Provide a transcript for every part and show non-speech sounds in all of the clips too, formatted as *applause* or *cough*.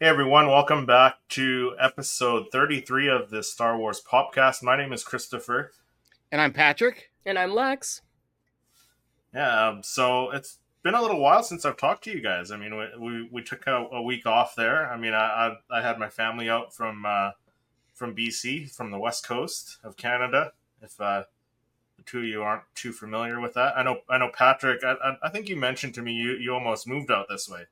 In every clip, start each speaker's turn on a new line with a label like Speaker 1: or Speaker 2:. Speaker 1: Hey everyone, welcome back to episode 33 of the Star Wars podcast. My name is Christopher.
Speaker 2: And I'm Patrick.
Speaker 3: And I'm Lex.
Speaker 1: Yeah, um, so it's been a little while since I've talked to you guys. I mean, we we, we took a, a week off there. I mean, I I, I had my family out from uh, from BC, from the west coast of Canada. If uh, the two of you aren't too familiar with that, I know I know Patrick. I, I, I think you mentioned to me you, you almost moved out this way,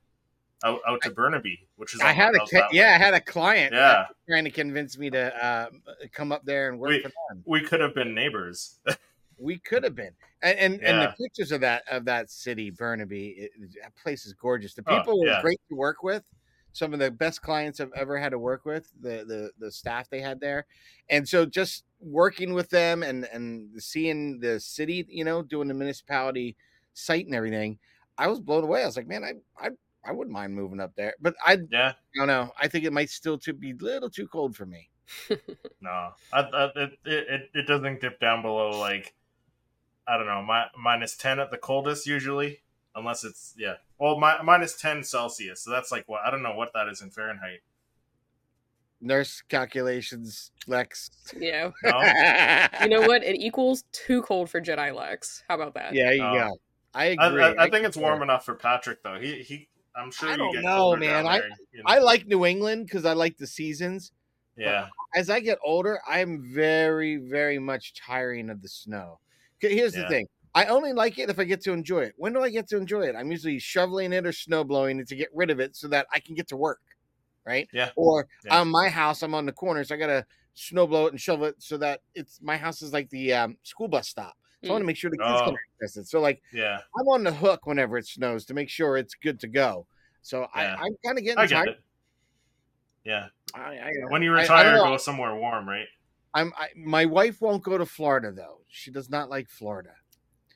Speaker 1: out, out to Burnaby, which is
Speaker 2: I
Speaker 1: on-
Speaker 2: had a
Speaker 1: out
Speaker 2: cli-
Speaker 1: that way.
Speaker 2: yeah, I had a client uh,
Speaker 1: Yeah.
Speaker 2: trying to convince me to uh, come up there and work
Speaker 1: Wait.
Speaker 2: for them.
Speaker 1: We could have been neighbors. *laughs*
Speaker 2: We could have been, and and, and
Speaker 1: Yeah.
Speaker 2: the pictures of that of that city, Burnaby, it, that place is gorgeous. The
Speaker 1: Oh,
Speaker 2: people were
Speaker 1: yeah.
Speaker 2: great to work with. Some of the best clients I've ever had to work with. The the the staff they had there, and so just working with them and and seeing the city, you know, doing the municipality site and everything, I was blown away. I was like, man, I I I wouldn't mind moving up there, but I
Speaker 1: yeah.
Speaker 2: I don't know. I think it might still too, be a little too cold for me.
Speaker 1: No, I, I, it, it it doesn't dip down below like I don't know mi- minus ten at the coldest usually, unless it's yeah. Well, mi- minus ten Celsius, so that's like what I don't know what that is in Fahrenheit.
Speaker 2: Nurse calculations, Lex.
Speaker 3: Yeah.
Speaker 1: No,
Speaker 2: *laughs*
Speaker 3: You know what? It equals too cold for Jedi Lex. How about that?
Speaker 2: Yeah, you
Speaker 1: Oh.
Speaker 2: go. I
Speaker 1: I,
Speaker 2: agree.
Speaker 1: I, I think it's warm
Speaker 2: enough.
Speaker 1: enough for Patrick though. He he, I'm sure
Speaker 2: I
Speaker 1: you
Speaker 2: don't
Speaker 1: get
Speaker 2: know,
Speaker 1: colder
Speaker 2: man.
Speaker 1: down there, you know.
Speaker 2: I like New England because I like the seasons.
Speaker 1: yeah,
Speaker 2: As I get older, I'm very, very much tiring of the snow. 'Kay, Here's
Speaker 1: Yeah.
Speaker 2: the thing. I only like it if I get to enjoy it. When do I get to enjoy it? I'm usually shoveling it or snow blowing it to get rid of it so that I can get to work. Right?
Speaker 1: Yeah.
Speaker 2: Or
Speaker 1: Yeah.
Speaker 2: on my house, I'm on the corner, so I gotta snow blow it and shovel it so that it's my house is like the um, school bus stop. So I want to
Speaker 3: Mm.
Speaker 2: make sure the kids can
Speaker 1: Oh.
Speaker 2: access it. So like
Speaker 1: yeah.
Speaker 2: I'm on the hook whenever it snows to make sure it's good to go. So
Speaker 1: Yeah.
Speaker 2: I, I'm kind of getting
Speaker 1: I
Speaker 2: tired.
Speaker 1: get it. Yeah,
Speaker 2: I, I,
Speaker 1: when you
Speaker 2: I- I don't
Speaker 1: retire,
Speaker 2: know.
Speaker 1: go somewhere warm, right?
Speaker 2: I'm I, my wife won't go to Florida though. She does not like Florida.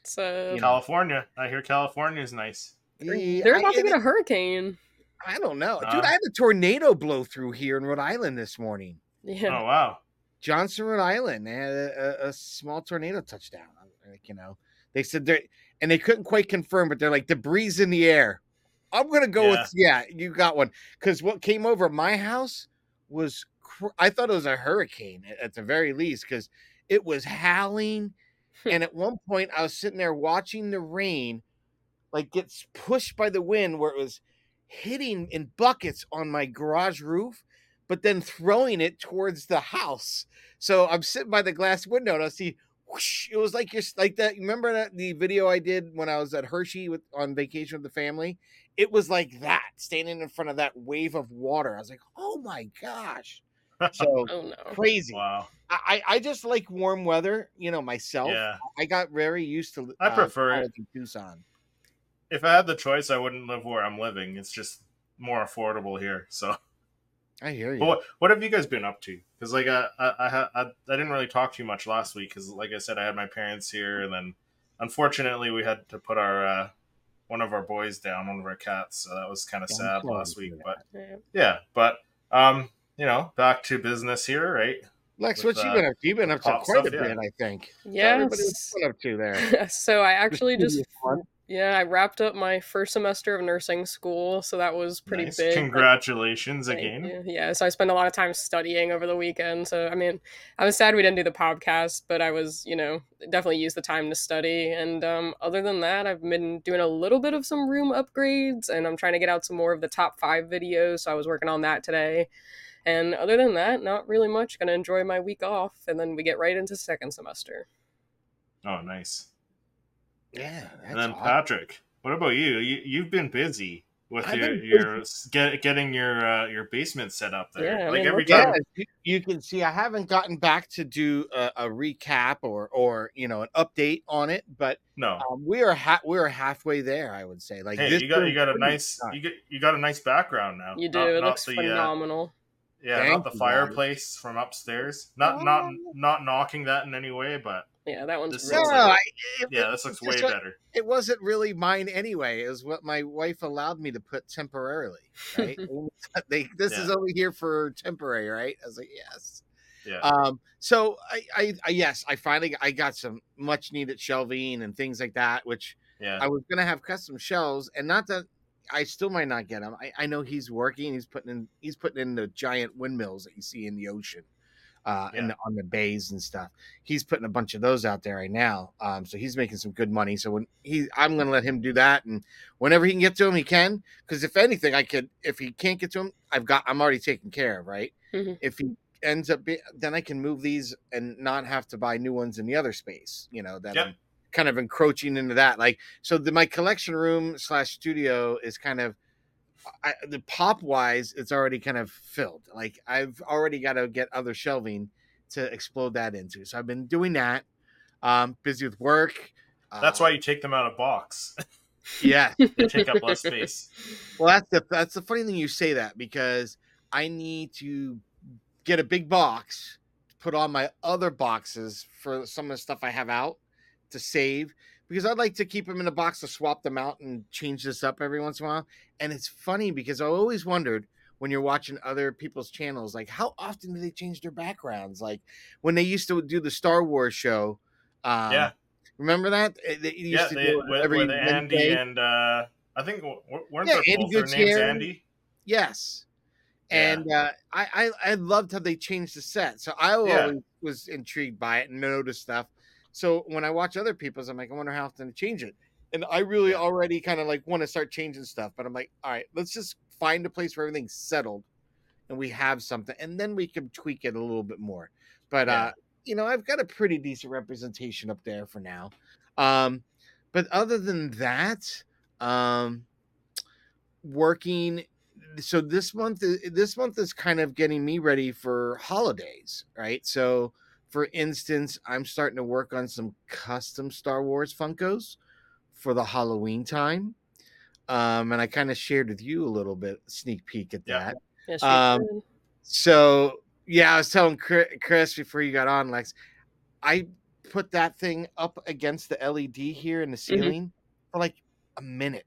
Speaker 3: So
Speaker 2: You know,
Speaker 1: California. I hear California's nice.
Speaker 2: Yeah,
Speaker 3: they're
Speaker 2: I-
Speaker 3: about to
Speaker 2: and
Speaker 3: get a hurricane.
Speaker 2: I don't know,
Speaker 1: Huh?
Speaker 2: dude. I had a tornado blow through here in Rhode Island this morning.
Speaker 3: Yeah.
Speaker 1: Oh wow.
Speaker 2: Johnson, Rhode Island, they had a, a, a small tornado touchdown. I'm Like, you know, they said they and they couldn't quite confirm, but they're like debris in the air. I'm gonna go with yeah, you got one because what came over my house was cr- I thought it was a hurricane at, at the very least because it was howling, and at one point I was sitting there watching the rain like gets pushed by the wind where it was hitting in buckets on my garage roof but then throwing it towards the house so i'm sitting by the glass window and i see whoosh, it was like you're like that remember that the video i did when i was at hershey with on vacation with the family it was like that standing in front of that wave of water i was like oh my gosh
Speaker 1: *laughs*
Speaker 2: so
Speaker 3: Oh no.
Speaker 2: crazy
Speaker 1: Wow.
Speaker 2: I, I I just like warm weather you know myself
Speaker 1: Yeah.
Speaker 2: i got very used to
Speaker 1: I prefer it.
Speaker 2: college in tucson
Speaker 1: if I had the choice, I wouldn't live where I'm living. It's just more affordable here. So, *laughs*
Speaker 2: i hear you
Speaker 1: but what, what have you guys been up to? Because like I I, I ha- I I didn't really talk to you much last week because like I said, I had my parents here, and then unfortunately we had to put our uh, one of our boys down, one of our cats. So that was kind of
Speaker 2: Yeah, I'm
Speaker 1: sad
Speaker 2: sorry
Speaker 1: last
Speaker 2: to
Speaker 1: week.
Speaker 2: hear
Speaker 1: But
Speaker 2: *laughs*
Speaker 3: Yeah.
Speaker 1: yeah, but um, you know, back to business here, right?
Speaker 2: Lex,
Speaker 1: with,
Speaker 2: what you
Speaker 1: uh,
Speaker 2: been up to? You've been
Speaker 1: with
Speaker 2: up to
Speaker 1: pop
Speaker 2: quite a
Speaker 1: stuff, yeah.
Speaker 2: bit, I think. Tell everybody
Speaker 3: Yes.
Speaker 2: what you've been up to there.
Speaker 3: *laughs* so I actually
Speaker 2: Just
Speaker 3: just
Speaker 2: give you one.
Speaker 3: yeah, I wrapped up my first semester of nursing school, so that was pretty
Speaker 1: Nice.
Speaker 3: big. but-
Speaker 1: Congratulations
Speaker 3: Thank
Speaker 1: again.
Speaker 3: you. Yeah, so I spent a lot of time studying over the weekend. So I mean, I was sad we didn't do the podcast, but I was, you know, definitely used the time to study. And um, other than that, I've been doing a little bit of some room upgrades, and I'm trying to get out some more of the top five videos. So I was working on that today. And other than that, not really much. Gonna enjoy my week off, and then we get right into second semester.
Speaker 1: Oh, nice.
Speaker 2: Yeah, that's
Speaker 1: and then
Speaker 2: awesome.
Speaker 1: Patrick, what about you? you you've been busy with
Speaker 2: I've
Speaker 1: your,
Speaker 2: been
Speaker 1: your get, getting your uh, your basement set up there.
Speaker 3: Yeah, I
Speaker 1: like
Speaker 3: mean,
Speaker 1: every
Speaker 3: look at
Speaker 1: time.
Speaker 2: yeah, you, you can see I haven't gotten back to do a, a recap or or you know an update on it, but
Speaker 1: No.
Speaker 2: um, we are ha- we are halfway there. I would say like
Speaker 1: Hey,
Speaker 2: this
Speaker 1: you got
Speaker 2: room
Speaker 1: you got a
Speaker 2: couldn't
Speaker 1: nice
Speaker 2: be done.
Speaker 1: you get you got a nice background now.
Speaker 3: You do.
Speaker 1: Not-
Speaker 3: it
Speaker 1: not
Speaker 3: looks
Speaker 1: the, uh,
Speaker 3: phenomenal.
Speaker 1: yeah,
Speaker 2: Thank
Speaker 1: not the
Speaker 2: you,
Speaker 1: fireplace from upstairs. Not not
Speaker 2: Oh.
Speaker 1: not knocking that in any way, but
Speaker 3: Yeah, that one's
Speaker 1: This
Speaker 3: really
Speaker 1: looks
Speaker 2: no,
Speaker 1: like-
Speaker 2: I, it,
Speaker 1: yeah,
Speaker 2: it-
Speaker 1: this looks
Speaker 2: it's
Speaker 1: way
Speaker 2: just what-
Speaker 1: better.
Speaker 2: it wasn't really mine anyway. It was what my wife allowed me to put temporarily.
Speaker 3: *laughs*
Speaker 2: Right? they, this is
Speaker 1: Yeah.
Speaker 2: only here for temporary, right? I was like, yes.
Speaker 1: Yeah.
Speaker 2: Um. So I, I, I, yes, I finally I got some much needed shelving and things like that, which
Speaker 1: Yeah.
Speaker 2: I was gonna have custom shelves, and not that I still might not get him. I, I know he's working. He's putting in he's putting in the giant windmills that you see in the ocean, uh, in
Speaker 1: Yeah.
Speaker 2: the, on the bays and stuff. He's putting a bunch of those out there right now. Um, so he's making some good money. So when he, I'm going to let him do that, and whenever he can get to him, he can. Because if anything, I could. If he can't get to him, I've got. I'm already taken care of. Right.
Speaker 3: Mhm.
Speaker 2: If he ends up, be, then I can move these and not have to buy new ones in the other space. You know that
Speaker 1: Yep.
Speaker 2: I'm kind of encroaching into that. Like so, the, my collection room slash studio is kind of. I, the pop wise, it's already kind of filled. Like I've already got to get other shelving to explode that into. So I've been doing that. Um, busy with work.
Speaker 1: That's
Speaker 2: uh,
Speaker 1: why you take them out of box. *laughs*
Speaker 2: Yeah,
Speaker 1: they take
Speaker 3: *laughs*
Speaker 1: up
Speaker 2: *laughs*
Speaker 1: less space.
Speaker 2: Well, that's the that's the funny thing you say that because I need to get a big box, to put on my other boxes for some of the stuff I have out to save because I'd like to keep them in a box to swap them out and change this up every once in a while. And it's funny because I always wondered when you're watching other people's channels, like how often do they change their backgrounds? Like when they used to do the Star Wars show. Um,
Speaker 1: Yeah.
Speaker 2: Remember that? Eh, They used
Speaker 1: yeah,
Speaker 2: to
Speaker 1: they,
Speaker 2: do it
Speaker 1: with,
Speaker 2: every
Speaker 1: with Andy
Speaker 2: Wednesday.
Speaker 1: and uh, I think w- w- weren't
Speaker 2: Yeah,
Speaker 1: they
Speaker 2: Andy
Speaker 1: both their names
Speaker 2: Gutierrez.
Speaker 1: Andy?
Speaker 2: Yes.
Speaker 1: Yeah.
Speaker 2: And uh, I, I I loved how they changed the set. So I
Speaker 1: Yeah.
Speaker 2: always was intrigued by it and noticed stuff. So when I watch other people's, I'm like, I wonder how often to change it. And I really
Speaker 1: Yeah.
Speaker 2: already kind of like want to start changing stuff, but I'm like, all right, let's just find a place where everything's settled and we have something, and then we can tweak it a little bit more. But
Speaker 1: Yeah.
Speaker 2: uh, you know, I've got a pretty decent representation up there for now. Um, but other than that, um, working so this month i- this month is kind of getting me ready for holidays right so for instance i'm starting to work on some custom star wars funkos for the halloween time um and i kind of shared with you a little bit sneak peek at
Speaker 1: Yeah.
Speaker 2: that
Speaker 3: Yes, you
Speaker 2: Um,
Speaker 3: did.
Speaker 2: so yeah, I was telling Chri- Chris before you got on, Lex, I put that thing up against the LED here in the ceiling for like a minute.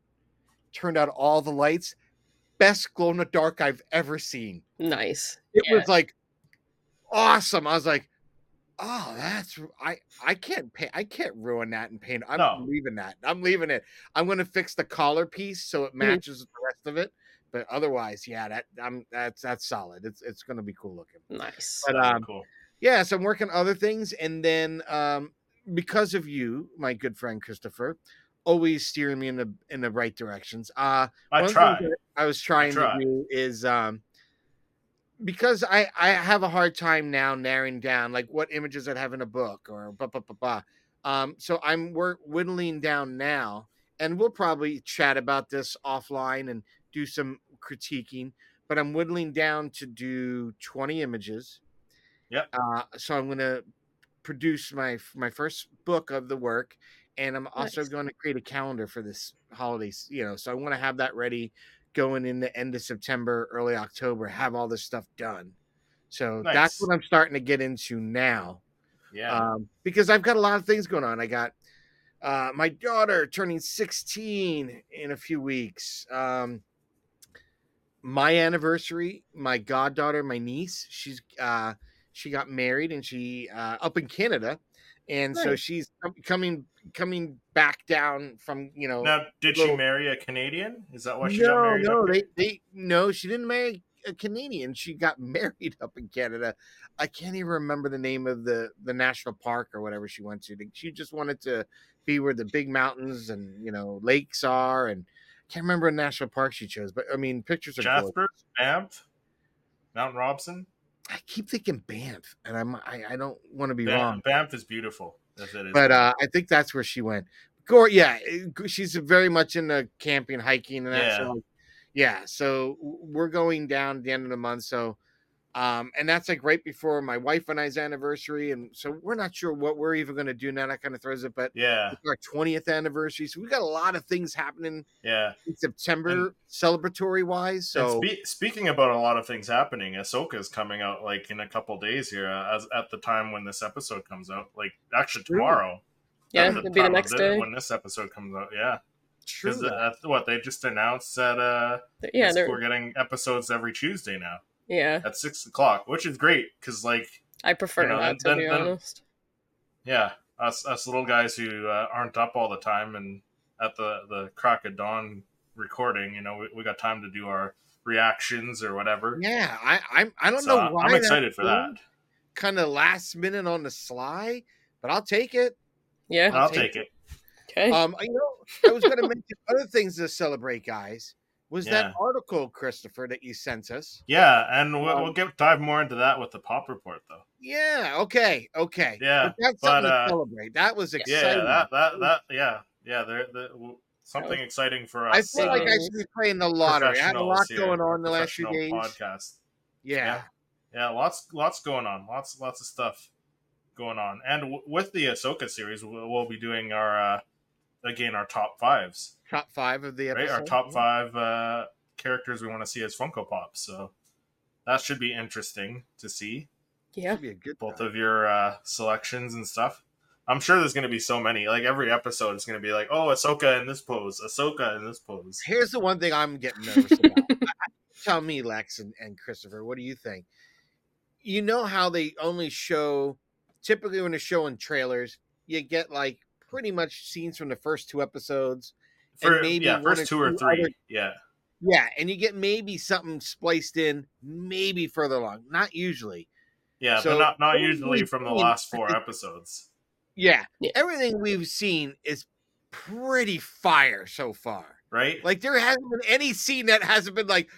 Speaker 2: Turned out all the lights. Best glow in the dark I've ever seen.
Speaker 3: nice.
Speaker 2: It
Speaker 3: Yeah.
Speaker 2: was like awesome. I was like, oh, that's r- I I can't pay I can't ruin that in paint. I'm
Speaker 1: No.
Speaker 2: leaving that. I'm leaving it. I'm gonna fix the collar piece so it matches with the rest of it. But otherwise, yeah, that I'm that's that's solid. It's it's gonna be cool looking.
Speaker 3: Nice.
Speaker 2: But
Speaker 1: That'd be
Speaker 2: um,
Speaker 1: cool.
Speaker 2: yeah, so I'm working other things, and then um, because of you, my good friend Christopher, always steering me in the in the right directions. Uh,
Speaker 1: I
Speaker 2: one thing
Speaker 1: try.
Speaker 2: that I was trying
Speaker 1: try.
Speaker 2: to do is um, because I I have a hard time now narrowing down like what images I'd have in a book or blah blah blah blah. Um, so I'm we're whittling down now, and we'll probably chat about this offline and do some critiquing. But I'm whittling down to do 20 images.
Speaker 1: Yep.
Speaker 2: Uh, so I'm gonna produce my my first book of the work, and I'm also
Speaker 3: Nice.
Speaker 2: going to create a calendar for this holiday. s- You know, so I want to have that ready going in the end of September, early October. Have all this stuff done. So
Speaker 1: Nice.
Speaker 2: that's what I'm starting to get into now
Speaker 1: Yeah.
Speaker 2: um, because I've got a lot of things going on. I got uh, my daughter turning 16 in a few weeks. Um, my anniversary, my goddaughter, my niece, she's uh, she got married and she uh, up in Canada, and so
Speaker 3: Nice.
Speaker 2: she's com- coming coming back down from you know
Speaker 1: now, did she
Speaker 2: little-
Speaker 1: marry a Canadian? Is that why she got
Speaker 2: no,
Speaker 1: married?
Speaker 2: no,
Speaker 1: up
Speaker 2: they,
Speaker 1: here?
Speaker 2: they no, she didn't marry a Canadian. She got *laughs* married up in Canada. I can't even remember the name of the the national park or whatever she went to. She just wanted to be where the big mountains and you know lakes are, and I can't remember a national park she chose. But I mean, pictures are gorgeous.
Speaker 1: Jasper, Banff, Mount Robson.
Speaker 2: I keep thinking Banff, and I'm I, I don't want to be
Speaker 1: Ban-
Speaker 2: wrong.
Speaker 1: Banff is beautiful. That's it. Is
Speaker 2: but uh, I think that's where she went. Gore, yeah, it- g- she's very much into camping, hiking, and that.
Speaker 1: Yeah.
Speaker 2: So, yeah, so w- we're going down at the end of the month. So, um, and that's like right before my wife and I's anniversary, and so we're not sure what we're even going to do now. That kind of throws it, but
Speaker 1: yeah,
Speaker 2: it's our twentieth anniversary, so we got a lot of things happening
Speaker 1: yeah.
Speaker 2: in September, celebratory wise.
Speaker 1: And
Speaker 2: So,
Speaker 1: spe- speaking about a lot of things happening, Ahsoka is coming out like in a couple days here. Uh, as at the time when this episode comes out, like actually
Speaker 2: Really?
Speaker 1: tomorrow.
Speaker 3: yeah,
Speaker 1: at
Speaker 3: it'd be the
Speaker 1: time of
Speaker 3: next
Speaker 1: thi-
Speaker 3: day.
Speaker 1: when this episode comes out. Yeah,
Speaker 2: true.
Speaker 1: because
Speaker 2: that.
Speaker 1: what they just announced that uh,
Speaker 3: Yeah,
Speaker 1: it's- we're
Speaker 3: they're,
Speaker 1: getting episodes every Tuesday now
Speaker 3: yeah.
Speaker 1: at six o'clock, which is great because like
Speaker 3: I prefer
Speaker 1: you know,
Speaker 3: not
Speaker 1: then-
Speaker 3: to be
Speaker 1: then-
Speaker 3: honest.
Speaker 1: yeah, us us little guys who uh, aren't up all the time and at the the crack of dawn recording, you know, we, we got time to do our reactions or whatever.
Speaker 2: Yeah, I I'm, I don't
Speaker 1: So
Speaker 2: know why
Speaker 1: I'm excited for that.
Speaker 2: Kind of last minute on the sly, but I'll take it.
Speaker 3: Yeah.
Speaker 2: I'll
Speaker 1: I'll
Speaker 2: take
Speaker 1: take it.
Speaker 3: Okay.
Speaker 1: uh,
Speaker 2: Um, I know I was going
Speaker 1: *laughs*
Speaker 2: to mention other things to celebrate, guys. Was
Speaker 1: Yeah.
Speaker 2: that article, Christopher, that you sent us?
Speaker 1: Yeah, and we'll,
Speaker 2: Um,
Speaker 1: we'll get dive more into that with the pop report though.
Speaker 2: Yeah. Okay. Okay.
Speaker 1: Yeah,
Speaker 2: But that's
Speaker 1: but,
Speaker 2: something to
Speaker 1: uh,
Speaker 2: celebrate. That was
Speaker 1: Yeah,
Speaker 2: exciting.
Speaker 1: that that that yeah yeah there, there w- something exciting for us.
Speaker 2: I feel like I
Speaker 1: uh,
Speaker 2: should be playing the lottery. I had a lot
Speaker 1: professionals here,
Speaker 2: going on the last few days.
Speaker 1: professional Podcast.
Speaker 2: Yeah.
Speaker 1: Yeah, lots lots going on. Lots lots of stuff going on. And w- with the Ahsoka series, we'll, we'll be doing our uh, again our top fives,
Speaker 2: Top five of the
Speaker 1: right?
Speaker 2: episode.
Speaker 1: Our top five uh, characters we want to see as Funko Pops. So that should be interesting to see
Speaker 3: yeah.
Speaker 2: Should be a good
Speaker 1: both
Speaker 2: time.
Speaker 1: of your uh, selections and stuff. I'm sure there's going to be so many. Like every episode is going to be like, oh, Ahsoka in this pose, Ahsoka in this pose.
Speaker 2: Here's the one thing I'm getting nervous about. Tell me, Lex and, and Christopher, what do you think? You know how they only show typically when they're showing trailers, you get like pretty much scenes from the first two episodes.
Speaker 1: For,
Speaker 2: maybe
Speaker 1: yeah,
Speaker 2: one or
Speaker 1: first two or
Speaker 2: two
Speaker 1: three.
Speaker 2: other-
Speaker 1: Yeah,
Speaker 2: Yeah, and you get maybe something spliced in, maybe further along. Not usually.
Speaker 1: yeah,
Speaker 2: So,
Speaker 1: but not not
Speaker 2: what we've
Speaker 1: usually from the
Speaker 2: seen-
Speaker 1: last four episodes.
Speaker 2: Yeah.
Speaker 3: Yeah.
Speaker 2: Everything we've seen is pretty fire so far.
Speaker 1: Right?
Speaker 2: Like there hasn't been any scene that hasn't been like,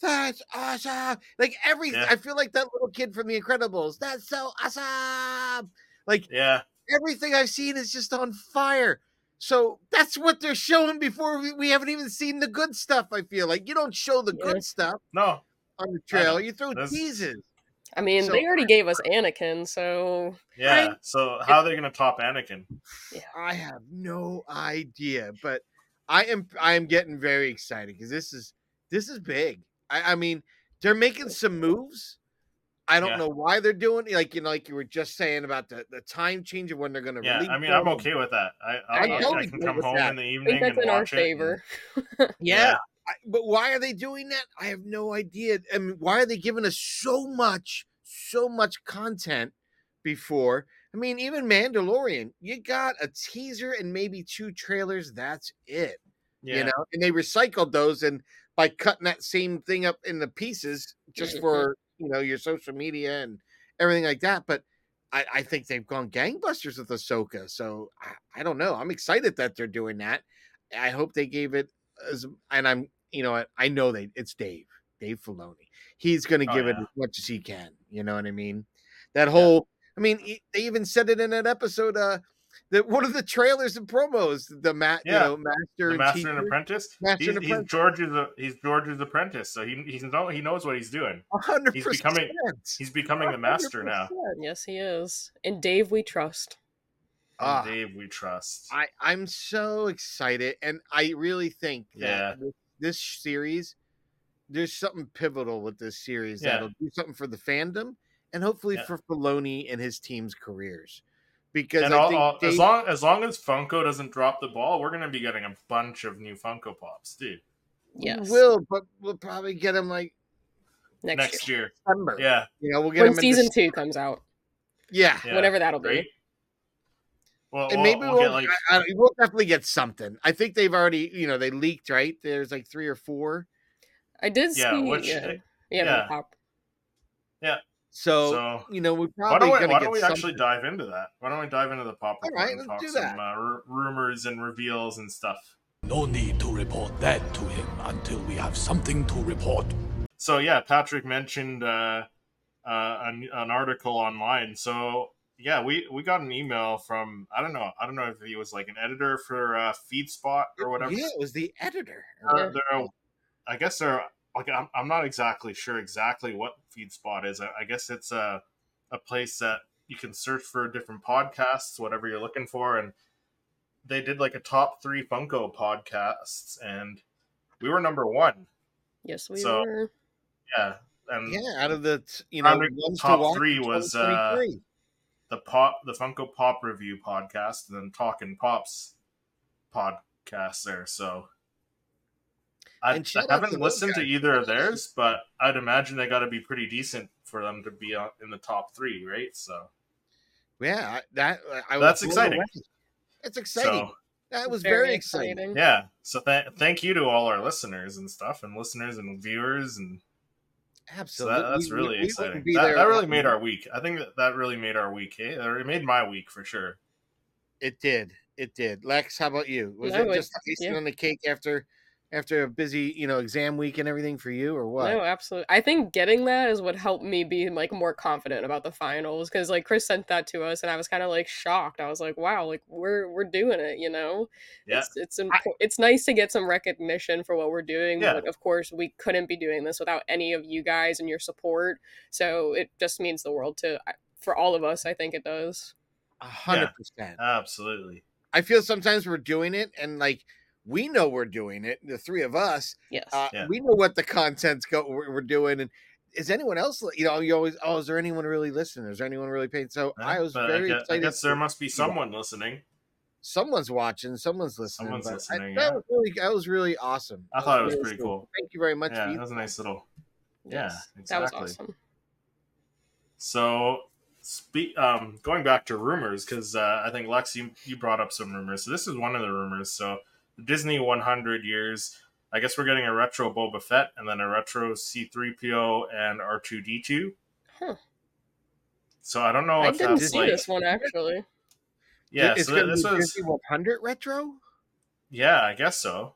Speaker 2: that's awesome. Like every
Speaker 1: Yeah.
Speaker 2: I feel like that little kid from the Incredibles. That's so awesome. Like
Speaker 1: yeah,
Speaker 2: everything I've seen is just on fire. So that's what they're showing before we, we haven't even seen the good stuff. I feel like you don't show the
Speaker 3: Yeah.
Speaker 2: good stuff
Speaker 1: no,
Speaker 2: on the trail. You throw
Speaker 1: That's-
Speaker 2: teases.
Speaker 3: I mean,
Speaker 2: So-
Speaker 3: they already gave us Anakin, so
Speaker 1: Yeah.
Speaker 2: Right?
Speaker 1: So how are they going to top Anakin?
Speaker 2: I have no idea, but I am I am getting very excited because this is this is big. I, I mean, they're making some moves. I don't
Speaker 1: Yeah.
Speaker 2: know why they're doing like you know, like you were just saying about the, the time change of when they're going to
Speaker 1: Yeah.
Speaker 2: release.
Speaker 1: I mean, I'm
Speaker 2: them.
Speaker 1: okay with that. I
Speaker 2: I
Speaker 1: I, I,
Speaker 2: totally
Speaker 1: can
Speaker 2: agree
Speaker 1: come
Speaker 2: with
Speaker 1: home
Speaker 2: that.
Speaker 1: in the
Speaker 3: I
Speaker 1: evening
Speaker 3: think that's
Speaker 1: and
Speaker 3: in our
Speaker 1: watch it. and-
Speaker 3: favor.
Speaker 2: Yeah,
Speaker 1: Yeah.
Speaker 2: I, but why are they doing that? I have no idea. I mean, why are they giving us so much, so much content before? I mean, even Mandalorian, you got a teaser and maybe two trailers. That's it.
Speaker 1: yeah.
Speaker 2: you know and they recycled those and by cutting that same thing up into pieces just
Speaker 1: Mm-hmm.
Speaker 3: Mhm.
Speaker 2: for you know your social media and everything like that but I, I think they've gone gangbusters with Ahsoka, so I, I don't know. I'm excited that they're doing that. I hope they gave it as, and I'm, you know, I, I know they it's Dave, Dave Filoni. He's going to
Speaker 1: Oh,
Speaker 2: give it
Speaker 1: yeah.
Speaker 2: as much as he can. You know what I mean? That whole, I mean, e- they even said it in an episode. Uh, that one of the trailers and promos, the mat,
Speaker 1: Yeah.
Speaker 2: you know, master,
Speaker 1: The
Speaker 2: and
Speaker 1: Master and
Speaker 2: teacher.
Speaker 1: Apprentice.
Speaker 2: Master
Speaker 1: he's,
Speaker 2: and
Speaker 1: he's
Speaker 2: Apprentice.
Speaker 1: George's. uh, He's George's apprentice. So he he's know, he knows what he's doing.
Speaker 2: A hundred
Speaker 1: He's
Speaker 2: percent.
Speaker 1: becoming- He's becoming the master now.
Speaker 3: yes, he is. And Dave, we trust.
Speaker 1: And
Speaker 2: Ah.
Speaker 1: Dave, we trust.
Speaker 2: I I'm so excited, and I really think that
Speaker 1: Yeah.
Speaker 2: with this series, there's something pivotal with this series
Speaker 1: Yeah.
Speaker 2: that'll do something for the fandom, and hopefully
Speaker 1: Yeah.
Speaker 2: for Filoni and his team's careers, because
Speaker 1: and
Speaker 2: I
Speaker 1: all,
Speaker 2: think
Speaker 1: all-
Speaker 2: Dave-
Speaker 1: as long as long as Funko doesn't drop the ball, we're going to be getting a bunch of new Funko Pops, dude.
Speaker 2: we
Speaker 3: Yes.
Speaker 2: will, but we'll probably get him like
Speaker 3: next,
Speaker 1: Next
Speaker 3: year.
Speaker 1: year.
Speaker 2: December.
Speaker 1: Yeah.
Speaker 2: You know, we'll get
Speaker 3: When
Speaker 2: him in
Speaker 3: season
Speaker 2: Dec-
Speaker 3: two comes out,
Speaker 2: Yeah.
Speaker 1: yeah.
Speaker 3: whatever that'll be.
Speaker 1: Right. Well,
Speaker 2: And
Speaker 1: we'll-
Speaker 2: maybe
Speaker 1: we'll,
Speaker 2: we'll,
Speaker 1: get like
Speaker 2: I, I- we'll definitely get something. I think they've already, you know, they leaked, right? There's like three or four.
Speaker 3: I did
Speaker 1: yeah,
Speaker 3: see.
Speaker 1: which
Speaker 3: yeah,
Speaker 1: yeah.
Speaker 3: yeah,
Speaker 1: yeah.
Speaker 3: pop.
Speaker 2: So,
Speaker 1: so
Speaker 2: you know, we're
Speaker 1: why
Speaker 2: probably
Speaker 1: don't we,
Speaker 2: going
Speaker 1: why
Speaker 2: to
Speaker 1: don't
Speaker 2: get
Speaker 1: we
Speaker 2: something.
Speaker 1: actually dive into that? Why don't we dive into the pop
Speaker 2: All
Speaker 1: report
Speaker 2: right,
Speaker 1: and
Speaker 2: let's
Speaker 1: talk
Speaker 2: do
Speaker 1: some
Speaker 2: that.
Speaker 1: uh, r- rumors and reveals and stuff?
Speaker 4: No need to report that to him until we have something to report.
Speaker 1: So yeah, Patrick mentioned uh, uh, an, an article online. So yeah, we, we got an email from I don't know I don't know if he was like an editor for uh, Feedspot or whatever.
Speaker 2: Yeah, it was the editor.
Speaker 1: They're- they're- I guess they're like I'm, I'm not exactly sure exactly what Feedspot is. I, I guess it's a a place that you can search for different podcasts, whatever you're looking for, and they did like a top three Funko podcasts, and we were number one.
Speaker 3: Yes, we
Speaker 1: So,
Speaker 3: were.
Speaker 1: Yeah, and
Speaker 2: Yeah, out of the t- you know
Speaker 1: Probably
Speaker 2: ones to
Speaker 1: Mm. top
Speaker 2: watch,
Speaker 1: three
Speaker 2: it's
Speaker 1: was,
Speaker 2: only
Speaker 1: uh,
Speaker 2: 23.
Speaker 1: the pop, the Funko Pop review podcast, and then Talking Pops podcast there. So. I,
Speaker 2: And
Speaker 1: I
Speaker 2: shout out to
Speaker 1: haven't
Speaker 2: those
Speaker 1: listened to
Speaker 2: guys.
Speaker 1: either of theirs, but I'd imagine they got to be pretty decent for them to be on- in the top three, right? So
Speaker 2: yeah I- that I- I was
Speaker 1: That's
Speaker 2: blown
Speaker 1: exciting.
Speaker 2: away. That's exciting.
Speaker 1: So
Speaker 2: That was very,
Speaker 3: Very
Speaker 2: exciting.
Speaker 3: exciting.
Speaker 1: Yeah. So th- thank you to all our listeners and stuff, and listeners and viewers, and so
Speaker 2: Absolutely.
Speaker 1: that, that's
Speaker 2: We- we-
Speaker 1: really
Speaker 2: we wouldn't
Speaker 1: exciting.
Speaker 2: be
Speaker 1: That,
Speaker 2: there
Speaker 1: that
Speaker 2: if
Speaker 1: really
Speaker 2: it-
Speaker 1: made our week. I think that, that really made our week. Hey, or it made my week for sure.
Speaker 2: It did. It did. Lex, how about you? Was
Speaker 3: No,
Speaker 2: it
Speaker 3: it-
Speaker 2: just icing
Speaker 3: yeah.
Speaker 2: on the cake after after a busy, you know, exam week and everything for you, or what?
Speaker 3: No, absolutely. I think getting that is what helped me be like more confident about the finals because like Chris sent that to us and I was kind of like shocked. I was like, wow, like we're we're doing it, you know?
Speaker 1: Yeah.
Speaker 3: It's it's, impor- it's nice to get some recognition for what we're doing,
Speaker 1: Yeah.
Speaker 3: but of course we couldn't be doing this without any of you guys and your support. So it just means the world to for all of us. I think it does.
Speaker 2: A hundred percent.
Speaker 1: Uh Absolutely.
Speaker 2: I feel sometimes we're doing it, and like we know we're doing it, the three of us,
Speaker 3: Yes.
Speaker 2: uh,
Speaker 1: Yeah.
Speaker 2: we know what the content's go we're, we're doing and is anyone else li- you know you always oh is there anyone really listening is there anyone really paying so i
Speaker 1: Yeah,
Speaker 2: was
Speaker 1: but
Speaker 2: very
Speaker 1: I guess, I
Speaker 2: excited
Speaker 1: guess there
Speaker 2: for-
Speaker 1: must be someone listening.
Speaker 2: someone's watching someone's listening
Speaker 1: Someone's
Speaker 2: but I-
Speaker 1: listening,
Speaker 2: that
Speaker 1: yeah.
Speaker 2: was really that was really awesome
Speaker 1: I
Speaker 2: That
Speaker 1: thought it was
Speaker 2: really
Speaker 1: pretty cool.
Speaker 2: thank you very much
Speaker 1: Yeah,
Speaker 2: Ethan.
Speaker 1: that was a nice little. Yeah,
Speaker 3: Yes. That
Speaker 1: exactly.
Speaker 3: was awesome.
Speaker 1: So, spe- um, going back to rumors, because uh, I think Lex, you, you brought up some rumors. So this is one of the rumors. So Disney 100 years. I guess we're getting a retro Boba Fett, and then a retro C3PO and R2D2.
Speaker 3: Huh.
Speaker 1: So I don't know
Speaker 3: I
Speaker 1: if
Speaker 3: didn't
Speaker 1: that's
Speaker 3: see
Speaker 1: Oh, like
Speaker 3: this one actually.
Speaker 1: yeah.
Speaker 2: it's
Speaker 1: so
Speaker 2: gonna
Speaker 1: this
Speaker 2: be
Speaker 1: was
Speaker 2: Disney 100 retro
Speaker 1: yeah, I guess so.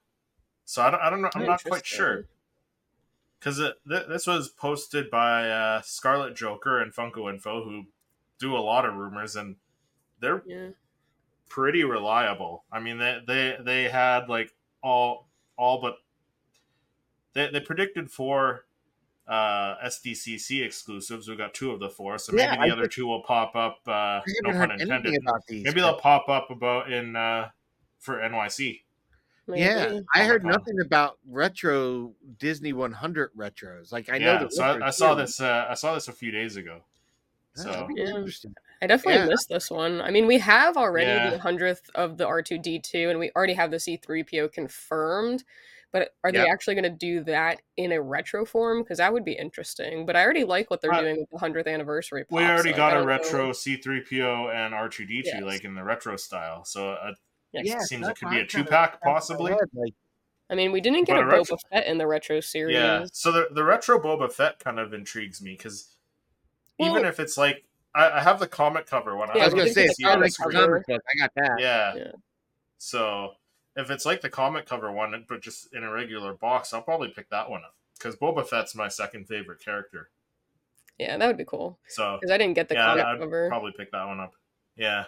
Speaker 1: So I don't, I don't know. I'm not quite
Speaker 3: Interesting.
Speaker 1: sure. because th- this was posted by uh, Scarlet Joker and Funko Info, who do a lot of rumors, and they're
Speaker 3: Yeah.
Speaker 1: pretty reliable. I mean, they they, they had like all all but they, they predicted four uh, SDCC exclusives. We got two of the four, so
Speaker 2: Yeah,
Speaker 1: maybe
Speaker 2: I
Speaker 1: the other two will pop up. Uh,
Speaker 2: i
Speaker 1: no
Speaker 2: haven't
Speaker 1: pun
Speaker 2: heard anything
Speaker 1: intended.
Speaker 2: about these
Speaker 1: Maybe
Speaker 2: but-
Speaker 1: they'll pop up about in uh, for NYC.
Speaker 2: yeah
Speaker 3: Maybe.
Speaker 2: i heard
Speaker 1: Comic-Con.
Speaker 2: nothing about retro disney 100 retros like i
Speaker 1: yeah,
Speaker 2: know the
Speaker 1: so I, I
Speaker 2: rumors,
Speaker 1: saw
Speaker 2: yeah.
Speaker 1: this. Uh, I saw this a few days ago.
Speaker 2: Yeah,
Speaker 1: So.
Speaker 2: that'd be
Speaker 3: Yeah.
Speaker 2: interesting.
Speaker 3: I definitely
Speaker 2: Yeah.
Speaker 3: missed this one. I mean, we have already
Speaker 1: Yeah.
Speaker 3: the hundredth of the R two D two, and we already have the C three PO confirmed. But are they
Speaker 1: Yeah.
Speaker 3: actually going to do that in a retro form? Because that would be interesting. But I already like what they're
Speaker 1: Uh,
Speaker 3: doing with the hundredth anniversary.
Speaker 1: We
Speaker 3: pop,
Speaker 1: already
Speaker 3: so I
Speaker 1: got a
Speaker 3: don't know.
Speaker 1: retro C3PO and R2D2
Speaker 3: Yes.
Speaker 1: like in the retro style. So uh,
Speaker 3: Yes.
Speaker 1: it seems
Speaker 2: no,
Speaker 1: it could be
Speaker 2: I'm
Speaker 1: a
Speaker 2: kinda-
Speaker 1: two pack
Speaker 2: I'm kinda
Speaker 1: possibly.
Speaker 2: glad, like,
Speaker 3: I mean, we didn't get
Speaker 1: But
Speaker 3: a
Speaker 1: a retro-
Speaker 3: Boba Fett in the retro series.
Speaker 1: Yeah. So the, the retro Boba Fett kind of intrigues me because even
Speaker 3: Well-
Speaker 1: if it's like I, I have the comic cover when
Speaker 3: Yeah,
Speaker 2: I
Speaker 1: I
Speaker 2: was
Speaker 1: don't
Speaker 2: gonna
Speaker 3: think
Speaker 2: say
Speaker 1: see
Speaker 3: it's
Speaker 2: it's
Speaker 1: it
Speaker 3: a
Speaker 1: on
Speaker 2: not
Speaker 1: the
Speaker 2: like
Speaker 3: comic
Speaker 1: screen.
Speaker 2: a
Speaker 3: cover.
Speaker 2: comic book. I got that.
Speaker 1: Yeah.
Speaker 3: Yeah.
Speaker 1: So if it's like the comic cover one, but just in a regular box, I'll probably pick that one up because Boba Fett's my second favorite character.
Speaker 3: Yeah, that would be cool.
Speaker 1: So
Speaker 3: Because I didn't get the
Speaker 1: yeah, I'd,
Speaker 3: comic
Speaker 1: I'd
Speaker 3: cover.
Speaker 1: probably pick that one up. Yeah.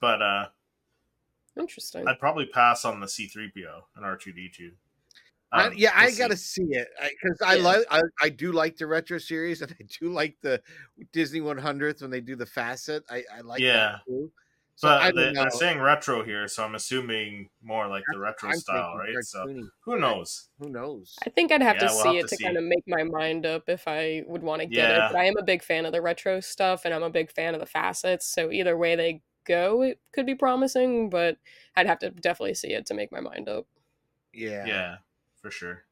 Speaker 1: But uh,
Speaker 3: Interesting.
Speaker 1: I'd probably pass on the C3PO and R2D2.
Speaker 2: I-
Speaker 1: Um,
Speaker 2: yeah, I
Speaker 1: we'll see.
Speaker 2: gotta see it because I,
Speaker 3: Yeah.
Speaker 2: like I, I do like the retro series and *laughs* I do like the Disney 100th when they do the facet. I, I like
Speaker 1: Yeah.
Speaker 2: that too. So
Speaker 1: But
Speaker 2: I
Speaker 1: they,
Speaker 2: don't know.
Speaker 1: they're saying retro here, so I'm assuming more like the retro
Speaker 2: I'm
Speaker 1: style, right?
Speaker 2: thinking
Speaker 1: So
Speaker 2: cartoony.
Speaker 1: who knows?
Speaker 2: who knows?
Speaker 3: I think I'd have to
Speaker 1: Yeah, we'll have
Speaker 3: see it
Speaker 1: to
Speaker 3: to
Speaker 1: see.
Speaker 3: kind of make my mind up if I would want to get
Speaker 1: Yeah.
Speaker 3: it. But I am a big fan of the retro stuff and I'm a big fan of the facets. So either way they go, it could be promising, but I'd have to definitely see it to make my mind up.
Speaker 2: yeah.
Speaker 1: Yeah, for sure.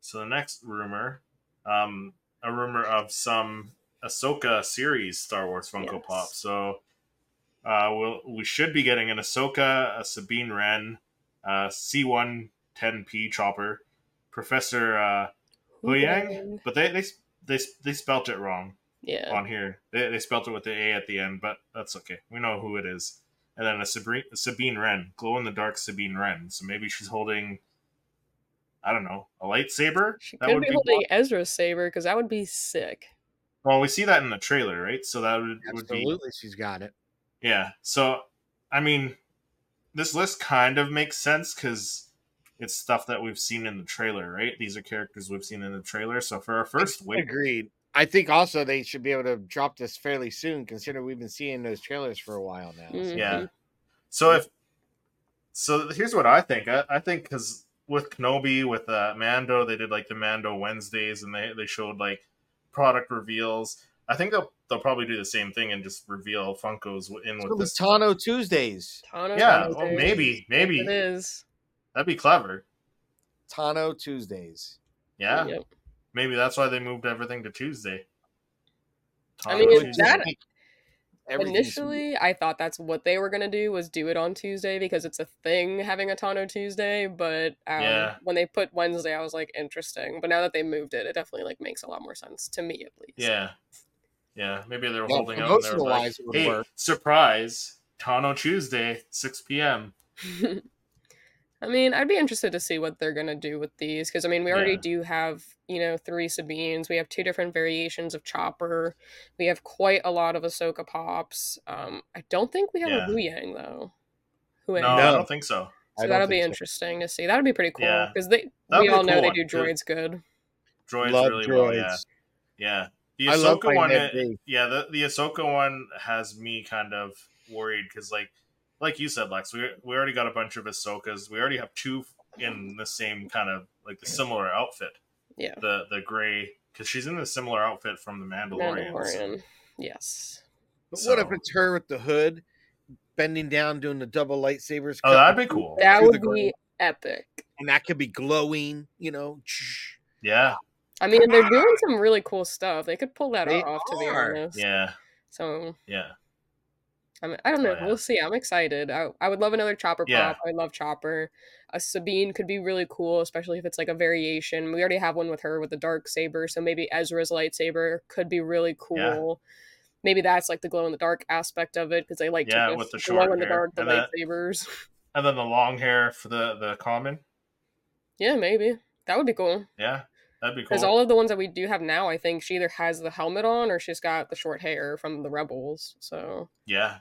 Speaker 1: So the next rumor, um, a rumor of some Ahsoka series Star Wars Funko
Speaker 3: Yes.
Speaker 1: Pop. So uh, we'll, we should be getting an Ahsoka, a Sabine Wren, uh, C110P Chopper, Professor uh, Huyang, but they, they they they spelt it wrong.
Speaker 3: Yeah.
Speaker 1: on here. They, they spelt it with the A at the end, but that's okay. We know who it is. And then a Sabine, Sabine Wren, glow in the dark Sabine Wren. So maybe she's holding, I don't know, a lightsaber.
Speaker 3: She
Speaker 1: that
Speaker 3: could
Speaker 1: would
Speaker 3: be,
Speaker 1: be.
Speaker 3: holding Ezra's saber because that would be sick.
Speaker 1: Well, we see that in the trailer, right? So that would, would be
Speaker 2: Absolutely, she's got it.
Speaker 1: yeah. So I mean, this list kind of makes sense because it's stuff that we've seen in the trailer, right? These are characters we've seen in the trailer. So for our first win,
Speaker 2: Agreed. I think also they should be able to drop this fairly soon, considering we've been seeing those trailers for a while now. so-
Speaker 3: Mhm.
Speaker 1: Yeah. So if so, here's what I think. I, I think because with Kenobi, with uh, Mando, they did like the Mando Wednesdays, and they they showed like product reveals. I think they'll they'll probably do the same thing and just reveal Funkos in
Speaker 2: It's
Speaker 1: with
Speaker 2: gonna be
Speaker 1: this.
Speaker 2: Tano Tuesdays.
Speaker 3: Tano
Speaker 1: yeah,
Speaker 3: Wednesday.
Speaker 1: well, maybe maybe
Speaker 3: It is.
Speaker 1: that'd be clever.
Speaker 2: Tano Tuesdays.
Speaker 1: Yeah,
Speaker 3: Yep.
Speaker 1: maybe that's why they moved everything to Tuesday.
Speaker 3: I mean,
Speaker 1: Taco
Speaker 3: if
Speaker 1: Tuesday.
Speaker 3: that-
Speaker 2: Everything's-
Speaker 3: Initially, I thought that's what they were gonna do was do it on Tuesday because it's a thing having a Tano Tuesday. But um,
Speaker 1: Yeah.
Speaker 3: when they put Wednesday, I was like, interesting. But now that they moved it, it definitely like makes a lot more sense to me at least.
Speaker 1: Yeah. Yeah. Maybe they were
Speaker 2: Yeah,
Speaker 1: holding out. and they were like,
Speaker 2: promotional-wise, it would
Speaker 1: hey,
Speaker 2: work."
Speaker 1: surprise. Tano Tuesday, 6 p.m.
Speaker 3: *laughs* I mean, I'd be interested to see what they're gonna do with these because I mean, we already
Speaker 1: Yeah.
Speaker 3: do have you know three Sabines. We have two different variations of Chopper. We have quite a lot of Ahsoka pops. Um, I don't think we have
Speaker 1: Yeah.
Speaker 3: a Wu Yang though. Hu
Speaker 1: No,
Speaker 3: Yang.
Speaker 1: I
Speaker 2: No.
Speaker 1: don't think so.
Speaker 2: I
Speaker 3: So
Speaker 2: don't
Speaker 3: that'll be
Speaker 2: think so.
Speaker 3: interesting to see. That'll be pretty cool
Speaker 1: Yeah.
Speaker 3: because they
Speaker 1: That'll
Speaker 3: we
Speaker 1: be a
Speaker 3: all know
Speaker 1: cool
Speaker 3: they
Speaker 1: one,
Speaker 3: do
Speaker 1: 'cause-
Speaker 3: droids good.
Speaker 1: Droids
Speaker 2: Love
Speaker 1: really well.
Speaker 2: droids.
Speaker 1: Yeah. Yeah. The
Speaker 2: I love
Speaker 1: Ahsoka
Speaker 2: playing
Speaker 1: one,
Speaker 2: that
Speaker 1: it-
Speaker 2: game.
Speaker 1: yeah, the, the Ahsoka one has me kind of worried because, like, like you said, Lex, we we already got a bunch of Ahsokas. We already have two in the same kind of like the similar outfit.
Speaker 3: Yeah.
Speaker 1: The the gray because she's in the similar outfit from the Mandalorian.
Speaker 3: Mandalorian. Yes.
Speaker 2: But what if
Speaker 1: So-
Speaker 2: it's her with the hood, bending down, doing the double lightsabers?
Speaker 1: Oh, that'd be cool.
Speaker 3: That
Speaker 2: through the
Speaker 3: would be epic.
Speaker 2: and that could be glowing. You know,
Speaker 1: Yeah,
Speaker 3: I mean, they're doing some really cool stuff. They could pull that
Speaker 2: They
Speaker 3: off, to be
Speaker 2: are.
Speaker 3: honest.
Speaker 1: yeah,
Speaker 3: So
Speaker 1: yeah.
Speaker 3: I mean, I don't know.
Speaker 1: Oh, yeah.
Speaker 3: We'll see. I'm excited. I, I would love another Chopper
Speaker 1: Yeah.
Speaker 3: pop. I love Chopper. A Sabine could be really cool, especially if it's like a variation. We already have one with her with the dark saber, so maybe Ezra's lightsaber could be really cool. Maybe that's like the glow in the dark aspect of it because they like
Speaker 1: Yeah,
Speaker 3: to
Speaker 1: with the
Speaker 3: just
Speaker 1: short
Speaker 3: glow in the
Speaker 1: hair
Speaker 3: dark the
Speaker 1: and that-
Speaker 3: lightsabers. *laughs*
Speaker 1: And then the long hair for the the common.
Speaker 3: yeah, maybe that would be cool.
Speaker 1: Yeah, that'd be
Speaker 3: Because
Speaker 1: cool.
Speaker 3: all of the ones that we do have now, I think she either has the helmet on or she's got the short hair from the rebels. So
Speaker 1: yeah,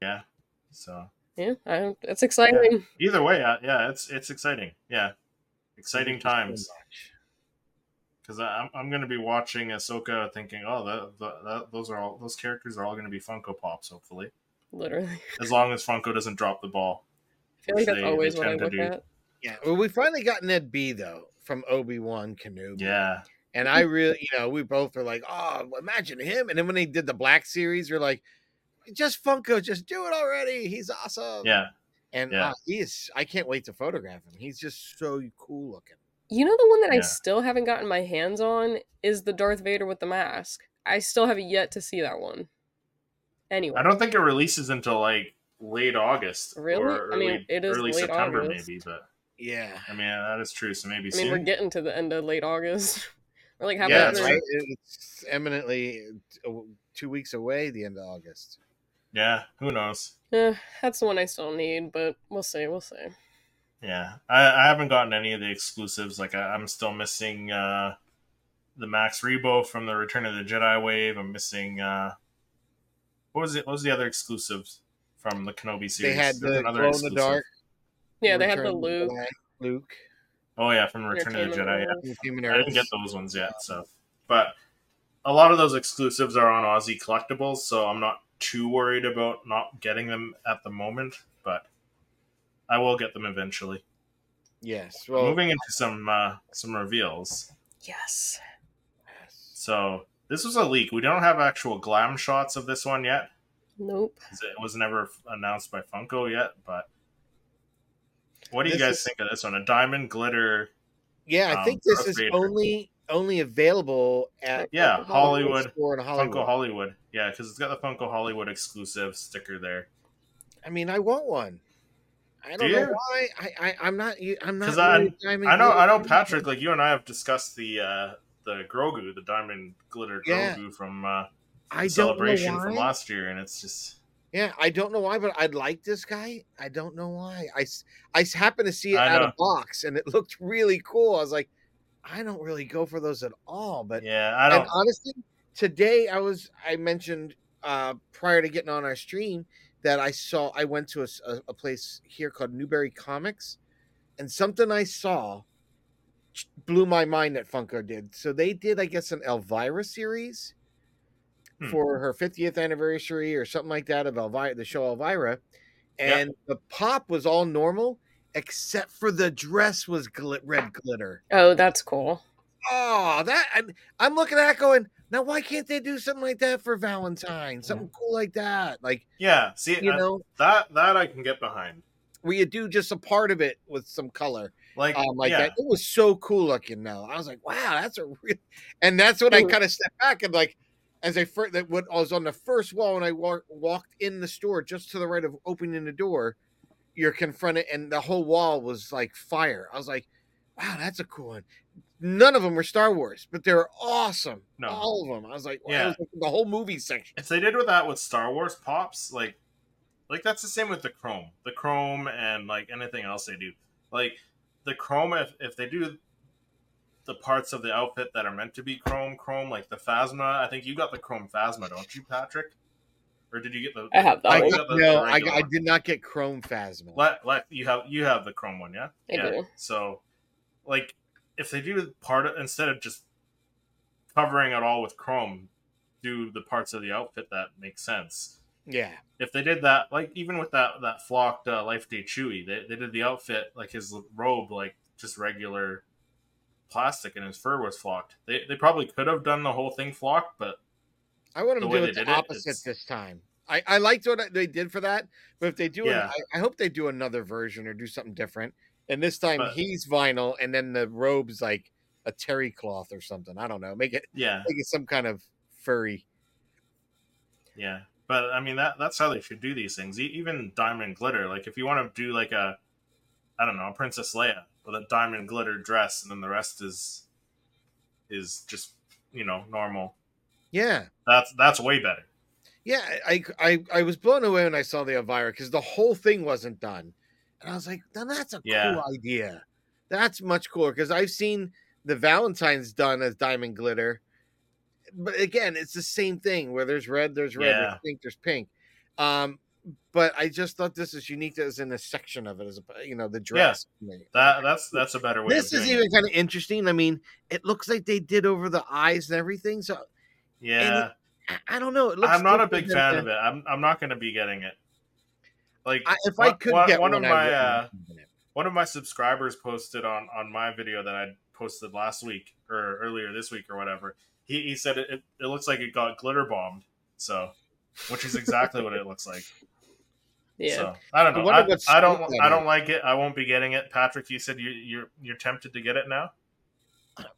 Speaker 1: yeah. So
Speaker 3: yeah, I, it's exciting.
Speaker 1: either way, uh, yeah, it's it's exciting. Yeah, exciting times. Because I'm I'm gonna be watching Ahsoka, thinking, oh, that, that, that those are all those characters are all gonna be Funko Pops, hopefully,
Speaker 3: Literally, *laughs* I
Speaker 1: as long as Funko doesn't drop the ball.
Speaker 3: feel
Speaker 1: Which
Speaker 3: like that's
Speaker 1: they- they
Speaker 3: always what I
Speaker 1: tend to
Speaker 3: look
Speaker 1: do.
Speaker 3: at.
Speaker 2: Yeah. Well, we finally got Ned B though from Obi Wan Kenobi.
Speaker 1: Yeah,
Speaker 2: And I really, you know, we both are like, oh, imagine him. And then when they did the Black series, we're like, just Funko, just do it already. He's awesome.
Speaker 1: yeah,
Speaker 2: And
Speaker 1: yeah.
Speaker 2: uh, he is. I can't wait to photograph him. He's just so cool looking.
Speaker 3: You know the one that I
Speaker 1: Yeah.
Speaker 3: still haven't gotten my hands on is the Darth Vader with the mask. I still have yet to see that one. Anyway,
Speaker 1: I don't think it releases until like late August.
Speaker 3: Really?
Speaker 1: Or
Speaker 3: I mean,
Speaker 1: early-
Speaker 3: it is
Speaker 1: early
Speaker 3: late
Speaker 1: September,
Speaker 3: August.
Speaker 1: maybe. But
Speaker 2: Yeah.
Speaker 1: I mean, that is true. So maybe
Speaker 3: I mean,
Speaker 1: soon.
Speaker 3: we're getting to the end of late August. *laughs* We're like halfway
Speaker 1: Yeah,
Speaker 2: Yeah,
Speaker 1: that's
Speaker 3: through.
Speaker 2: right. It's eminently uh, two weeks away, the end of August.
Speaker 1: yeah, who knows?
Speaker 3: Eh, that's the one I still need, but we'll see. We'll see.
Speaker 1: Yeah, I, I haven't gotten any of the exclusives. Like I, I'm still missing uh, the Max Rebo from the Return of the Jedi wave. I'm missing uh, what was it? What was the other exclusives from the Kenobi series?
Speaker 2: They had
Speaker 1: There's
Speaker 2: the glow in the
Speaker 1: exclusive.
Speaker 2: dark.
Speaker 3: Yeah, they had the
Speaker 2: Return of
Speaker 3: Luke.
Speaker 2: Jedi, Luke.
Speaker 1: Oh yeah, from Return of the
Speaker 3: Entertainment
Speaker 1: Jedi.
Speaker 3: Wars.
Speaker 2: and Human
Speaker 1: Yeah. I didn't
Speaker 2: Earths.
Speaker 1: get those ones yet. So, but a lot of those exclusives are on Aussie Collectibles, so I'm not too worried about not getting them at the moment. But I will get them eventually.
Speaker 2: Yes. Well,
Speaker 1: Moving into some uh, some reveals.
Speaker 3: Yes.
Speaker 2: yes.
Speaker 1: So this was a leak. We don't have actual glam shots of this one yet.
Speaker 3: Nope.
Speaker 1: 'cause It was never announced by Funko yet, but what do you
Speaker 2: This
Speaker 1: guys
Speaker 2: is-
Speaker 1: think of this one? A diamond glitter,
Speaker 2: Yeah, I
Speaker 1: um,
Speaker 2: think this
Speaker 1: Darth
Speaker 2: is
Speaker 1: Vader.
Speaker 2: only only available at
Speaker 1: yeah, Hollywood,
Speaker 2: Store in Hollywood.
Speaker 1: Funko Hollywood, yeah, because it's got the Funko Hollywood exclusive sticker there.
Speaker 2: I mean, I want one. I don't
Speaker 1: Do
Speaker 2: know
Speaker 1: you?
Speaker 2: why. I, I I'm not. you- I'm not.
Speaker 1: 'Cause I-
Speaker 2: really diamond
Speaker 1: I know, I know,
Speaker 2: glittered.
Speaker 1: Patrick. Like you and I have discussed the uh, the Grogu, the diamond glitter
Speaker 2: Yeah.
Speaker 1: Grogu from uh,
Speaker 2: I don't know
Speaker 1: Celebration
Speaker 2: why.
Speaker 1: from last year, and it's just
Speaker 2: yeah, I don't know why, but I like this guy. I don't know why. I s- I s- happened to see it
Speaker 1: I
Speaker 2: out
Speaker 1: know.
Speaker 2: of box, and it looked really cool. I was like, I don't really go for those at all, but
Speaker 1: yeah, I don't,
Speaker 2: And honestly, today I was I mentioned uh, prior to getting on our stream that I saw I went to a, s- a- a place here called Newberry Comics, and something I saw ch- blew my mind that Funko did. So they did, I guess, an Elvira series
Speaker 1: Hmm.
Speaker 2: for her 50th anniversary or something like that of Elvira, the show Elvira,
Speaker 1: Yeah.
Speaker 2: and the pop was all normal except for the dress was glit- red glitter
Speaker 3: Oh, that's cool.
Speaker 2: oh that I'm, I'm looking at it going now why can't they do something like that for valentine something cool like that like
Speaker 1: yeah. uh See,
Speaker 2: you
Speaker 1: I-
Speaker 2: know
Speaker 1: that that I can get behind.
Speaker 2: where you do just a part of it with some color
Speaker 1: Like,
Speaker 2: um, like
Speaker 1: yeah.
Speaker 2: that it was so cool looking though i was like wow that's a real *laughs* and that's when i
Speaker 3: Dude.
Speaker 2: kind of stepped back and like as I first that what I was on the first wall and I wa- walked in the store just to the right of opening the door, you're confronted and the whole wall was like fire. I was like, wow, that's a cool one. None of them were Star Wars, but they're awesome.
Speaker 1: No.
Speaker 2: All of them. I was like, wow,
Speaker 1: Yeah.
Speaker 2: it was like the whole movie section.
Speaker 1: if they did with that with Star Wars pops, like like that's the same with the Chrome, the Chrome, and like anything else they do. Like the Chrome, if if they do the parts of the outfit that are meant to be Chrome, Chrome, like the Phasma. I think you got the Chrome Phasma, don't you, Patrick? Or did you get the?
Speaker 3: I have that
Speaker 2: I
Speaker 1: you
Speaker 3: one.
Speaker 1: got
Speaker 2: got,
Speaker 1: the-
Speaker 2: no,
Speaker 1: the
Speaker 2: I,
Speaker 1: regular
Speaker 2: I
Speaker 1: one.
Speaker 2: did not get Chrome Phasma.
Speaker 1: Let, let you have you have the Chrome one, yeah.
Speaker 3: I
Speaker 1: yeah.
Speaker 3: do.
Speaker 1: So, like, if they do part of, instead of just covering it all with Chrome, do the parts of the outfit that make sense.
Speaker 2: Yeah.
Speaker 1: if they did that, like even with that that flocked uh, Life Day Chewy, they, they did the outfit like his robe like just regular plastic, and his fur was flocked. They they probably could have done the whole thing flocked, but
Speaker 2: I want them
Speaker 1: the
Speaker 2: to
Speaker 1: way they
Speaker 2: do it the
Speaker 1: did it,
Speaker 2: opposite
Speaker 1: it's-
Speaker 2: this time. I, I liked what they did for that, but if they do, an-
Speaker 1: Yeah.
Speaker 2: I, I hope they do another version or do something different. And this time
Speaker 1: But-
Speaker 2: he's vinyl, and then the robe's like a terry cloth or something. I don't know. Make it
Speaker 1: yeah,
Speaker 2: make it some kind of furry.
Speaker 1: yeah. But I mean that that's how they should do these things. E- even diamond glitter, like if you want to do like a, I don't know, a Princess Leia with a diamond glitter dress, and then the rest is is just you know normal.
Speaker 2: Yeah,
Speaker 1: That's that's way better.
Speaker 2: yeah. I I, I was blown away when I saw the Elvira because the whole thing wasn't done, and I was like, now that's a
Speaker 1: Yeah.
Speaker 2: cool idea. That's much cooler because I've seen the Valentine's done as diamond glitter, but again, it's the same thing where there's red, there's red,
Speaker 1: Yeah.
Speaker 2: there's pink, there's pink. Um, but I just thought this is unique that it's in a section of it, as a, you know, the dress.
Speaker 1: That that's that's a better way.
Speaker 2: this
Speaker 1: of
Speaker 2: is
Speaker 1: doing
Speaker 2: even kind of interesting. I mean, it looks like they did over the eyes and everything, so
Speaker 1: it. yeah.
Speaker 2: I, I don't know. It looks
Speaker 1: I'm not a big
Speaker 2: different
Speaker 1: fan
Speaker 2: than-
Speaker 1: of it. I'm I'm not going to be getting it. Like
Speaker 2: I, if I
Speaker 1: one-
Speaker 2: could
Speaker 1: one-
Speaker 2: get
Speaker 1: one
Speaker 2: one,
Speaker 1: of
Speaker 2: I
Speaker 1: my,
Speaker 2: would.
Speaker 1: uh, one of my subscribers posted on on my video that I posted last week or earlier this week or whatever. He he said it, it, it looks like it got glitter bombed. So, which is exactly what it looks
Speaker 2: *laughs*
Speaker 1: like.
Speaker 3: Yeah.
Speaker 1: So I don't
Speaker 2: I
Speaker 1: know.
Speaker 2: wonder
Speaker 1: I,
Speaker 2: what
Speaker 1: I
Speaker 2: script
Speaker 1: don't
Speaker 2: that
Speaker 1: I don't like it. I won't be getting it. Patrick, you said you you're you're tempted to get it now.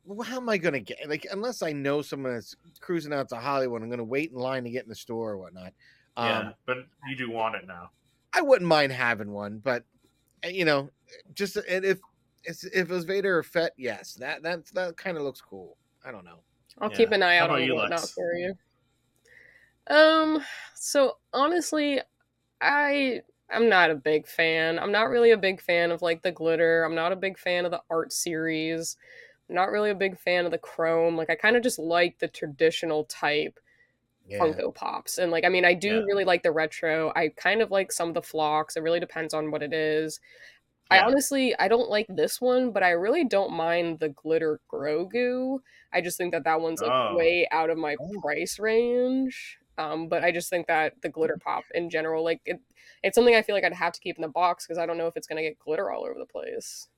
Speaker 2: well, how am I going to get like unless I know someone that's cruising out to Hollywood? I'm going to wait in line to get in the store or whatnot. Um,
Speaker 1: yeah, but you do want it now.
Speaker 2: I wouldn't mind having one, but uh, you know, just uh, and if it's- if it was Vader or Fett, yes, that that that kind of looks cool. I don't know.
Speaker 3: I'll
Speaker 1: Yeah.
Speaker 3: keep an eye
Speaker 1: How
Speaker 3: out
Speaker 1: about
Speaker 3: on
Speaker 1: you,
Speaker 3: whatnot
Speaker 1: Lex?
Speaker 3: for you. Um. So honestly, I I'm not a big fan. I'm not really a big fan of like the glitter. I'm not a big fan of the art series. I'm not really a big fan of the chrome. Like I kind of just like the traditional type
Speaker 2: Yeah.
Speaker 3: Funko Pops. And like I mean, I do
Speaker 1: Yeah.
Speaker 3: really like the retro. I kind of like some of the flocks. It really depends on what it is. I
Speaker 1: Yeah.
Speaker 3: honestly I don't like this one, but I really don't mind the glitter Grogu. I just think that that one's like
Speaker 1: Oh.
Speaker 3: way out of my
Speaker 2: Oh.
Speaker 3: price range. Um, but I just think that the
Speaker 2: Mm.
Speaker 3: glitter pop in general, like it, it's something I feel like I'd have to keep in the box because I don't know if it's gonna get glitter all over the place.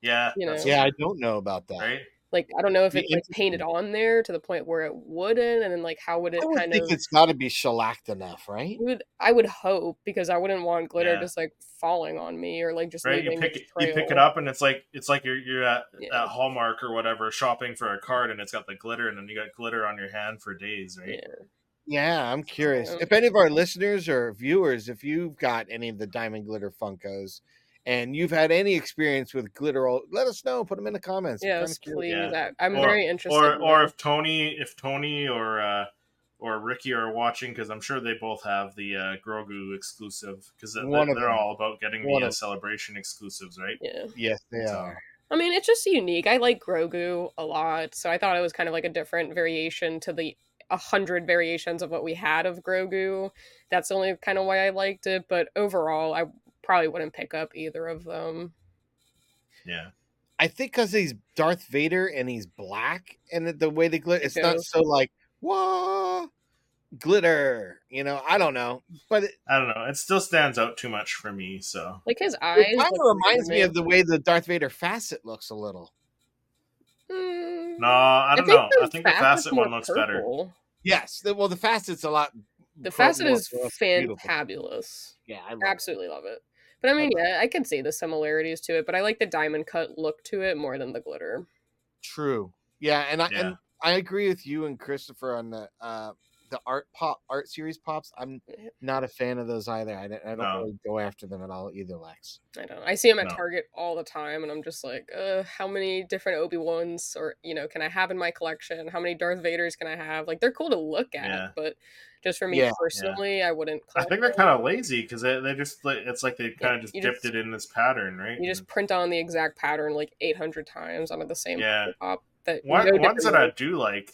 Speaker 1: Yeah,
Speaker 3: You know.
Speaker 1: that's
Speaker 2: Yeah, I don't know about that.
Speaker 1: right.
Speaker 3: Like I don't know if
Speaker 2: Be
Speaker 3: it's like painted on there to the point where it wouldn't, and then like how would it
Speaker 2: I would
Speaker 3: kind
Speaker 2: think
Speaker 3: of?
Speaker 2: it's got to be shellacked enough, right?
Speaker 3: would I would hope because I wouldn't want glitter
Speaker 1: Yeah.
Speaker 3: just like falling on me or like just
Speaker 1: right? You
Speaker 3: leaving
Speaker 1: pick
Speaker 3: a
Speaker 1: it, you pick it
Speaker 3: trail.
Speaker 1: up, and it's like it's like you're you're at,
Speaker 3: Yeah.
Speaker 1: at Hallmark or whatever shopping for a card, and it's got the glitter, and then you got glitter on your hand for days, right?
Speaker 3: Yeah.
Speaker 2: Yeah, I'm curious.
Speaker 3: So-
Speaker 2: If any of our listeners or viewers, if you've got any of the diamond glitter Funkos and you've had any experience with glitter, all, let us know. Put them in the comments. I'm
Speaker 3: Yes,
Speaker 2: kinda curious.
Speaker 3: please.
Speaker 1: Yeah.
Speaker 3: I, am
Speaker 1: Or-
Speaker 3: very interested.
Speaker 1: Or
Speaker 3: in
Speaker 1: or
Speaker 3: that.
Speaker 1: if Tony if Tony or uh, or Ricky are watching, because I'm sure they both have the uh, Grogu exclusive, because they're,
Speaker 2: One of
Speaker 1: they're
Speaker 2: them.
Speaker 1: all about getting
Speaker 2: One
Speaker 1: the uh,
Speaker 2: of-
Speaker 1: celebration exclusives, right?
Speaker 3: yeah.
Speaker 2: Yes, they
Speaker 1: So-
Speaker 2: are.
Speaker 3: I mean, it's just unique. I like Grogu a lot, so I thought it was kind of like a different variation to the a hundred variations of what we had of Grogu. That's the only kind of why I liked it, but overall, I probably wouldn't pick up either of them.
Speaker 1: Yeah,
Speaker 2: I think because he's Darth Vader and he's black, and the, the way the glitter, it's not
Speaker 3: goes.
Speaker 2: so like whoa glitter. You know, I don't know, but it,
Speaker 1: I don't know. It still stands out too much for me. So
Speaker 3: Like his eyes.
Speaker 2: it kind of
Speaker 3: look
Speaker 2: reminds me
Speaker 3: amazing.
Speaker 2: of the way the Darth Vader facet looks a little.
Speaker 3: Mm,
Speaker 1: no, I don't know. I think the
Speaker 3: facet's
Speaker 1: facet one
Speaker 3: more
Speaker 1: looks better.
Speaker 3: purple.
Speaker 2: Yes, the, well, the facet's a lot.
Speaker 3: The
Speaker 2: pro-
Speaker 3: facet
Speaker 2: more
Speaker 3: is
Speaker 2: robust, beautiful.
Speaker 3: fantabulous.
Speaker 2: Yeah, I love it.
Speaker 3: Absolutely love it. But I mean, yeah, I can see the similarities to it, but I like the diamond cut look to it more than the glitter.
Speaker 2: True. Yeah, and I
Speaker 1: Yeah.
Speaker 2: and I agree with you and Christopher on the uh, the art pop art series pops. I'm
Speaker 3: Eh.
Speaker 2: not a fan of those either. I don't, I don't
Speaker 1: No.
Speaker 2: really go after them at all either, Lex.
Speaker 3: I don't. I see him at
Speaker 1: No.
Speaker 3: Target all the time, and I'm just like, uh, how many different Obi Wan's or you know can I have in my collection? How many Darth Vaders can I have? Like they're cool to look at,
Speaker 1: Yeah.
Speaker 3: but just for me
Speaker 2: Yeah.
Speaker 3: personally, I wouldn't.
Speaker 1: I
Speaker 3: Collect
Speaker 1: think they're
Speaker 3: them.
Speaker 1: kind of lazy because they, they just like, it's like they kind of just
Speaker 3: you
Speaker 1: dipped it
Speaker 3: just-
Speaker 1: in this pattern, right?
Speaker 3: You just print on the exact pattern like 800 times onto the same
Speaker 1: Yeah.
Speaker 3: pop. That
Speaker 1: One,
Speaker 3: *laughs* no different
Speaker 1: ones that I
Speaker 3: look.
Speaker 1: do like,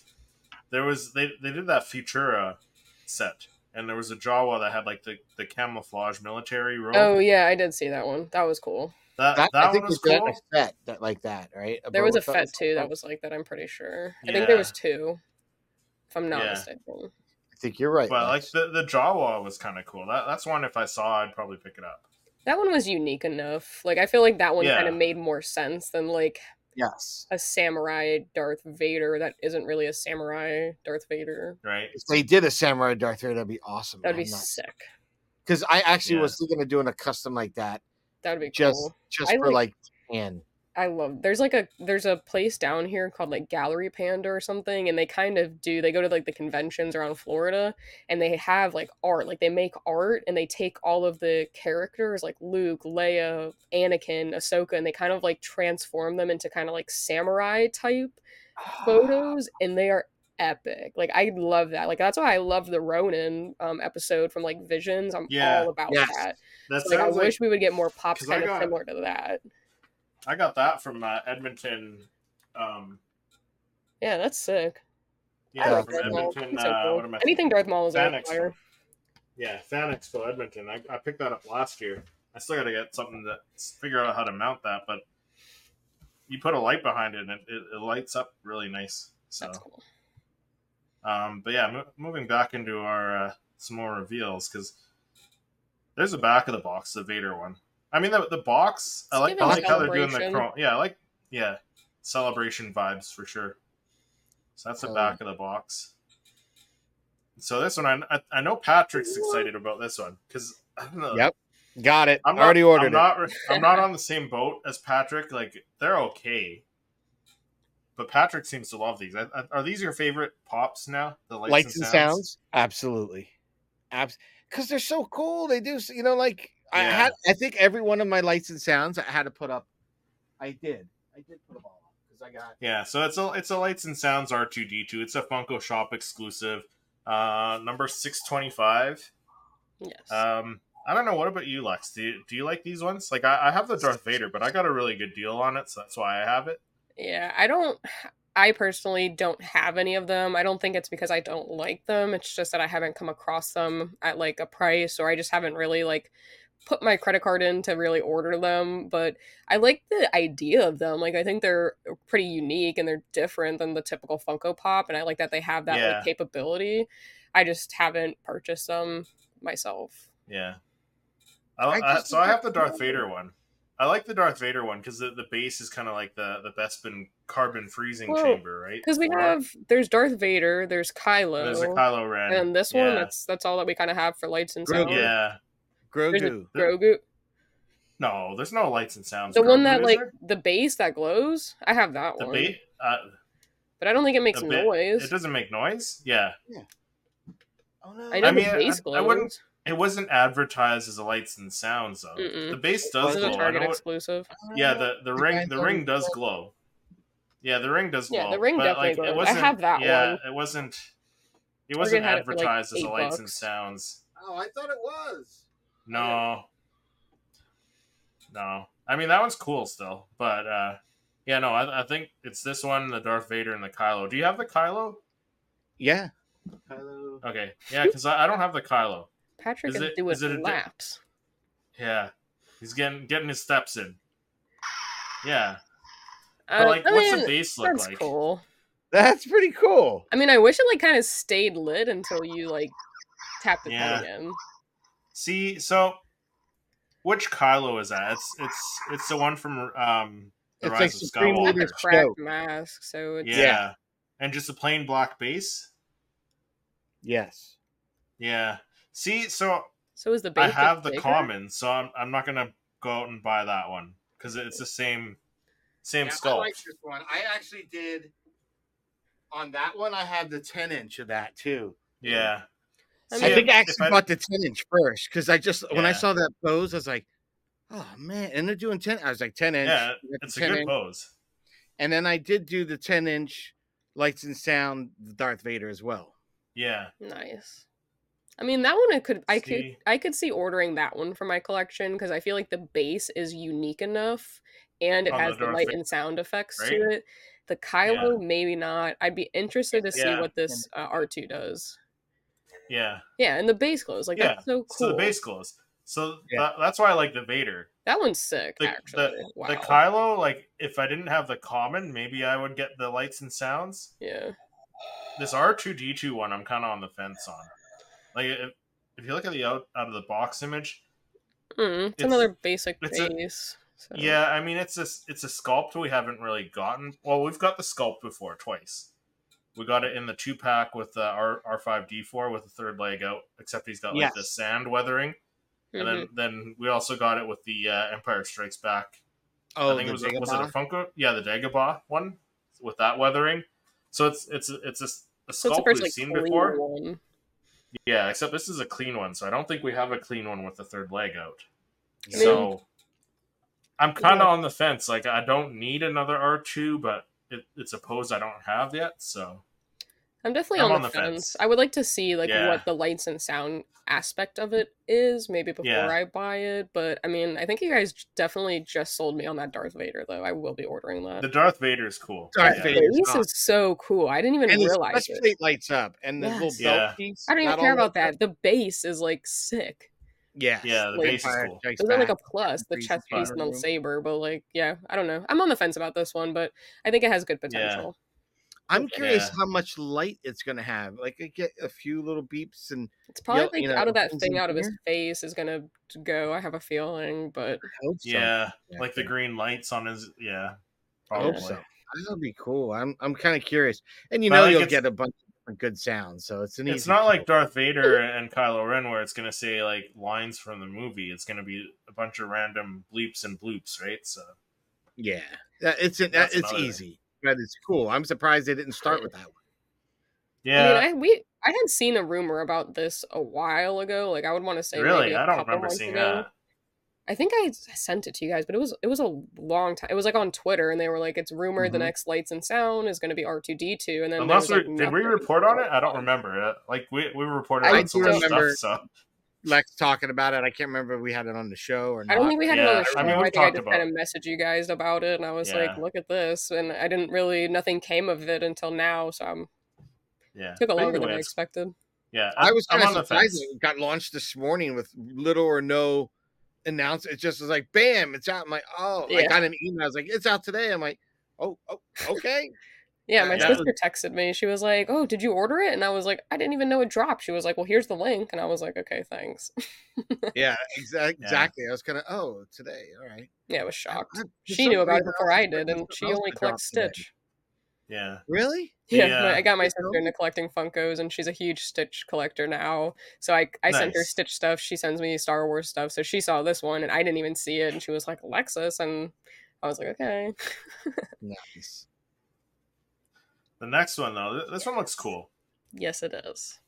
Speaker 1: there was they they did that Futura set, and there was a Jawa that had like the, the camouflage military robe.
Speaker 3: Oh yeah, I did see that one. That was cool.
Speaker 1: that that,
Speaker 2: That, I think
Speaker 1: one was
Speaker 2: they did
Speaker 1: cool.
Speaker 2: a Fett that like that, right?
Speaker 3: There was
Speaker 2: Boba
Speaker 3: a
Speaker 2: Fett
Speaker 3: Fett too
Speaker 2: like
Speaker 3: that was like that. I'm pretty sure. I think there
Speaker 1: Yeah.
Speaker 3: was two, if I'm not
Speaker 1: Yeah.
Speaker 3: mistaken.
Speaker 2: I think you're right.
Speaker 1: But like
Speaker 2: Lex.
Speaker 1: the, the Jawa was kind of cool. That, that's one if I saw, I'd probably pick it up.
Speaker 3: That one was unique enough. Like I feel like that one kind
Speaker 1: Yeah.
Speaker 3: of made more sense than like
Speaker 2: yes,
Speaker 3: a samurai Darth Vader that isn't really a samurai Darth Vader.
Speaker 1: Right?
Speaker 2: if they did a Samurai Darth Vader, that'd be awesome.
Speaker 3: That'd be sick.
Speaker 2: because I actually
Speaker 1: Yeah.
Speaker 2: was thinking of doing a custom like that,
Speaker 3: That'd be
Speaker 2: just
Speaker 3: cool.
Speaker 2: just
Speaker 3: I
Speaker 2: for like, Tan.
Speaker 3: I love. There's like a there's a place down here called like Gallery Panda or something, and they kind of do. They go to like the conventions around Florida, and they have like art. Like they make art, and they take all of the characters like Luke, Leia, Anakin, Ahsoka, and they kind of like transform them into kind of like samurai
Speaker 1: *gasps*
Speaker 3: type photos and they are epic. Like I love that. Like that's why I love the Ronin um episode from like Visions. I'm
Speaker 1: Yeah.
Speaker 3: all about
Speaker 2: Yes.
Speaker 3: that.
Speaker 1: That's
Speaker 3: Like I wish we would get more pops
Speaker 1: 'cause I
Speaker 3: kind of
Speaker 1: got-
Speaker 3: similar to that.
Speaker 1: I got that from uh, Edmonton. Um,
Speaker 3: Yeah, that's sick. I
Speaker 1: yeah,
Speaker 2: like
Speaker 1: from
Speaker 2: Darth
Speaker 3: Maul.
Speaker 1: Edmonton.
Speaker 3: Oh, That's so
Speaker 1: uh,
Speaker 3: cool.
Speaker 1: what am I
Speaker 3: Anything Darth Maul is on
Speaker 1: Fan Expo.
Speaker 3: fire.
Speaker 1: Yeah, Fan Expo Edmonton. I, I picked that up last year. I still got to get something to s- figure out how to mount that, but you put a light behind it and it, it, it lights up really nice. So,
Speaker 3: That's cool.
Speaker 1: um, but yeah, mo- moving back into our uh, some more reveals because there's the back of the box, the Vader one. I mean, the, the box. I
Speaker 3: It's
Speaker 1: like, I
Speaker 3: giving
Speaker 1: like how they're doing the
Speaker 3: celebration.
Speaker 1: chrome. Yeah, I like yeah celebration vibes for sure. So that's the
Speaker 2: Oh,
Speaker 1: back of the box. So this one, I, I, I know Patrick's excited about this one because I don't know.
Speaker 2: Yep. Got it.
Speaker 1: I'm not,
Speaker 2: Already ordered
Speaker 1: I'm not, I'm not on the same boat as Patrick. Like they're okay, but Patrick seems to love these. I, I, are these your favorite pops now? The
Speaker 2: it. Lights and sounds, absolutely, abs because they're so cool. They do, s- you know, like I
Speaker 1: Yeah.
Speaker 2: had. I think every one of my lights and sounds I had to put up. I did. I did put them all up because I got.
Speaker 1: Yeah, so it's a it's a lights and sounds R two D two. It's a Funko Shop exclusive, uh, number six twenty five.
Speaker 3: Yes.
Speaker 1: Um, I don't know. What about you, Lex? Do you, do you like these ones? Like I, I have the Darth Vader, but I got a really good deal on it, so that's why I have it.
Speaker 3: Yeah, I don't. I personally don't have any of them. I don't think it's because I don't like them. It's just that I haven't come across them at like a price, or I just haven't really like put my credit card in to really order them. But I like the idea of them. Like I think they're pretty unique and they're different than the typical Funko Pop, and I like that they have that
Speaker 1: Yeah.
Speaker 3: like capability. I just haven't purchased them myself.
Speaker 1: Yeah.
Speaker 2: I
Speaker 1: I, I,
Speaker 2: just
Speaker 1: so
Speaker 2: think
Speaker 1: I have the
Speaker 2: that's
Speaker 1: Darth
Speaker 2: cool.
Speaker 1: Vader one. I like the Darth Vader one because the, the base is kind of like the the Bespin carbon freezing
Speaker 3: Well,
Speaker 1: chamber, right?
Speaker 3: Because we
Speaker 1: Or-
Speaker 3: have there's Darth Vader, there's Kylo,
Speaker 1: there's a Kylo Ren
Speaker 3: and this
Speaker 1: yeah.
Speaker 3: one that's that's all that we kind of have for lights and
Speaker 2: Grogu.
Speaker 3: sound.
Speaker 1: yeah.
Speaker 3: There's a
Speaker 2: Grogu.
Speaker 3: Grogu.
Speaker 1: No, there's no lights and sounds.
Speaker 3: The one
Speaker 1: Grogu,
Speaker 3: that
Speaker 1: is
Speaker 3: like
Speaker 1: there?
Speaker 3: the base that glows. I have that
Speaker 1: the
Speaker 3: one,
Speaker 1: bait. Uh,
Speaker 3: but I don't think it makes
Speaker 1: the bit-
Speaker 3: noise.
Speaker 1: It doesn't make noise. Yeah,
Speaker 2: Oh, no.
Speaker 3: I know
Speaker 1: I mean,
Speaker 3: the base
Speaker 1: I- I
Speaker 3: glows.
Speaker 1: wouldn't- it wasn't advertised as a lights and sounds though.
Speaker 3: Mm-mm.
Speaker 1: The base
Speaker 3: this
Speaker 1: does
Speaker 3: is
Speaker 1: glow.
Speaker 3: a
Speaker 1: I
Speaker 3: Target
Speaker 1: know it-
Speaker 3: exclusive.
Speaker 1: yeah, the the
Speaker 2: The
Speaker 1: ring
Speaker 2: guys
Speaker 1: the
Speaker 2: on
Speaker 1: ring
Speaker 2: the
Speaker 1: does
Speaker 2: floor.
Speaker 1: glow. Yeah, the ring does glow.
Speaker 3: Yeah, the ring
Speaker 1: but,
Speaker 3: definitely
Speaker 1: like,
Speaker 3: glows.
Speaker 1: It
Speaker 3: I
Speaker 1: wasn't,
Speaker 3: have that
Speaker 1: yeah,
Speaker 3: one.
Speaker 1: it wasn't. It wasn't
Speaker 3: had it for, like,
Speaker 1: advertised as
Speaker 3: eight
Speaker 1: a lights and
Speaker 3: bucks.
Speaker 1: sounds.
Speaker 2: Oh, I thought it was.
Speaker 1: No. No. I mean that one's cool still, but uh yeah, no, I, I think it's this one, the Darth Vader and the Kylo. Do you have the Kylo?
Speaker 2: Yeah.
Speaker 1: Okay, yeah, because I, I don't have the Kylo.
Speaker 3: Patrick
Speaker 1: Is
Speaker 3: is
Speaker 1: it-
Speaker 3: doing
Speaker 1: is it a di-
Speaker 3: laps.
Speaker 1: Yeah, he's getting getting his steps in. Yeah,
Speaker 3: Uh,
Speaker 1: but like,
Speaker 3: I
Speaker 1: what's
Speaker 3: mean,
Speaker 1: the base look
Speaker 3: that's
Speaker 1: like?
Speaker 3: cool.
Speaker 2: That's pretty cool.
Speaker 3: I mean, I wish it like kind of stayed lit until you like tapped it
Speaker 1: Yeah.
Speaker 3: again.
Speaker 1: See, so which Kylo is that? It's it's it's the one from um the
Speaker 2: It's
Speaker 1: Rise
Speaker 2: like
Speaker 1: of
Speaker 2: Supreme
Speaker 1: Skywalker.
Speaker 3: Like
Speaker 2: Leader
Speaker 3: the
Speaker 2: Leader's
Speaker 3: cracked
Speaker 2: joke.
Speaker 3: mask, so it's
Speaker 1: yeah.
Speaker 2: Yeah.
Speaker 1: and just a plain black base.
Speaker 2: Yes.
Speaker 1: Yeah. See, so
Speaker 3: so is the base.
Speaker 1: I have the
Speaker 3: bigger?
Speaker 1: common, so I'm, I'm not gonna go out and buy that one because it's the same same
Speaker 2: Yeah, I
Speaker 1: skull.
Speaker 2: like this one. I actually did. on that one, I had the 10 inch of that too.
Speaker 1: Yeah.
Speaker 3: I
Speaker 2: I
Speaker 3: mean,
Speaker 2: think I
Speaker 1: if
Speaker 2: actually
Speaker 1: I-
Speaker 2: bought the 10 inch first because I just, when I
Speaker 1: Yeah.
Speaker 2: saw that pose, I was like, oh man. And they're doing 10. I was like, 10 inch.
Speaker 1: Yeah,
Speaker 2: you got the
Speaker 1: It's a good
Speaker 2: inch.
Speaker 1: pose.
Speaker 2: And then I did do the 10 inch lights and sound Darth Vader as well.
Speaker 1: Yeah.
Speaker 3: Nice. I mean that one I could I could
Speaker 1: See?
Speaker 3: I could see ordering that one for my collection because I feel like the base is unique enough and it
Speaker 1: On the
Speaker 3: has the
Speaker 1: Darth
Speaker 3: light
Speaker 1: Vader,
Speaker 3: and sound effects to
Speaker 1: right?
Speaker 3: it. The Kylo maybe not. I'd be interested to see
Speaker 1: Yeah.
Speaker 3: what this uh, R2 does.
Speaker 1: Yeah.
Speaker 3: Yeah, and the base glows like
Speaker 1: Yeah,
Speaker 3: that's so cool.
Speaker 1: So the base glows. So
Speaker 2: Yeah.
Speaker 1: that, that's why I like the Vader.
Speaker 3: that one's sick
Speaker 1: The,
Speaker 3: actually.
Speaker 1: the,
Speaker 3: wow.
Speaker 1: the Kylo, like, if I didn't have the common, maybe I would get the lights and sounds.
Speaker 3: yeah.
Speaker 1: This R2D2 one, I'm kind of on the fence on. Like, if, if you look at the out, out of the box image,
Speaker 3: Mm, it's,
Speaker 1: it's-
Speaker 3: another basic
Speaker 1: it's a-
Speaker 3: base. so.
Speaker 1: yeah, I mean, it's a, s- it's a sculpt we haven't really gotten. Well, we've got the sculpt before twice. We got it in the two pack with the R, R5D4 with the third leg out, except he's got like the
Speaker 2: Yes.
Speaker 1: sand weathering. And
Speaker 3: Mhm.
Speaker 1: then, then we also got it with the uh, Empire Strikes Back
Speaker 2: Oh,
Speaker 1: I think
Speaker 2: the
Speaker 1: it was a, was it a
Speaker 2: Dagobah?
Speaker 1: Funko? Yeah, the Dagobah one with that weathering. So it's it's it's a, a
Speaker 3: so it's the
Speaker 1: sculpt
Speaker 3: first
Speaker 1: we've
Speaker 3: like
Speaker 1: seen
Speaker 3: clean
Speaker 1: before.
Speaker 3: one.
Speaker 1: Yeah, except this is a clean one, so I don't think we have a clean one with the third leg out.
Speaker 2: Yeah.
Speaker 1: So I'm kind
Speaker 3: Yeah.
Speaker 1: of on the fence. Like I don't need another R two, but it, it's a pose I don't have yet. So
Speaker 3: I'm definitely
Speaker 1: I'm
Speaker 3: on,
Speaker 1: on
Speaker 3: the,
Speaker 1: the
Speaker 3: fence.
Speaker 1: fence.
Speaker 3: I would like to see like
Speaker 1: Yeah.
Speaker 3: what the lights and sound aspect of it is, maybe before
Speaker 1: Yeah.
Speaker 3: I buy it. But I mean, I think you guys j- definitely just sold me on that Darth Vader though. I will be ordering that.
Speaker 1: the Darth Vader is cool.
Speaker 2: Darth
Speaker 1: Yeah.
Speaker 3: The
Speaker 2: Vader's
Speaker 3: base
Speaker 2: gone.
Speaker 3: is so cool. I didn't even
Speaker 2: and his
Speaker 3: realize it.
Speaker 2: breastplate lights up and the little
Speaker 3: Yes.
Speaker 2: belt
Speaker 1: Yeah.
Speaker 2: piece.
Speaker 3: I don't even
Speaker 2: not
Speaker 3: care
Speaker 2: all-
Speaker 3: about that. The base is like sick.
Speaker 2: Yeah.
Speaker 1: Yeah, the
Speaker 3: Like,
Speaker 1: base is
Speaker 2: Empire
Speaker 1: cool.
Speaker 2: Strikes
Speaker 3: Those are like a
Speaker 2: Back.
Speaker 3: plus, the
Speaker 2: Breeze
Speaker 3: chest
Speaker 1: fire
Speaker 3: piece and the
Speaker 2: room.
Speaker 3: saber, but like, yeah, I don't know. I'm on the fence about this one, but I think it has good potential.
Speaker 2: I'm curious
Speaker 1: Yeah.
Speaker 2: how much light it's going to have. Like, I get a few little beeps and
Speaker 3: It's probably
Speaker 2: Yo-
Speaker 3: like
Speaker 2: you
Speaker 3: out
Speaker 2: know,
Speaker 3: of that
Speaker 2: things
Speaker 3: thing
Speaker 2: in
Speaker 3: out of his
Speaker 2: here.
Speaker 3: face is gonna go. I have a feeling, but
Speaker 2: I hope so.
Speaker 1: Yeah,
Speaker 2: Yeah.
Speaker 1: like the green lights on his. Yeah,
Speaker 2: I
Speaker 1: probably.
Speaker 2: hope so. That'll be cool. I'm I'm kind of curious, and you
Speaker 1: But I
Speaker 2: know
Speaker 1: think
Speaker 2: you'll
Speaker 1: it's-
Speaker 2: get a bunch of different good sounds, so it's an easy.
Speaker 1: It's not like
Speaker 2: pull.
Speaker 1: Darth Vader and Kylo Ren where it's gonna say like lines from the movie. It's gonna be a bunch of random bleeps and bloops, right? So
Speaker 2: yeah, that, it's that,
Speaker 1: That's
Speaker 2: it's
Speaker 1: another-
Speaker 2: easy. That is cool. I'm surprised they didn't start with that one.
Speaker 1: yeah,
Speaker 3: I mean, I we I had seen a rumor about this a while ago. Like I would want to say maybe
Speaker 1: really,
Speaker 3: I
Speaker 1: I don't remember seeing that.
Speaker 3: I think I s- sent it to you guys, but it was it was a long time. It was like on Twitter, and they were like, "It's rumored the
Speaker 2: Mhm.
Speaker 3: next Lights and Sound is going to be R two D 2 And then there
Speaker 1: Mm-hmm. Unless
Speaker 3: was,
Speaker 1: we
Speaker 3: like,
Speaker 1: did we
Speaker 3: nothing
Speaker 1: report on
Speaker 3: for
Speaker 1: it? I don't remember. Uh, Like we we reported
Speaker 3: I
Speaker 1: on so
Speaker 3: do
Speaker 1: much
Speaker 2: remember-
Speaker 1: stuff.
Speaker 2: Lex talking about it. I can't remember if we had it on the show or not.
Speaker 3: I don't think we had it
Speaker 1: Yeah,
Speaker 3: on the show.
Speaker 1: I
Speaker 3: I,
Speaker 1: mean, we've
Speaker 3: think I
Speaker 1: talked
Speaker 3: just
Speaker 1: about
Speaker 3: kind of messaged you guys about it, and I was like,
Speaker 1: Yeah.
Speaker 3: "Look at this," and I didn't really nothing came of it until now. So I'm
Speaker 1: So yeah,
Speaker 3: took a
Speaker 1: But
Speaker 3: longer than I
Speaker 1: anyways,
Speaker 3: expected.
Speaker 1: Yeah,
Speaker 2: I was
Speaker 1: I'm
Speaker 2: kind of
Speaker 1: on the
Speaker 2: surprised
Speaker 1: fence.
Speaker 2: that it got launched this morning with little or no announce. It just was like, bam, it's out. I'm like, oh, I
Speaker 3: Yeah.
Speaker 2: got an email. I was like, it's out today. I'm like, oh, oh okay.
Speaker 3: Yeah, my
Speaker 1: Yeah.
Speaker 3: sister texted me. She was like, "Oh, did you order it?" And I was like, "I didn't even know it dropped." She was like, "Well, here's the link," and I was like, "Okay, thanks." *laughs*
Speaker 2: yeah, exa-
Speaker 1: Yeah.
Speaker 2: exactly. I was kind of, oh, today. All right.
Speaker 3: Yeah, I was
Speaker 2: I- I-
Speaker 3: shocked.
Speaker 2: for
Speaker 3: She
Speaker 2: some
Speaker 3: knew about it
Speaker 2: reason,
Speaker 3: before
Speaker 2: was
Speaker 3: I
Speaker 2: expecting
Speaker 3: did, and
Speaker 2: something
Speaker 3: she
Speaker 2: else
Speaker 3: only
Speaker 2: to drop
Speaker 3: collects
Speaker 2: today.
Speaker 3: Stitch.
Speaker 1: Yeah,
Speaker 2: Really?
Speaker 3: Yeah,
Speaker 1: Yeah.
Speaker 3: my- I got my
Speaker 2: You
Speaker 3: sister
Speaker 2: know?
Speaker 3: into collecting Funkos, and she's a huge Stitch collector now. So I, I sent her
Speaker 1: Nice.
Speaker 3: Stitch stuff. She sends me Star Wars stuff. So she saw this one, and I didn't even see it, and she was like, "Alexis," and I was like, "Okay." *laughs*
Speaker 2: Nice.
Speaker 1: the next one though, th- this one looks cool.
Speaker 3: Yes, it is.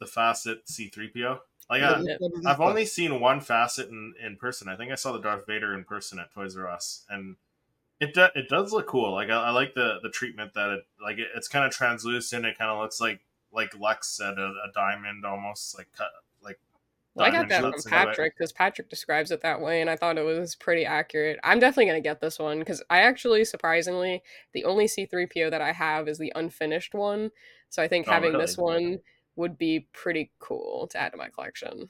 Speaker 1: The facet C3PO. Like
Speaker 3: Yeah.
Speaker 1: I,
Speaker 2: Look what it is
Speaker 1: I've
Speaker 2: like.
Speaker 1: only seen one facet in, in person. I think I saw the Darth Vader in person at Toys R Us, and it do, it does look cool. Like I, I like the the treatment that it like it, it's kind of translucent. It kind of looks like like Lex said, a, a diamond almost like cut like.
Speaker 3: Well, I got
Speaker 1: diamond
Speaker 3: that
Speaker 1: shapes
Speaker 3: from
Speaker 1: and all
Speaker 3: Patrick because Patrick describes it that way, and I thought it was pretty accurate. I'm definitely gonna get this one because I actually, surprisingly, the only C3PO that I have is the unfinished one. So I think
Speaker 1: Oh,
Speaker 3: having this
Speaker 1: really?
Speaker 3: one would be pretty cool to add to my
Speaker 1: *laughs*
Speaker 3: collection.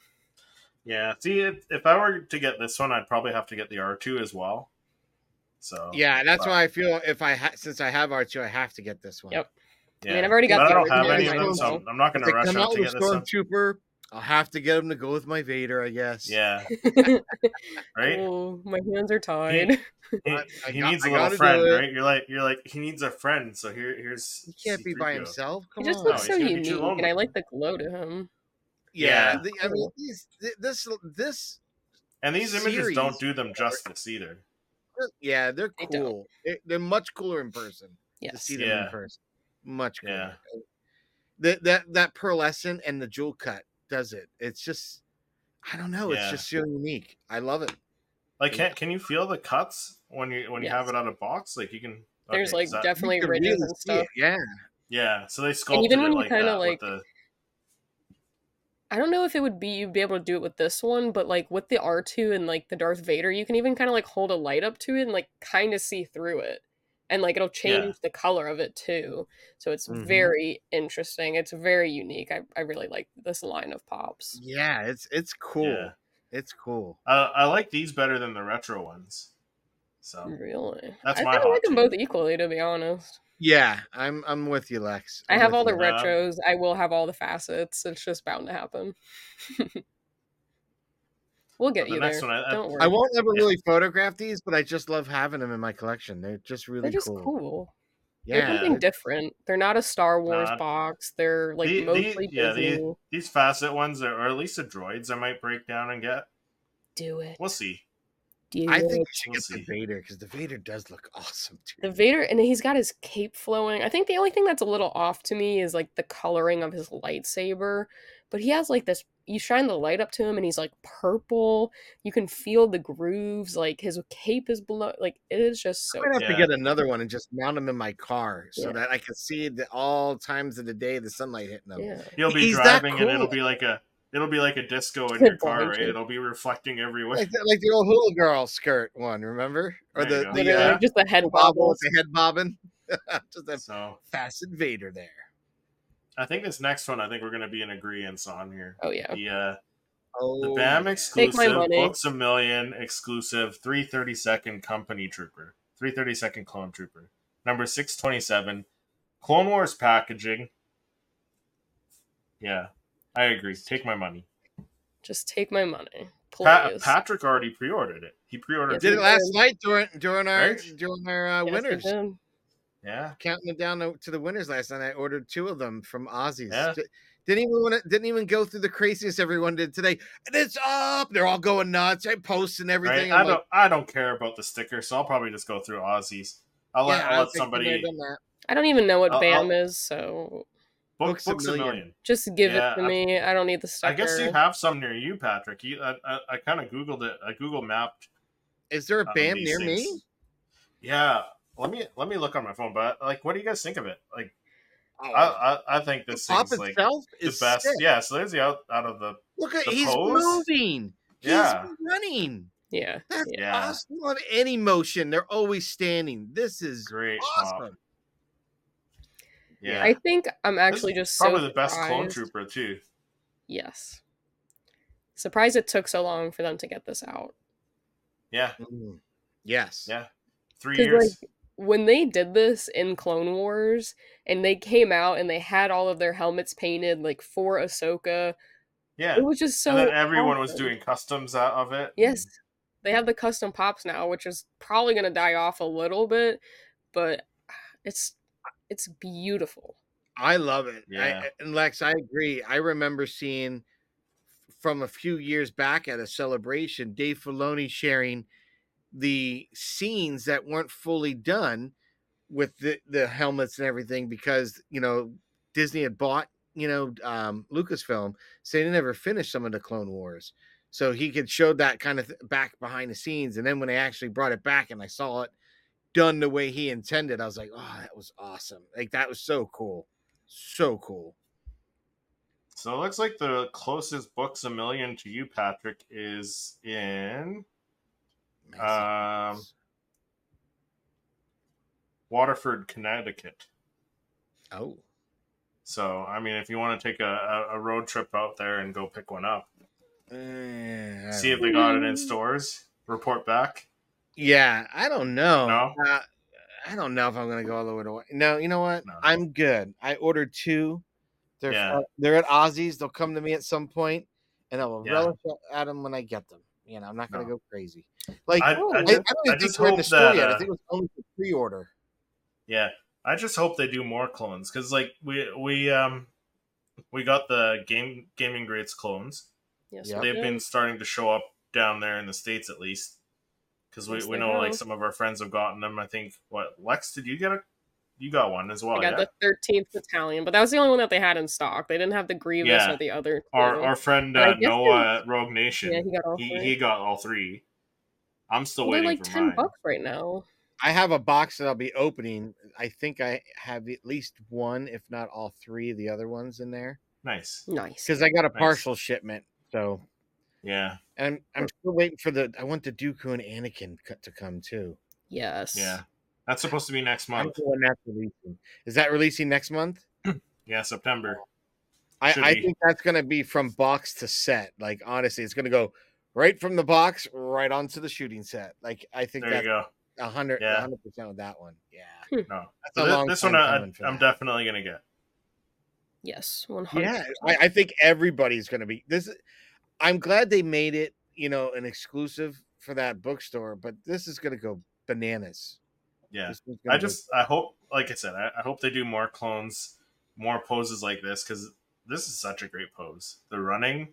Speaker 1: Yeah. See, if, if I were to get this one, I'd probably have to get the R two as well. So
Speaker 2: Yeah, that's
Speaker 1: but-
Speaker 2: why I feel if I ha- since I have R2, I have to get this one.
Speaker 3: Yep.
Speaker 1: yeah.
Speaker 3: I mean, I've already got
Speaker 1: But
Speaker 3: the
Speaker 1: I don't have
Speaker 3: original
Speaker 1: any of them,
Speaker 3: one,
Speaker 1: so
Speaker 3: so-
Speaker 1: I'm not
Speaker 2: If
Speaker 1: going
Speaker 2: they
Speaker 1: to rush
Speaker 2: come
Speaker 1: out
Speaker 2: out
Speaker 1: to
Speaker 2: with
Speaker 1: get this one.
Speaker 2: Stormtrooper, I'll have to get him to go with my Vader, I guess. *laughs*
Speaker 1: Yeah. Right.
Speaker 3: Oh, my hands are tied. *laughs*
Speaker 1: He,
Speaker 2: I- I
Speaker 1: he
Speaker 2: got-
Speaker 1: needs
Speaker 2: I
Speaker 1: a little
Speaker 2: gotta do
Speaker 1: friend,
Speaker 2: it.
Speaker 1: right? You're like you're like he needs a friend. So here here's
Speaker 2: He can't be by
Speaker 1: C-3PO.
Speaker 2: himself.
Speaker 3: He
Speaker 2: Come
Speaker 3: just
Speaker 2: on.
Speaker 3: looks
Speaker 1: No,
Speaker 3: so
Speaker 1: he's gonna be too
Speaker 3: unique, and I
Speaker 1: lonely.
Speaker 3: like the glow to him.
Speaker 2: Oh, yeah.
Speaker 1: Yeah.
Speaker 2: the- I mean,
Speaker 3: Cool.
Speaker 2: these, thi- this, this,
Speaker 1: And these images
Speaker 2: series
Speaker 1: don't do them justice either.
Speaker 2: yeah, they're
Speaker 3: They don't.
Speaker 2: cool. They- They're much cooler in person to
Speaker 3: Yes.
Speaker 2: see them
Speaker 1: Yeah.
Speaker 2: in person. Much cooler.
Speaker 1: Yeah.
Speaker 2: That that that pearlescent and the jewel cut does it. It's just I don't know. It's
Speaker 1: Yeah.
Speaker 2: just so unique. I love it.
Speaker 1: Like, can can you feel the cuts when you when you have
Speaker 3: Yes.
Speaker 1: it on a box? Like you can.
Speaker 3: There's
Speaker 1: okay,
Speaker 3: like
Speaker 1: is that-
Speaker 2: You
Speaker 3: definitely
Speaker 2: can
Speaker 3: ridges
Speaker 2: really
Speaker 3: and
Speaker 2: see it,
Speaker 3: stuff.
Speaker 2: Yeah.
Speaker 1: yeah. So they sculpted
Speaker 3: even
Speaker 1: it
Speaker 3: when you
Speaker 1: like
Speaker 3: kinda,
Speaker 1: that
Speaker 3: like-
Speaker 1: with the
Speaker 3: I don't know if it would be you'd be able to do it with this one, but like with the R2 and like the Darth Vader, you can even kind of like hold a light up to it and like kind of see through it. And like it'll change the color of it too. So it's
Speaker 1: Mm-hmm.
Speaker 2: Mhm.
Speaker 3: very interesting. It's very unique. I, I really like this line of pops.
Speaker 2: Yeah. It's it's cool.
Speaker 1: Yeah.
Speaker 2: It's cool.
Speaker 1: Uh, I like these better than the retro ones.
Speaker 3: Hmm.
Speaker 1: So
Speaker 3: Really?
Speaker 1: That's
Speaker 3: I
Speaker 1: my
Speaker 3: kinda
Speaker 1: hot
Speaker 3: like them
Speaker 1: take.
Speaker 3: both equally to be honest.
Speaker 2: Yeah. I'm I'm with you, Lex.
Speaker 3: i
Speaker 2: I'm
Speaker 3: have
Speaker 2: with
Speaker 3: all the
Speaker 2: you.
Speaker 1: Yeah.
Speaker 3: retros. I will have all the facets. It's just bound to happen. *laughs* we'll
Speaker 1: but
Speaker 3: get
Speaker 1: the
Speaker 3: you
Speaker 1: next
Speaker 3: there.
Speaker 1: one, I, I-
Speaker 3: Don't worry.
Speaker 2: I won't ever
Speaker 1: Yeah.
Speaker 2: really photograph these, but I just love having them in my collection. They're just really
Speaker 3: They're just
Speaker 2: cool.
Speaker 3: cool.
Speaker 2: Yeah.
Speaker 3: They're something different. They're not a Star Wars
Speaker 1: Nah.
Speaker 3: box. They're like
Speaker 1: The- the-
Speaker 3: mostly
Speaker 1: yeah, the-
Speaker 3: Disney.
Speaker 1: these facet ones, are, or at least the droids, I might break down and get.
Speaker 3: Do it.
Speaker 1: We'll see.
Speaker 3: Do
Speaker 2: I
Speaker 3: it.
Speaker 2: think we should
Speaker 1: We'll
Speaker 2: get the
Speaker 1: see.
Speaker 2: Vader because the Vader does look awesome too.
Speaker 3: the Vader and he's got his cape flowing. I think the only thing that's a little off to me is like the coloring of his lightsaber. But he has like this you shine the light up to him and he's like purple. You can feel the grooves, like his cape is below like it is just so
Speaker 2: I might have
Speaker 1: Yeah.
Speaker 2: to get another one and just mount them in my car so
Speaker 3: Yeah.
Speaker 2: that I can see the all times of the day the sunlight hitting them.
Speaker 3: yeah.
Speaker 1: You'll be
Speaker 2: He's that
Speaker 1: driving, and
Speaker 2: cool.
Speaker 1: it'll be like a it'll be like a disco in
Speaker 3: Good
Speaker 1: your car, right?
Speaker 3: blanket.
Speaker 1: It'll be reflecting everywhere. *laughs*
Speaker 2: Like, the, like the old hula girl skirt one, remember?
Speaker 1: There
Speaker 2: Or
Speaker 1: you go.
Speaker 2: the the,
Speaker 3: Literally,
Speaker 1: uh,
Speaker 3: like, just the head
Speaker 2: uh, bobble
Speaker 3: wobbles.
Speaker 2: with the head bobbing. *laughs* just that
Speaker 1: So
Speaker 2: facet Vader there.
Speaker 1: I think this next one, I think we're gonna be in agreement on here.
Speaker 3: Oh yeah.
Speaker 1: The uh,
Speaker 2: Oh,
Speaker 1: the BAM
Speaker 2: yeah.
Speaker 3: Take my
Speaker 1: exclusive,
Speaker 3: money.
Speaker 1: books a million exclusive, three thirty second company trooper, three thirty second clone trooper, number six twenty seven, Clone Wars packaging. Yeah, I agree. Take my money.
Speaker 3: Just take my money. Please.
Speaker 1: Pa- Patrick already pre-ordered it. He pre-ordered
Speaker 2: Did
Speaker 1: it.
Speaker 2: it last night during during our
Speaker 1: Right?
Speaker 2: during our uh,
Speaker 3: Yes,
Speaker 2: winners.
Speaker 3: it did.
Speaker 1: Yeah,
Speaker 2: Counting it down to- to the winners last night, I ordered two of them from Aussies.
Speaker 1: Yeah.
Speaker 2: Didn't even want to, didn't even go through the craziness everyone did today. And it's up. They're all going nuts. I post and everything.
Speaker 1: right. I
Speaker 2: I'm like,
Speaker 1: don't. I don't care about the sticker, so I'll probably just go through Aussies. I'll let,
Speaker 2: Yeah,
Speaker 1: I'll
Speaker 2: I
Speaker 1: let
Speaker 2: think we
Speaker 1: somebody
Speaker 2: might've done that.
Speaker 3: I don't even know what
Speaker 1: I'll-
Speaker 3: BAM is, so
Speaker 1: book,
Speaker 2: Books
Speaker 1: books,
Speaker 2: a
Speaker 1: a
Speaker 2: Million.
Speaker 1: million.
Speaker 3: just give
Speaker 1: Yeah,
Speaker 3: it to
Speaker 1: I-
Speaker 3: me. I don't need the sticker.
Speaker 1: I guess you have some near you, Patrick. You, I, I, I kind of googled it. I Google mapped.
Speaker 2: Is there a
Speaker 1: um,
Speaker 2: BAM
Speaker 1: these
Speaker 2: near me?
Speaker 1: things. Yeah, let me let me look on my phone. But like, what do you guys think of it? Like,
Speaker 2: Oh,
Speaker 1: I I, I think
Speaker 2: the
Speaker 1: this
Speaker 2: pop
Speaker 1: thing's like
Speaker 2: itself
Speaker 1: the
Speaker 2: is
Speaker 1: best.
Speaker 2: sick.
Speaker 1: Yeah. So there's the out out of the
Speaker 2: Look at
Speaker 1: The
Speaker 2: he's
Speaker 1: pose?
Speaker 2: moving. He's
Speaker 1: Yeah.
Speaker 2: running.
Speaker 3: yeah.
Speaker 2: That's
Speaker 1: Yeah.
Speaker 2: awesome. They don't have any motion. They're always standing. This is
Speaker 1: great pop.
Speaker 2: awesome.
Speaker 1: Yeah,
Speaker 3: I think I'm
Speaker 1: This
Speaker 3: actually
Speaker 1: is
Speaker 3: just so
Speaker 1: probably the best clone
Speaker 3: surprised-
Speaker 1: trooper too.
Speaker 3: Yes. Surprised it took so long for them to get this out.
Speaker 1: Yeah,
Speaker 2: Mm. Yes.
Speaker 1: Yeah. three
Speaker 3: 'Cause,
Speaker 1: years.
Speaker 3: like, when they did this in Clone Wars and they came out and they had all of their helmets painted like for Ahsoka,
Speaker 1: yeah,
Speaker 3: it was just so
Speaker 1: and then everyone was
Speaker 3: awesome.
Speaker 1: doing customs out of it.
Speaker 3: Yes. They have the custom pops now, which is probably gonna die off a little bit, but it's it's beautiful.
Speaker 2: I love it. I-
Speaker 1: Yeah.
Speaker 2: and Lex, I agree. I remember seeing from a few years back at a celebration, Dave Filoni sharing the scenes that weren't fully done with the, the helmets and everything because, you know, Disney had bought, you know, um, Lucasfilm. So they never finished some of the Clone Wars. So he could show that kind of th- back behind the scenes. And then when they actually brought it back and I saw it done the way he intended, I was like, oh, that was awesome. Like, that was so cool. So cool.
Speaker 1: So it looks like the closest books a million to you, Patrick, is in um,
Speaker 2: Massachusetts.
Speaker 1: Waterford, Connecticut.
Speaker 2: oh,
Speaker 1: So I mean, if you want to take a, a, a road trip out there and go pick one up,
Speaker 2: Eh, I
Speaker 1: see if
Speaker 2: don't-
Speaker 1: they got
Speaker 3: Mm.
Speaker 1: it in stores, report back.
Speaker 2: yeah, I don't know.
Speaker 1: No?
Speaker 2: Uh, I don't know if I'm gonna go all the way to. Wa- No, you know what?
Speaker 1: No.
Speaker 2: I'm good. I ordered two. They're
Speaker 1: Yeah.
Speaker 2: uh, they're at Aussie's. They'll come to me at some point, and I will
Speaker 1: Yeah.
Speaker 2: relish at them when I get them. You know, I'm not gonna
Speaker 1: No.
Speaker 2: go crazy. Like I,
Speaker 1: I, I
Speaker 2: I
Speaker 3: I-
Speaker 1: just,
Speaker 2: don't
Speaker 1: I
Speaker 2: even think
Speaker 1: just
Speaker 2: they're in the
Speaker 1: hope
Speaker 2: store
Speaker 1: that,
Speaker 2: yet. I
Speaker 1: uh,
Speaker 2: think it was only for pre-order.
Speaker 1: yeah, I just hope they do more clones because like we we um we got the game gaming grades clones.
Speaker 3: Yes,
Speaker 2: Yeah.
Speaker 3: we
Speaker 1: They've
Speaker 3: did.
Speaker 1: been starting to show up down there in the states at least because we,
Speaker 3: Yes,
Speaker 1: we
Speaker 3: they
Speaker 1: know like
Speaker 3: have.
Speaker 1: some of our friends have gotten them. I think what Lex did you get a you got one as well.
Speaker 3: I
Speaker 1: Oh, yeah?
Speaker 3: got the 13th Battalion, but that was the only one that they had in stock. They didn't have the Grievous
Speaker 1: Yeah.
Speaker 3: or the other.
Speaker 1: our
Speaker 3: two.
Speaker 1: our friend
Speaker 3: I
Speaker 1: uh,
Speaker 3: guess
Speaker 1: Noah at Rogue Nation.
Speaker 3: yeah, he got all
Speaker 1: he,
Speaker 3: three.
Speaker 1: he got all three. I'm still
Speaker 3: Well, they're
Speaker 1: waiting
Speaker 3: like
Speaker 1: for
Speaker 3: 10
Speaker 1: mine.
Speaker 3: bucks right now.
Speaker 2: I have a box that I'll be opening. I think I have at least one, if not all three of the other ones in there
Speaker 1: Nice.
Speaker 3: Nice.
Speaker 2: because I got a
Speaker 1: Nice.
Speaker 2: partial shipment. So,
Speaker 1: Yeah,
Speaker 2: and I'm, I'm still waiting for the. I want the Dooku and Anakin co- to come too.
Speaker 3: Yes.
Speaker 1: yeah. That's supposed to be next
Speaker 2: I'm
Speaker 1: month.
Speaker 2: the one that's releasing. Is that releasing next month?
Speaker 1: Yeah, September.
Speaker 2: I,
Speaker 1: Should
Speaker 2: I
Speaker 1: be.
Speaker 2: think that's going to be from box to set. Like honestly, it's going to go right from the box right onto the shooting set. Like I think
Speaker 1: There you
Speaker 2: that's
Speaker 1: go.
Speaker 2: a hundred
Speaker 1: Yeah.
Speaker 2: a hundred percent with that one. Yeah,
Speaker 1: No,
Speaker 2: that's
Speaker 1: so
Speaker 2: a
Speaker 1: thi-
Speaker 2: long
Speaker 1: this
Speaker 2: time
Speaker 1: one I,
Speaker 2: coming for
Speaker 1: I'm
Speaker 2: that.
Speaker 1: definitely gonna get.
Speaker 3: Yes. 100.
Speaker 2: Yeah, I, I think everybody's going to be this. is- I'm glad they made it. You know, an exclusive for that bookstore, but this is going to go bananas.
Speaker 1: Yeah,
Speaker 2: This one's gonna
Speaker 1: I
Speaker 2: go-
Speaker 1: just I hope, like I said, I, I hope they do more clones, more poses like this because this is such a great pose. The running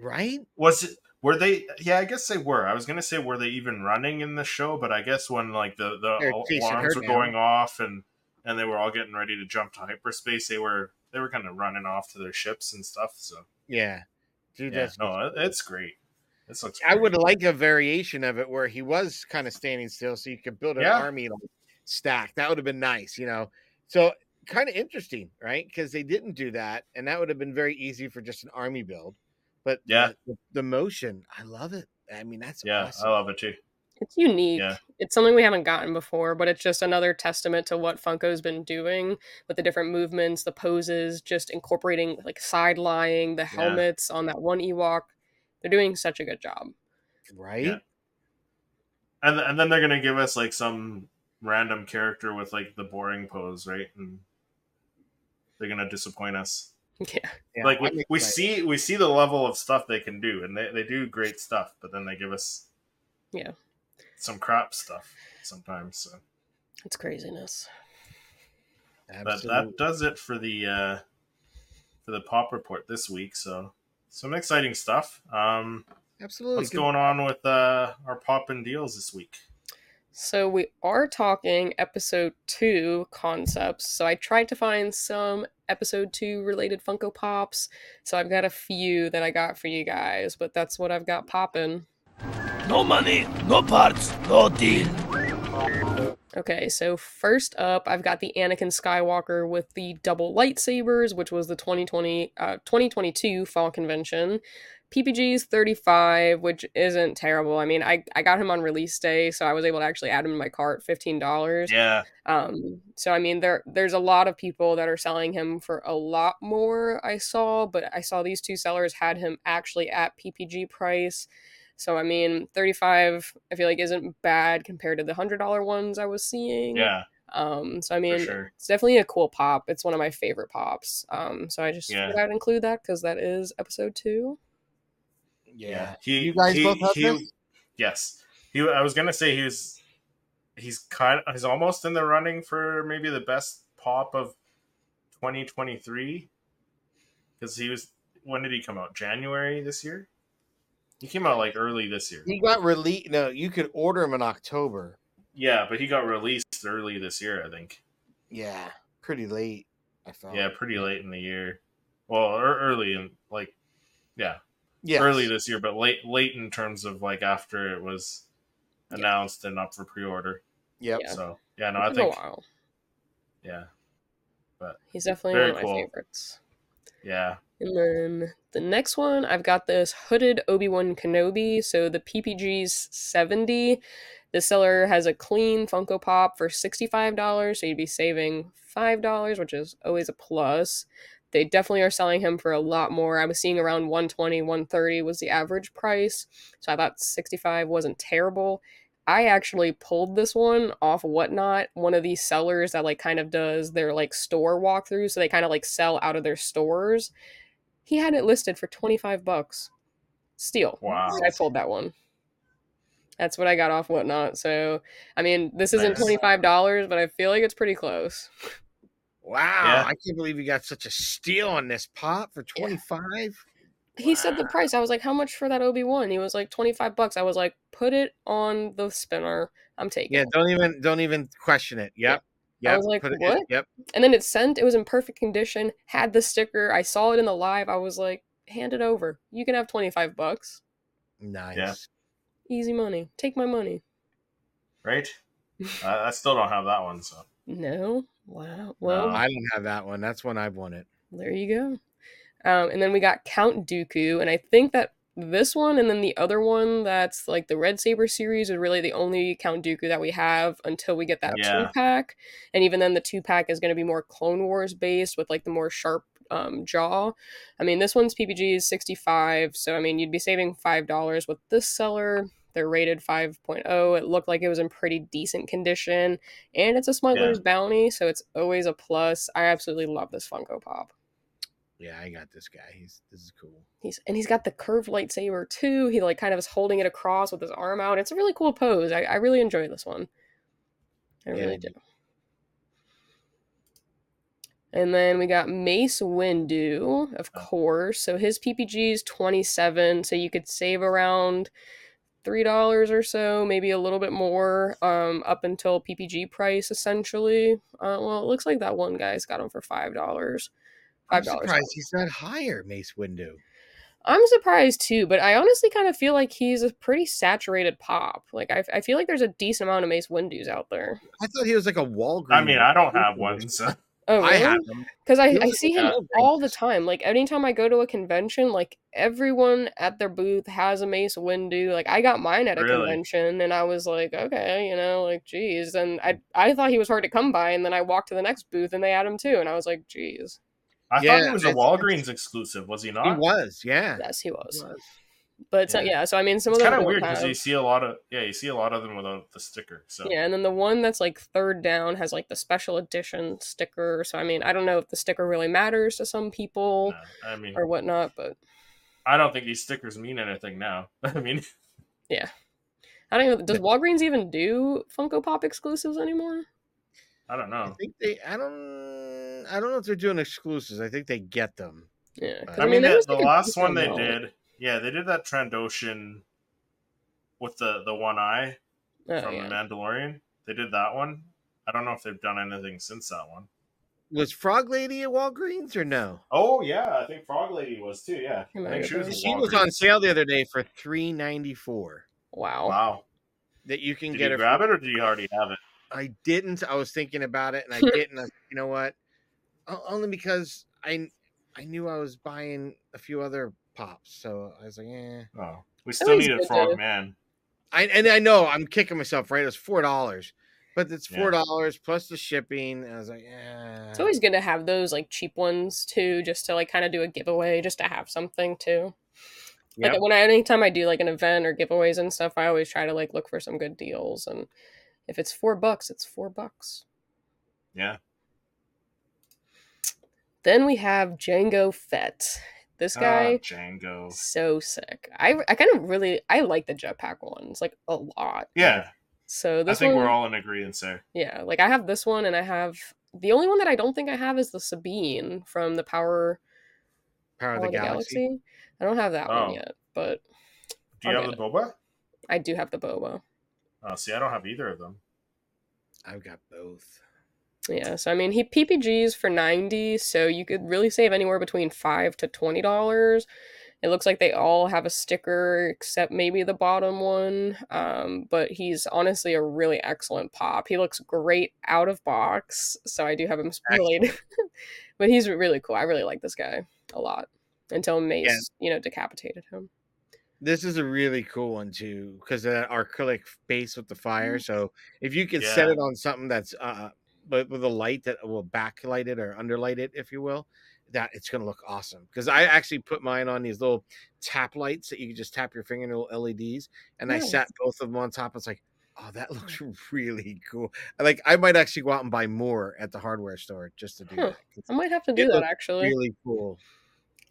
Speaker 2: right.
Speaker 1: was it were they yeah i guess they were i was gonna say were they even running in the show but i guess when like the
Speaker 2: They're
Speaker 1: the
Speaker 2: chasing
Speaker 1: alarms
Speaker 2: her
Speaker 1: were
Speaker 2: down.
Speaker 1: going off and and they were all getting ready to jump to hyperspace they were they were kind of running off to their ships and stuff so
Speaker 2: Yeah, dude.
Speaker 1: yeah
Speaker 2: That's
Speaker 1: no it- it's great this looks
Speaker 2: I
Speaker 1: great.
Speaker 2: would like a variation of it where he was kind of standing still, so you could build an
Speaker 1: Yeah.
Speaker 2: army like, stack. That would have been nice, you know. So kind of interesting, right? Because they didn't do that, and that would have been very easy for just an army build. But
Speaker 1: Yeah.
Speaker 2: the, the motion, I love it. I mean, that's
Speaker 1: yeah
Speaker 2: awesome.
Speaker 1: i love it too
Speaker 3: It's unique.
Speaker 1: Yeah.
Speaker 3: It's something we haven't gotten before, but it's just another testament to what Funko's been doing with the different movements, the poses, just incorporating like side lying, the helmets on that one Ewok. They're doing such a good job. *laughs*
Speaker 2: right?
Speaker 1: Yeah. and, th- and then they're gonna give us like some random character with like the boring pose right and they're gonna disappoint us
Speaker 3: Yeah.
Speaker 2: Yeah,
Speaker 1: like we,
Speaker 2: I'm
Speaker 1: we
Speaker 2: excited.
Speaker 1: see we see the level of stuff they can do and they, they do great stuff but then they give us
Speaker 3: Yeah.
Speaker 1: some crap stuff sometimes so
Speaker 3: It's craziness.
Speaker 1: that,
Speaker 2: Absolutely.
Speaker 1: that does it for the uh for the pop report this week so some exciting stuff um
Speaker 2: Absolutely.
Speaker 1: what's
Speaker 2: Good-
Speaker 1: going on with uh our pop and deals this week
Speaker 3: So we are talking episode two concepts. So I tried to find some episode two related Funko Pops. So I've got a few that I got for you guys, but that's what I've got poppin'.
Speaker 4: No money, no parts, no deal.
Speaker 3: Okay, so first up, I've got the Anakin Skywalker with the double lightsabers, which was the 2020, uh, 2022 fall convention. PPG's 35, which isn't terrible. I mean, I, I got him on release day, so I was able to actually add him in my cart, $15.
Speaker 1: yeah
Speaker 3: Um, so I mean, there there's a lot of people that are selling him for a lot more. I saw, but I saw these two sellers had him actually at PPG price. So I mean, thirty five I feel like isn't bad compared to the hundred dollar ones I was seeing.
Speaker 1: yeah
Speaker 3: Um. So I mean,
Speaker 1: sure.
Speaker 3: it's definitely a cool pop. It's one of my favorite pops. Um. So I just
Speaker 1: Yeah.
Speaker 3: thought I'd include that because that is episode two.
Speaker 2: yeah.
Speaker 1: he
Speaker 2: You guys
Speaker 1: he-
Speaker 2: both have
Speaker 1: he-
Speaker 2: this?
Speaker 1: yes he i was gonna say he was he's kind he's almost in the running for maybe the best pop of 2023 because he was when did he come out january this year he came out like early this year
Speaker 2: He got released. No, you could order him in October.
Speaker 1: yeah but he got released early this year i think
Speaker 2: Yeah. Pretty late. I felt.
Speaker 1: yeah pretty late in the year well or early in like
Speaker 2: Yes.
Speaker 1: early this year but late late in terms of like after it was announced and up for pre-order
Speaker 2: Yep.
Speaker 3: Yeah.
Speaker 1: so yeah no
Speaker 3: It
Speaker 1: i
Speaker 3: took
Speaker 1: think
Speaker 3: a while.
Speaker 1: yeah
Speaker 3: He's definitely
Speaker 1: Very
Speaker 3: one of my
Speaker 1: cool.
Speaker 3: favorites.
Speaker 1: yeah
Speaker 3: And then the next one, I've got this hooded Obi Wan Kenobi. So the PPG's 70. The seller has a clean Funko Pop for $65. So you'd be saving $5, which is always a plus. They definitely are selling him for a lot more. I was seeing around 120, 130 was the average price. So I thought 65 wasn't terrible. I actually pulled this one off Whatnot, one of these sellers that like kind of does their like store walkthrough. So they kind of like sell out of their stores he had it listed for 25 bucks steal
Speaker 1: wow
Speaker 3: i pulled that one that's what i got off whatnot so i mean this isn't
Speaker 1: Nice.
Speaker 3: $25 but i feel like it's pretty close
Speaker 2: Wow,
Speaker 1: Yeah.
Speaker 2: I can't believe you got such a steal on this pop for 25.
Speaker 3: he said the price i was like how much for that obi-wan he was like 25 bucks i was like put it on the spinner i'm taking
Speaker 2: Yeah,
Speaker 3: it
Speaker 2: don't even don't even question it. Yep.
Speaker 3: I was like,
Speaker 2: put it-
Speaker 3: what?
Speaker 2: Yep.
Speaker 3: And then it's sent. It was in perfect condition. Had the sticker. I saw it in the live. I was like, hand it over. You can have twenty five bucks.
Speaker 2: Nice.
Speaker 3: Easy money. Take my money. *laughs*
Speaker 1: right? I, I still don't have that one, so
Speaker 3: No. Wow. Well,
Speaker 1: No.
Speaker 2: I don't have that one. That's when I've won it.
Speaker 3: there you go. Um, and then we got Count Dooku, and I think that this one and then the other one that's like the Red Saber series is really the only Count Dooku that we have until we get that
Speaker 1: Yeah.
Speaker 3: two pack. And even then, the two pack is going to be more Clone Wars based with like the more sharp um, jaw. I mean, this one's PPG is 65, so I mean, you'd be saving $5 with this seller. They're rated 5.0. It looked like it was in pretty decent condition. And it's a smuggler's bounty, so it's always a plus. I absolutely love this Funko Pop.
Speaker 2: Yeah, I got this guy. He's this is cool.
Speaker 3: He's and he's got the curved lightsaber too. He like kind of is holding it across with his arm out. It's a really cool pose. I, I really enjoy this one. I
Speaker 2: Yeah.
Speaker 3: really do. And then we got Mace Windu, of
Speaker 1: Oh.
Speaker 3: course. So his PPG is 27, so you could save around $3 or so, maybe a little bit more, um, up until PPG price, essentially. Uh, well, it looks like that one guy's got him for $5. $5.
Speaker 2: I'm surprised he's not higher, Mace Windu.
Speaker 3: I'm surprised too, but I honestly kind of feel like he's a pretty saturated pop. Like I, I feel like there's a decent amount of Mace Windu's out there.
Speaker 2: I thought he was like a Walgreens.
Speaker 1: I mean, I don't have one, so *laughs*
Speaker 3: Oh,
Speaker 2: I
Speaker 3: really?
Speaker 2: have him.
Speaker 3: Because I,
Speaker 2: He
Speaker 3: I
Speaker 2: was
Speaker 3: see
Speaker 2: like
Speaker 3: him
Speaker 2: a-
Speaker 3: all the time. Like anytime I go to a convention, like everyone at their booth has a Mace Windu. Like I got mine at a
Speaker 1: Really?
Speaker 3: convention, and I was like, okay, you know, like geez. And I I thought he was hard to come by, and then I walked to the next booth and they had him too, and I was like, geez,
Speaker 1: I thought
Speaker 2: Yeah,
Speaker 1: he was a
Speaker 2: it's-
Speaker 1: Walgreens exclusive. Was he not?
Speaker 2: He was, yeah.
Speaker 3: yes, he was.
Speaker 2: was.
Speaker 3: But so,
Speaker 1: Yeah.
Speaker 3: yeah, so I mean, some
Speaker 1: it's
Speaker 3: of them
Speaker 1: kind of
Speaker 3: don't
Speaker 1: weird because
Speaker 3: have-
Speaker 1: you see a lot of yeah, you see a lot of them without the sticker. So
Speaker 3: Yeah, and then the one that's like third down has like the special edition sticker. So I mean, I don't know if the sticker really matters to some people
Speaker 1: no, I mean,
Speaker 3: or whatnot, but
Speaker 1: I don't think these stickers mean anything now. *laughs* I mean,
Speaker 3: I don't know. Does Walgreens even do Funko Pop exclusives anymore?
Speaker 1: I don't
Speaker 2: I
Speaker 1: know.
Speaker 2: think they. I don't. I don't know if they're doing exclusives. I think they get them.
Speaker 3: Yeah, 'cause,
Speaker 1: I mean,
Speaker 3: there
Speaker 1: the,
Speaker 3: was,
Speaker 1: the
Speaker 3: like, a
Speaker 1: last one
Speaker 3: decent
Speaker 1: they
Speaker 3: amount.
Speaker 1: did, yeah, they did that Trandoshan with the the one eye
Speaker 3: Oh,
Speaker 1: from
Speaker 3: yeah.
Speaker 1: the Mandalorian. They did that one. I don't know if they've done anything since that one.
Speaker 2: Was Frog Lady at Walgreens or no?
Speaker 1: Oh yeah, I think Frog Lady was too. Yeah,
Speaker 3: Am
Speaker 1: I
Speaker 3: I
Speaker 1: think she
Speaker 3: right?
Speaker 1: was. a
Speaker 2: She was
Speaker 1: Walgreens.
Speaker 2: on sale the other day for three ninety four.
Speaker 3: Wow.
Speaker 1: Wow,
Speaker 2: That you can
Speaker 1: did
Speaker 2: get
Speaker 1: you
Speaker 2: it.
Speaker 1: grab it or do you already have it?
Speaker 2: I didn't. I was thinking about
Speaker 3: *laughs*
Speaker 2: it, and I didn't. I- you know what? O- Only because I I knew I was buying a few other pops, so I was like, eh.
Speaker 1: Oh, we still
Speaker 3: was
Speaker 1: need a
Speaker 3: good,
Speaker 1: Frog
Speaker 3: though.
Speaker 1: Man.
Speaker 2: I and I know I'm kicking myself, right? It was four dollars, but it's
Speaker 1: Yeah.
Speaker 2: four dollars plus the shipping. and I was like, eh.
Speaker 3: It's always good to have those like cheap ones too, just to like kind of do a giveaway, just to have something too. Like
Speaker 1: Yep.
Speaker 3: when I anytime I do like an event or giveaways and stuff, I always try to like look for some good deals. And if it's four bucks, it's four bucks.
Speaker 1: Yeah.
Speaker 3: Then we have Django Fett. This
Speaker 1: Ah,
Speaker 3: guy,
Speaker 1: Django.
Speaker 3: so sick. I I kind of really I like the jetpack ones like a lot.
Speaker 1: Yeah,
Speaker 3: So
Speaker 1: I
Speaker 3: this
Speaker 1: think
Speaker 3: one,
Speaker 1: we're all in agreement there.
Speaker 3: yeah, like I have this one and I have the only one that I don't think I have is the Sabine from the Power,
Speaker 2: Power of
Speaker 3: Power
Speaker 2: the Galaxy.
Speaker 3: I don't have that
Speaker 1: Oh.
Speaker 3: one yet, but
Speaker 1: Do you
Speaker 3: I'll
Speaker 1: have
Speaker 3: get
Speaker 1: the boba?
Speaker 3: I do have the Boba.
Speaker 1: Oh, see, I don't have either of them.
Speaker 2: I've got both.
Speaker 3: Yeah, so I mean, he PPGs for 90, so you could really save anywhere between 5 to $20. It looks like they all have a sticker except maybe the bottom one. Um, but he's honestly a really excellent pop. He looks great out of box, so I do have him spoiled. *laughs* but he's really cool. I really like this guy a lot until Mace, you know, decapitated him.
Speaker 2: This is a really cool one too, because of that acrylic base with the fire.
Speaker 3: Mm.
Speaker 2: So if you can set
Speaker 1: Yeah.
Speaker 2: it on something that's uh, but with a light that will backlight it or underlight it, if you will, that it's gonna look awesome. Because I actually put mine on these little tap lights that you can just tap your finger and little LEDs, and I
Speaker 3: Nice.
Speaker 2: sat both of them on top. It's like, oh, that looks *laughs* really cool. Like I might actually go out and buy more at the hardware store just to do
Speaker 3: Huh.
Speaker 2: that. It's
Speaker 3: I might have to do
Speaker 2: It
Speaker 3: that
Speaker 2: looks
Speaker 3: actually.
Speaker 2: really cool.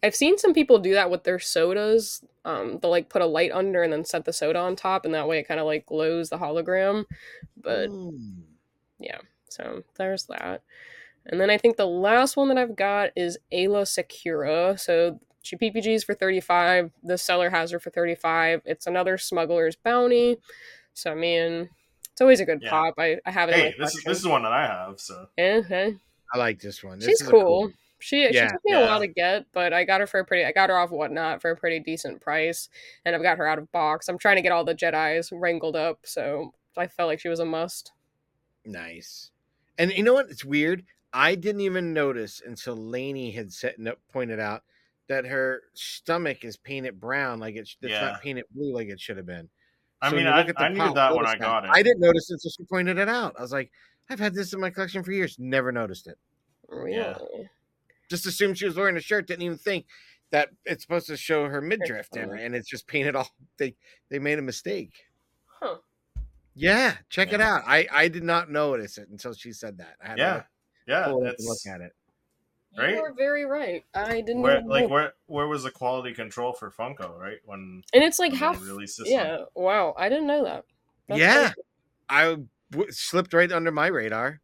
Speaker 3: I've seen some people do that with their sodas. Um, they'll like put a light under and then set the soda on top, and that way it kind of like glows the hologram. But
Speaker 2: Mm.
Speaker 3: so there's that. And then I think the last one that I've got is Ayla Secura. So she PPGs for 35. The seller has her for 35. It's another smuggler's bounty. So I mean, it's It's always a good
Speaker 1: Yeah.
Speaker 3: pop. I, I have it. in
Speaker 1: Hey,
Speaker 3: my Uh-huh.
Speaker 1: this is
Speaker 3: collection.
Speaker 1: this is one that I have. So
Speaker 3: Okay.
Speaker 2: I like this one. This
Speaker 3: She's
Speaker 2: is a
Speaker 3: cool. She,
Speaker 2: Yeah.
Speaker 3: she took me a
Speaker 1: Yeah.
Speaker 3: while to get, but I got her for a pretty. I got her off whatnot for a pretty decent price, and I've got her out of box. I'm trying to get all the Jedi's wrangled up, so I felt like she was a must.
Speaker 2: Nice. And you know what? It's weird. I didn't even notice until Lainey had set no, pointed out that her stomach is painted brown, like it's, it's
Speaker 1: Yeah.
Speaker 2: not painted blue, like it should have been.
Speaker 1: I
Speaker 2: So
Speaker 1: mean,
Speaker 2: you
Speaker 1: I,
Speaker 2: look at the
Speaker 1: I knew
Speaker 2: pile,
Speaker 1: that when
Speaker 2: notice
Speaker 1: I got it.
Speaker 2: I didn't notice it until she pointed it out. I was like, I've had this in my collection for years, never noticed it.
Speaker 3: Really?
Speaker 1: Yeah.
Speaker 2: Just assumed she was wearing a shirt, didn't even think that it's supposed to show her midriff there,
Speaker 3: funny.
Speaker 2: and it's just painted all. They they made a mistake.
Speaker 3: Huh.
Speaker 2: Yeah, check it
Speaker 1: Yeah.
Speaker 2: out. I I did not notice it until she said that. I had to
Speaker 1: Yeah,
Speaker 2: look-
Speaker 1: yeah.
Speaker 2: pull it up and
Speaker 1: It's
Speaker 2: look at it.
Speaker 1: Right?
Speaker 3: You are very right. I didn't
Speaker 1: where
Speaker 3: even
Speaker 1: like
Speaker 3: know.
Speaker 1: where where was the quality control for Funko? Right when
Speaker 3: and it's like
Speaker 1: when
Speaker 3: how.
Speaker 1: they
Speaker 3: f-
Speaker 1: released this? one?
Speaker 3: yeah. Wow. I didn't know that. That's
Speaker 2: yeah,
Speaker 3: crazy.
Speaker 2: I w- slipped right under my radar.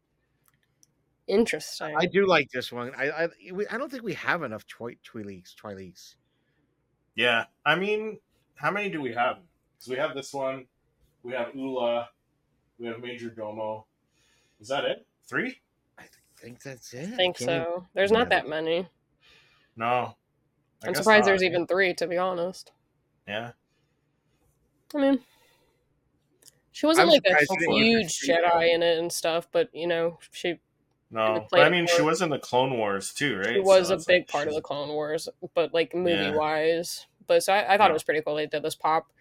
Speaker 3: Interesting.
Speaker 2: I do like this one. I I, we, I don't think we have enough Twi- Twi'leks. Twi'leks.
Speaker 1: yeah. I mean, how many do we have? So we have this one. We have Ula. We have Major Domo. Is that it? Three?
Speaker 2: I think that's it.
Speaker 3: I think
Speaker 2: can't even-
Speaker 3: so. There's
Speaker 2: yeah.
Speaker 3: not that many.
Speaker 1: No. I
Speaker 3: I'm
Speaker 1: guess
Speaker 3: surprised
Speaker 1: not.
Speaker 3: there's even three, to be honest.
Speaker 1: Yeah.
Speaker 3: I mean, she wasn't
Speaker 2: I'm
Speaker 3: like a
Speaker 2: surprised they didn't
Speaker 3: huge
Speaker 2: introduce her.
Speaker 3: Jedi in it and stuff, but you know, she
Speaker 1: No,
Speaker 3: Planet
Speaker 1: but I mean, she
Speaker 3: Wars.
Speaker 1: was in the Clone Wars too, right?
Speaker 3: she was
Speaker 1: So
Speaker 3: a
Speaker 1: it's
Speaker 3: big
Speaker 1: like
Speaker 3: part of the
Speaker 1: she's-
Speaker 3: Clone Wars, but like movie
Speaker 1: Yeah.
Speaker 3: wise. But so I, I thought
Speaker 1: Yeah.
Speaker 3: it was pretty cool they did this pop.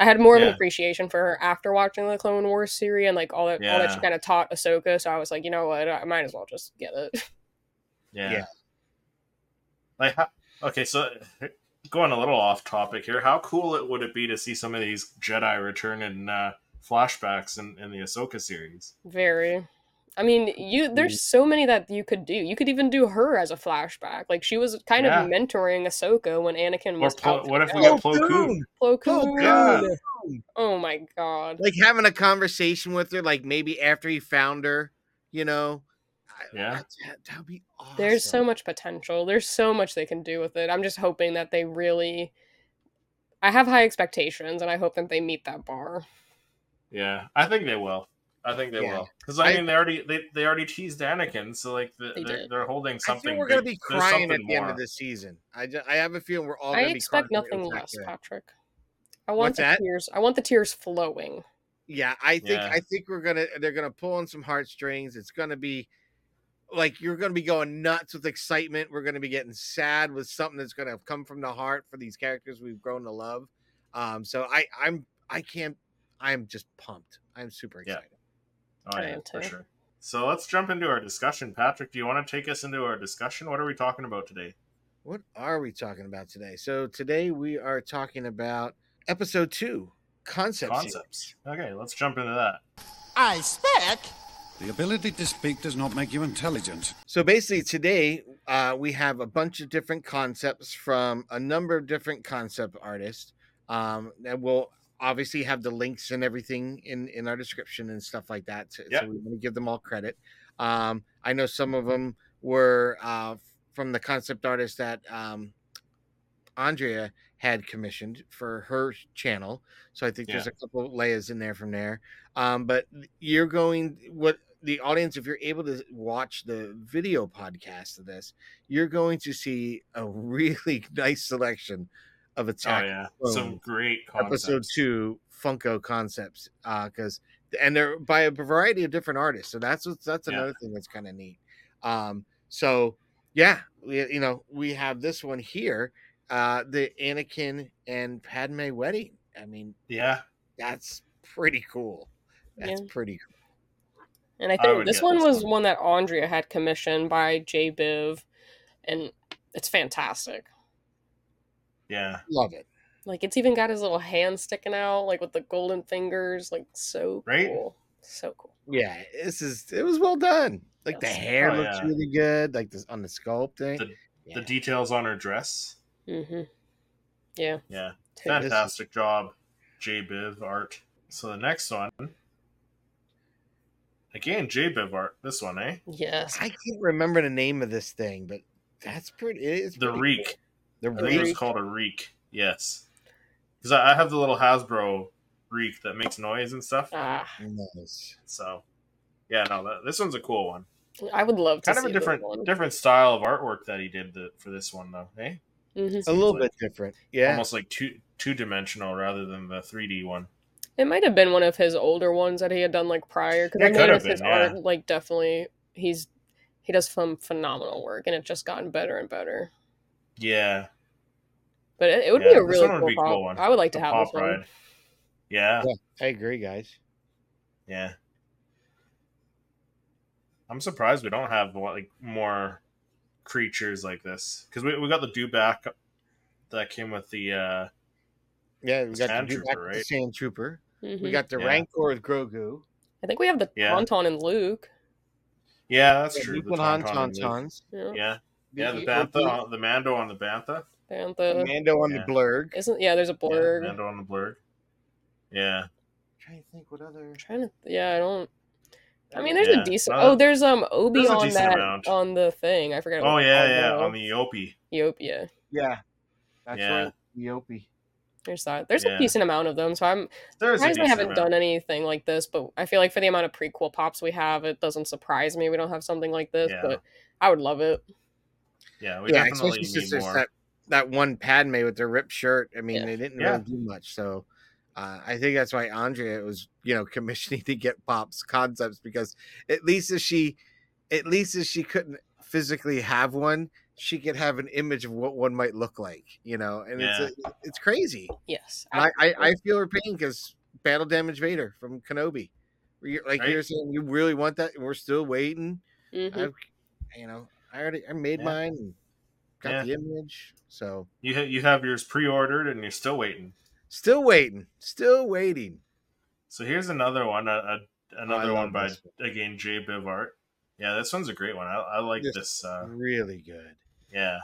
Speaker 3: I had more of an
Speaker 1: Yeah.
Speaker 3: appreciation for her after watching the Clone Wars series and like all that all that she
Speaker 1: Yeah.
Speaker 3: kind of taught Ahsoka. So I was like, you know what, I might as well just get it. *laughs*
Speaker 1: Yeah.
Speaker 2: Yeah.
Speaker 1: Like, how, okay, so going a little off topic here, how cool it would it be to see some of these Jedi return in uh, flashbacks in, in the Ahsoka series?
Speaker 3: Very. I mean, you
Speaker 1: Mm.
Speaker 3: there's so many that you could do. You could even do her as a flashback. Like she was kind
Speaker 1: Yeah.
Speaker 3: of mentoring Ahsoka when Anakin
Speaker 1: Or
Speaker 3: was
Speaker 1: Plo,
Speaker 3: out
Speaker 1: what if we Oh,
Speaker 3: Yeah.
Speaker 1: get Plo Koon?
Speaker 3: Plo
Speaker 2: Plo
Speaker 3: Koon.
Speaker 1: Yeah.
Speaker 2: Koon.
Speaker 3: Oh my god.
Speaker 2: Like having a conversation with her, like maybe after he found her, you know. I-
Speaker 1: Yeah.
Speaker 2: I- that- that would be awesome.
Speaker 3: There's so much potential. There's so much they can do with it. I'm just hoping that they really I have high expectations and I hope that they meet that bar.
Speaker 1: Yeah, I think they will. I think they
Speaker 2: Yeah.
Speaker 1: will because I,
Speaker 2: I-
Speaker 1: mean they already they, they already teased Anakin, so like the,
Speaker 3: They
Speaker 1: they are
Speaker 3: did.
Speaker 1: they're holding
Speaker 2: I
Speaker 1: something.
Speaker 2: think we're gonna
Speaker 1: big-
Speaker 2: be
Speaker 1: there's
Speaker 2: crying at
Speaker 1: something
Speaker 2: the end
Speaker 1: more.
Speaker 2: of this season. I ju- I have a feeling we're all.
Speaker 3: I
Speaker 2: gonna Oh, be
Speaker 3: expect
Speaker 2: crying.
Speaker 3: nothing
Speaker 2: It's not
Speaker 3: less,
Speaker 2: good.
Speaker 3: Patrick. I want
Speaker 2: What's
Speaker 3: the
Speaker 2: that?
Speaker 3: tears. I want the tears flowing.
Speaker 2: Yeah, I think
Speaker 1: Yeah.
Speaker 2: I think we're gonna they're gonna pull on some heartstrings. It's gonna be like you're gonna be going nuts with excitement. We're gonna be getting sad with something that's gonna come from the heart for these characters we've grown to love. Um, so I I'm I can't I'm just pumped. I'm super
Speaker 1: Yeah.
Speaker 2: excited.
Speaker 1: Oh,
Speaker 3: I
Speaker 1: yeah,
Speaker 3: am
Speaker 1: for
Speaker 3: too.
Speaker 1: sure. So let's jump into our discussion. Patrick, do you want to take us into our discussion? What are we talking about today?
Speaker 2: What are we talking about today? So today we are talking about episode two, concept. series.
Speaker 1: Concepts. Okay, let's jump into that. Oh,
Speaker 5: I speak.
Speaker 6: The ability to speak does not make you intelligent.
Speaker 2: So basically, today uh, we have a bunch of different concepts from a number of different concept artists. Um, and we'll obviously have the links and everything in in our description and stuff like that. So, so
Speaker 1: Yeah.
Speaker 2: we want to give them all credit. Um, I know some of them were uh, from the concept artist that um, Andrea had commissioned for her channel. So I think there's a couple of layers in there from there. Um, but you're going what the audience, if you're able to watch the video podcast of this, you're going to see a *laughs* really nice selection of
Speaker 1: Oh
Speaker 2: attack
Speaker 1: yeah,
Speaker 2: Clone
Speaker 1: some great concepts.
Speaker 2: episode two Funko concepts because and they're by a variety of different artists. So that's what's that's
Speaker 1: Yeah.
Speaker 2: another thing that's kind of neat. Um, so yeah, we, you know we have this one here, uh, the Anakin and Padme wedding. I mean
Speaker 1: Yeah,
Speaker 2: that's pretty cool. That's
Speaker 3: Yeah.
Speaker 2: pretty cool.
Speaker 3: And I
Speaker 1: I
Speaker 3: think
Speaker 1: would
Speaker 3: this
Speaker 1: get
Speaker 3: one
Speaker 1: this
Speaker 3: was
Speaker 1: one.
Speaker 3: one that Andrea had commissioned by J Biv and it's fantastic.
Speaker 1: yeah,
Speaker 2: Love it.
Speaker 3: Like it's even got his little hand sticking out, like with the golden fingers, like so
Speaker 1: Right?
Speaker 3: cool, so cool.
Speaker 2: Yeah, this is it was well done. Like the
Speaker 3: Yes.
Speaker 2: hair
Speaker 1: Oh,
Speaker 2: looks
Speaker 1: yeah.
Speaker 2: really good. Like this on the sculpting.
Speaker 1: The-
Speaker 2: Yeah.
Speaker 1: the details on her dress.
Speaker 3: Mm-hmm.
Speaker 1: Yeah,
Speaker 2: That-
Speaker 1: fantastic job, J Biv art. So the next one, again J Biv art. This one, eh?
Speaker 3: Yes,
Speaker 2: I can't remember the name of this thing, but that's pretty. It is
Speaker 1: The
Speaker 2: pretty cool.
Speaker 1: reek.
Speaker 2: The
Speaker 1: I think it
Speaker 2: reek.
Speaker 1: was called a reek. Yes, because I I have the little Hasbro reek that makes noise and stuff.
Speaker 3: Ah,
Speaker 2: Nice.
Speaker 1: So, yeah, no, that, this one's a cool one.
Speaker 3: I would love to
Speaker 1: Kind of
Speaker 3: see
Speaker 1: a different
Speaker 3: another one.
Speaker 1: different style of artwork that he did the, for this one, though. Hey,
Speaker 3: Mhm.
Speaker 2: A little
Speaker 1: like-
Speaker 2: bit different. Yeah.
Speaker 1: almost like two two dimensional rather than the three D one.
Speaker 3: It might have been one of his older ones that he had done like prior because
Speaker 1: Yeah,
Speaker 3: I
Speaker 1: it could have
Speaker 3: noticed
Speaker 1: been,
Speaker 3: his
Speaker 1: yeah.
Speaker 3: art like definitely he's he does some phenomenal work and it's just gotten better and better.
Speaker 1: Yeah,
Speaker 3: But it, it would
Speaker 1: Yeah,
Speaker 3: be a
Speaker 1: this
Speaker 3: really
Speaker 1: one would
Speaker 3: cool,
Speaker 1: be a
Speaker 3: pop.
Speaker 1: cool one.
Speaker 3: I would like to
Speaker 1: the
Speaker 3: have
Speaker 1: pop
Speaker 3: this one.
Speaker 1: ride. Yeah,
Speaker 2: I agree, guys.
Speaker 1: yeah. I'm surprised we don't have like more creatures like this because we, we got the dewback that came with the uh
Speaker 2: Yeah, we got
Speaker 1: Sand
Speaker 2: the
Speaker 1: Trooper,
Speaker 2: Trooper,
Speaker 1: right?
Speaker 2: Sand Trooper.
Speaker 3: Mhm.
Speaker 2: We got the
Speaker 1: Yeah.
Speaker 2: Rancor with Grogu.
Speaker 3: I think we have the
Speaker 1: Yeah.
Speaker 3: Tauntaun and Luke.
Speaker 1: yeah that's
Speaker 2: Yeah,
Speaker 1: true
Speaker 2: Luke
Speaker 1: the
Speaker 2: and Han
Speaker 1: Tauntaun and Luke.
Speaker 2: Tauntauns.
Speaker 3: Yeah.
Speaker 1: yeah yeah the
Speaker 2: E-
Speaker 1: bantha
Speaker 2: Obi-
Speaker 1: on- the mando on the bantha
Speaker 3: And the
Speaker 2: Mando on
Speaker 1: Yeah.
Speaker 2: the Blurg.
Speaker 3: isn't yeah, there's a
Speaker 1: Yeah,
Speaker 3: blurb.
Speaker 1: mando on the blurg yeah
Speaker 2: trying to think what other.
Speaker 3: trying to yeah, I don't I mean, there's
Speaker 1: Yeah,
Speaker 3: a decent.
Speaker 1: uh,
Speaker 3: oh, there's um Obi
Speaker 1: there's a
Speaker 3: on
Speaker 1: decent
Speaker 3: that
Speaker 1: amount.
Speaker 3: on the thing. I forget.
Speaker 1: oh yeah yeah
Speaker 3: on
Speaker 1: on the Yopi.
Speaker 3: Ethiopia.
Speaker 2: Yeah, that's
Speaker 1: Yeah.
Speaker 2: right. Yopi.
Speaker 3: There's that. There's
Speaker 1: Yeah.
Speaker 3: a decent amount of them. So I'm
Speaker 1: there's a
Speaker 3: surprised we
Speaker 1: decent
Speaker 3: haven't
Speaker 1: amount.
Speaker 3: done anything like this, but I feel like for the amount of prequel pops we have, it doesn't surprise me we don't have something like this.
Speaker 1: Yeah.
Speaker 3: But I would love it.
Speaker 1: yeah we
Speaker 2: yeah,
Speaker 1: definitely
Speaker 2: especially
Speaker 1: need
Speaker 2: since
Speaker 1: more
Speaker 2: there's that, that one Padme with the ripped shirt. I mean,
Speaker 3: Yeah.
Speaker 2: they didn't
Speaker 1: Yeah.
Speaker 2: really do much, so uh, I think that's why Andrea was, you know, *laughs* commissioning to get Pop's concepts because at least if she, at least if she couldn't physically have one, she could have an image of what one might look like, you know, and it's a, it's crazy.
Speaker 3: Yes.
Speaker 2: And I, I I feel her pain because battle damage Vader from Kenobi. Where you're- Like
Speaker 1: Right.
Speaker 2: you're saying, you really want that, and we're still waiting
Speaker 3: Mhm.
Speaker 2: I've, you know, I already I made
Speaker 1: Yeah.
Speaker 2: mine, and got
Speaker 1: Yeah.
Speaker 2: the image, so
Speaker 1: you ha- you have yours pre-ordered and you're still waiting
Speaker 2: still waiting, still waiting.
Speaker 1: so here's another one a, a, another
Speaker 2: love
Speaker 1: one by
Speaker 2: this
Speaker 1: again Jay Bivart yeah this one's a great one I, I like
Speaker 2: This-
Speaker 1: this uh
Speaker 2: really good.
Speaker 1: yeah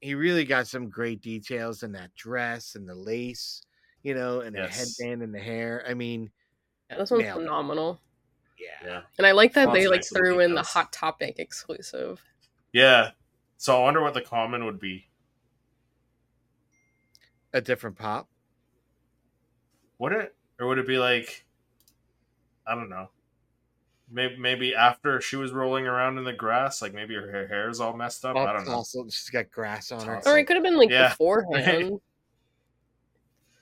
Speaker 2: He really got some great details in that dress and the lace, you know, and
Speaker 1: Yes.
Speaker 2: the headband and the hair. I mean,
Speaker 3: Yeah, this one's
Speaker 2: nailed it.
Speaker 3: phenomenal.
Speaker 2: yeah,
Speaker 1: yeah
Speaker 3: And I like that
Speaker 1: Lots
Speaker 3: they
Speaker 1: of
Speaker 3: like
Speaker 1: nice little
Speaker 3: threw in the
Speaker 1: details.
Speaker 3: Hot Topic exclusive.
Speaker 1: yeah so I wonder what the common would be
Speaker 2: a different pop.
Speaker 1: would it or would it be like i don't know maybe maybe after she was rolling around in the grass like maybe her, her hair's all messed up Oh, i
Speaker 2: All
Speaker 1: don't know
Speaker 2: tousled, She's got grass on her.
Speaker 1: Tousled.
Speaker 3: Or it could have been like
Speaker 1: Yeah.
Speaker 3: beforehand.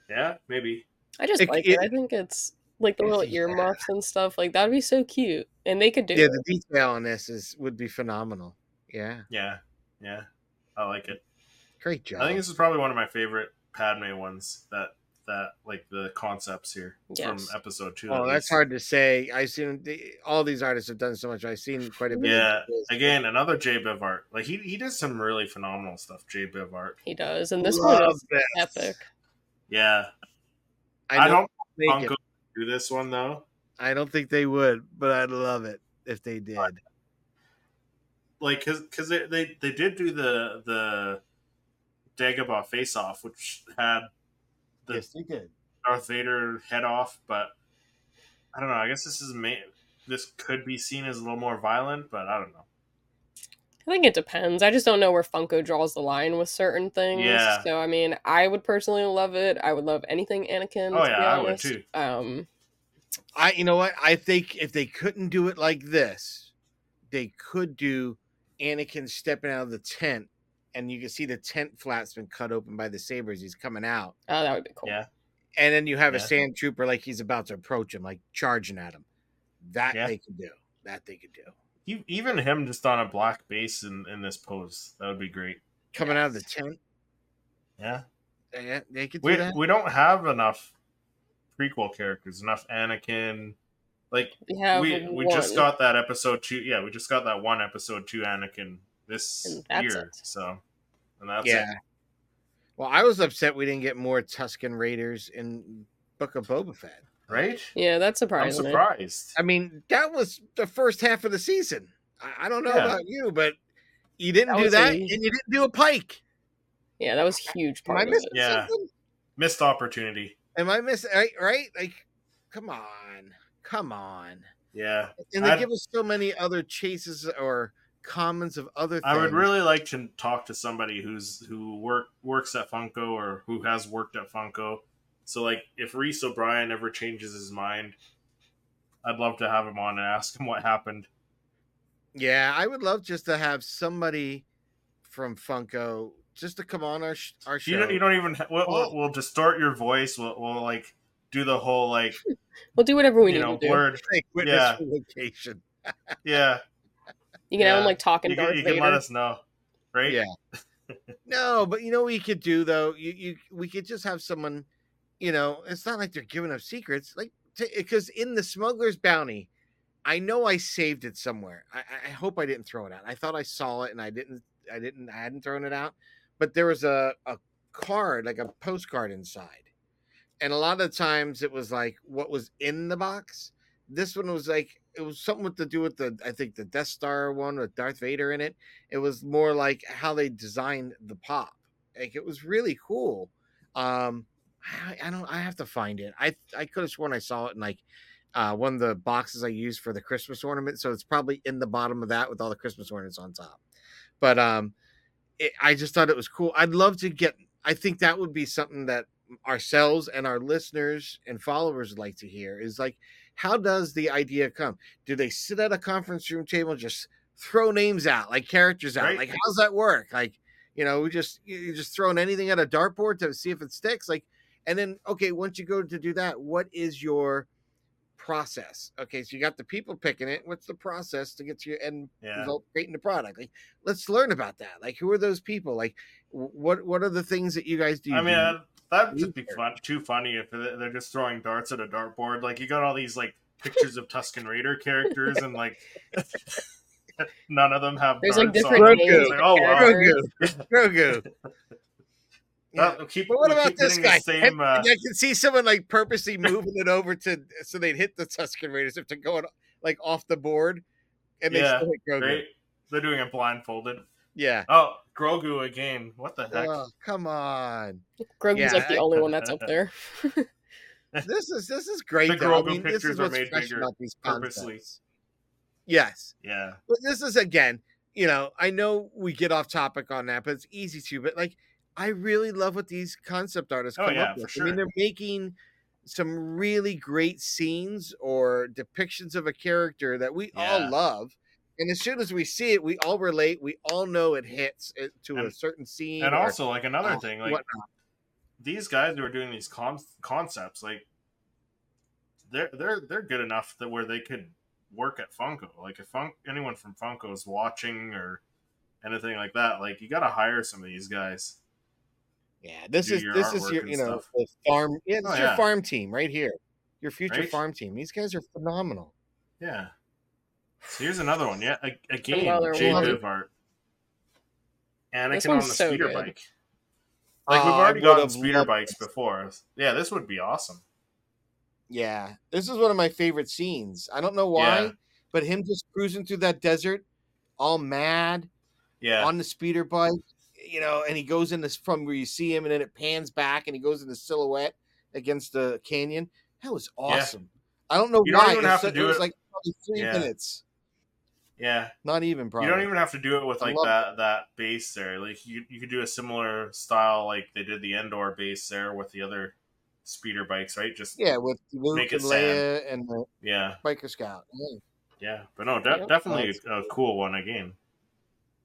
Speaker 1: yeah maybe
Speaker 3: I just
Speaker 2: It-
Speaker 3: like it,
Speaker 2: it-
Speaker 3: I think it's like the little
Speaker 2: Yeah.
Speaker 3: earmuffs and stuff. Like that'd be so cute. And they could do
Speaker 2: Yeah,
Speaker 3: it.
Speaker 2: the detail on this is would be phenomenal. Yeah,
Speaker 1: yeah yeah i like it
Speaker 2: great job.
Speaker 1: i think this is probably one of my favorite padme ones that that like the concepts here
Speaker 3: Yes.
Speaker 1: from episode two
Speaker 2: Oh,
Speaker 1: at
Speaker 2: that's
Speaker 1: least.
Speaker 2: hard to say. I've seen the- all these artists have done so much. I've seen quite a bit. of
Speaker 1: Yeah,
Speaker 2: this.
Speaker 1: again another jay bivart like he, he does some really phenomenal stuff jay bivart
Speaker 3: He does. And this one
Speaker 2: Love
Speaker 3: is
Speaker 2: this.
Speaker 3: epic.
Speaker 1: yeah
Speaker 2: I,
Speaker 1: i,
Speaker 2: don't
Speaker 1: don't
Speaker 2: think
Speaker 1: think
Speaker 2: it-
Speaker 1: do this one though
Speaker 2: I don't think they would, but I'd love it if they did.
Speaker 1: like because because they, they they did do the the Dagobah face off, which had the
Speaker 2: they did.
Speaker 1: Darth Vader head off, but I don't know. I guess this is ma- this could be seen as a little more violent, but I don't know.
Speaker 3: I think it depends. I just don't know where Funko draws the line with certain things.
Speaker 1: Yeah.
Speaker 3: So I mean, I would personally love it. I would love anything Anakin.
Speaker 1: Oh,
Speaker 3: to
Speaker 1: yeah,
Speaker 3: be
Speaker 1: I would,
Speaker 3: honest.
Speaker 1: too.
Speaker 3: Um,
Speaker 2: I, you know what? I think if they couldn't do it like this, they could do Anakin stepping out of the tent, and you can see the tent flap's been cut open by the sabers. He's coming out,
Speaker 3: oh, that would be cool.
Speaker 1: Yeah.
Speaker 2: and then you have a
Speaker 1: Yeah.
Speaker 2: sand trooper like he's about to approach him, like charging at him. That
Speaker 1: Yeah.
Speaker 2: they could do. That they could do.
Speaker 1: E- Even him just on a black base in, in this pose, that would be great.
Speaker 2: Coming out of the tent,
Speaker 1: Yeah,
Speaker 2: yeah, they could do
Speaker 1: we
Speaker 2: that.
Speaker 1: we don't have enough prequel characters, enough Anakin. Like
Speaker 3: We have
Speaker 1: we we just
Speaker 3: one,
Speaker 1: got that episode two. Yeah, we just got that one episode two Anakin this
Speaker 3: And that's
Speaker 1: year.
Speaker 3: it.
Speaker 1: So, and that's it.
Speaker 2: yeah. Well, I was upset we didn't get more Tuscan Raiders in Book of Boba Fett.
Speaker 1: right?
Speaker 3: Yeah, that's
Speaker 1: I'm
Speaker 3: surprising.
Speaker 1: surprised.
Speaker 2: I mean, that was the first half of the season. I, I don't know
Speaker 1: Yeah.
Speaker 2: about you, but you didn't
Speaker 3: That
Speaker 2: do
Speaker 3: was a-
Speaker 2: that, and you didn't do a Pike.
Speaker 3: Yeah, that was a huge
Speaker 2: Am
Speaker 3: part
Speaker 2: I
Speaker 3: of it.
Speaker 2: missing
Speaker 1: Yeah.
Speaker 2: something?
Speaker 1: Missed opportunity.
Speaker 2: Am I missing right, right? Like, come on, come on.
Speaker 1: Yeah,
Speaker 2: And they
Speaker 1: I'd-
Speaker 2: give us so many other chases or commons of other. Things.
Speaker 1: I would really like to talk to somebody who's who work works at Funko or who has worked at Funko So like, if Reese O'Brien ever changes his mind, I'd love to have him on and ask him what happened.
Speaker 2: Yeah, I would love just to have somebody from Funko just to come on our sh- our show.
Speaker 1: You don't. You don't even. ha- We'll,
Speaker 3: Oh.
Speaker 1: we'll, we'll distort your voice. We'll, we'll like do the whole like
Speaker 3: We'll do whatever *laughs* we
Speaker 1: you
Speaker 3: need
Speaker 1: know
Speaker 3: to do.
Speaker 1: blurred.
Speaker 2: Take witness
Speaker 1: Yeah.
Speaker 2: for location.
Speaker 1: Yeah,
Speaker 3: you can have him
Speaker 1: yeah.
Speaker 3: like talking
Speaker 1: you,
Speaker 3: Darth
Speaker 1: can, you
Speaker 3: Vader.
Speaker 1: can let us know, right?
Speaker 2: Yeah. No, but you know what you could do though. You you we could just have someone. You know, it's not like they're giving up secrets. Like because in the smuggler's bounty, I know I saved it somewhere. I, I- I hope I didn't throw it out. I thought I saw it and I didn't. I didn't. I hadn't thrown it out. But there was a a card like a postcard inside, and a lot of times it was like what was in the box. This one was like it was something with to do with the I think the Death Star one with Darth Vader in it it was more like how they designed the pop like it was really cool um i, I don't i have to find it i i could have sworn i saw it in like uh one of the boxes i used for the christmas ornament so it's probably in the bottom of that with all the christmas ornaments on top but um it, i just thought it was cool i'd love to get i think that would be something that ourselves and our listeners and followers would like to hear is like how does the idea come do they sit at a conference room table and just throw names out like characters out
Speaker 1: Right.
Speaker 2: like how's that work like you know we just you- you're just throwing anything at a dartboard to see if it sticks like and then okay once you go to do that what is your process okay so you got the people picking it what's the process to get to your end
Speaker 1: Yeah.
Speaker 2: result creating the product like let's learn about that like who are those people like wh- what what are the things that you guys do
Speaker 1: I mean,
Speaker 2: do?
Speaker 1: uh, that'd just be
Speaker 2: Research.
Speaker 1: fun, too funny if they- they're just throwing darts at a dartboard. Like you got all these like pictures of Tuscan Raider characters, and like *laughs* none of them have.
Speaker 3: There's like
Speaker 1: darts on
Speaker 3: different
Speaker 1: them.
Speaker 2: Grogu.
Speaker 3: names.
Speaker 1: It's
Speaker 3: for
Speaker 1: like, oh wow.
Speaker 3: characters.
Speaker 2: Grogu.
Speaker 1: *laughs*
Speaker 2: *laughs* Grogu. Yeah.
Speaker 1: That- we'll keep,
Speaker 2: But what
Speaker 1: we'll
Speaker 2: about
Speaker 1: keep
Speaker 2: this
Speaker 1: getting
Speaker 2: guy?
Speaker 1: The same, uh,
Speaker 2: I can see someone
Speaker 1: *laughs*
Speaker 2: like purposely moving it over to so they'd hit the Tuscan Raiders if they're going like off the board and they
Speaker 1: Yeah,
Speaker 2: still hit Grogu.
Speaker 1: right? They're doing it blindfolded.
Speaker 2: Yeah.
Speaker 1: Oh, Grogu again. What the heck?
Speaker 2: Oh,
Speaker 1: *laughs*
Speaker 2: come on.
Speaker 3: Grogu's
Speaker 2: Yeah,
Speaker 3: like the
Speaker 2: I-
Speaker 3: only one that's up there.
Speaker 2: This is this is great.
Speaker 1: The
Speaker 2: though. I
Speaker 1: Grogu
Speaker 2: mean, this
Speaker 1: pictures
Speaker 2: is
Speaker 1: are
Speaker 2: what's
Speaker 1: made
Speaker 2: fresh
Speaker 1: bigger
Speaker 2: about these
Speaker 1: purposely.
Speaker 2: concepts. Yes.
Speaker 1: Yeah.
Speaker 2: But this is again, you know, I know we get off topic on that, but it's easy to. But like, I really love what these concept artists
Speaker 1: Oh,
Speaker 2: come
Speaker 1: yeah,
Speaker 2: up
Speaker 1: for
Speaker 2: with. I mean,
Speaker 1: sure.
Speaker 2: they're making some really great scenes or depictions of a character that we
Speaker 1: Yeah.
Speaker 2: all love. And as soon as we see it, we all relate. We all know it hits it to a
Speaker 1: And-
Speaker 2: certain scene.
Speaker 1: And
Speaker 2: or
Speaker 1: also, like another
Speaker 2: uh,
Speaker 1: thing, like
Speaker 2: whatnot.
Speaker 1: these guys who are doing these con- concepts, like they're they're they're good enough that where they could work at Funko. Like if Fun- anyone from Funko is watching or anything like that, like you got to hire some of these guys.
Speaker 2: Yeah, this
Speaker 1: do
Speaker 2: is
Speaker 1: your
Speaker 2: this is
Speaker 1: artwork
Speaker 2: your
Speaker 1: and
Speaker 2: you know
Speaker 1: stuff.
Speaker 2: the farm. Yeah, this
Speaker 1: Oh,
Speaker 2: is your
Speaker 1: yeah.
Speaker 2: farm team right here. Your future
Speaker 1: Right?
Speaker 2: farm team. These guys are phenomenal.
Speaker 1: Yeah. So here's another one. Yeah, a, a game.
Speaker 3: Another
Speaker 1: J
Speaker 2: one.
Speaker 1: Div art.
Speaker 3: This
Speaker 1: Anakin on the
Speaker 3: one's so
Speaker 1: speeder
Speaker 3: good.
Speaker 1: bike. Like we've
Speaker 2: Oh, I
Speaker 1: already
Speaker 2: would
Speaker 1: gotten
Speaker 2: have
Speaker 1: speeder
Speaker 2: loved
Speaker 1: bikes
Speaker 2: this.
Speaker 1: before. Yeah, this would be awesome.
Speaker 2: Yeah, this is one of my favorite scenes. I don't know why,
Speaker 1: Yeah.
Speaker 2: but him just cruising through that desert, all mad
Speaker 1: Yeah.
Speaker 2: on the speeder bike, you know, and he goes in this from where you see him, and then it pans back, and he goes in the silhouette against the canyon. That was awesome. I don't know
Speaker 1: You don't
Speaker 2: why.
Speaker 1: even
Speaker 2: it's
Speaker 1: have
Speaker 2: so-
Speaker 1: to do
Speaker 2: was
Speaker 1: it-
Speaker 2: like probably three
Speaker 1: Yeah.
Speaker 2: minutes,
Speaker 1: yeah.
Speaker 2: not even probably.
Speaker 1: You don't even have to do it with
Speaker 2: I
Speaker 1: like
Speaker 2: love
Speaker 1: that that base there. Like you you could do a similar style like they did the Endor base there with the other speeder bikes, right? Just yeah,
Speaker 2: yeah, with Luke
Speaker 1: Make it
Speaker 2: and Leia and the
Speaker 1: yeah.
Speaker 2: biker scout. Yeah.
Speaker 1: But no, de-
Speaker 3: Yep.
Speaker 1: definitely
Speaker 2: Nice.
Speaker 1: a, a cool one again.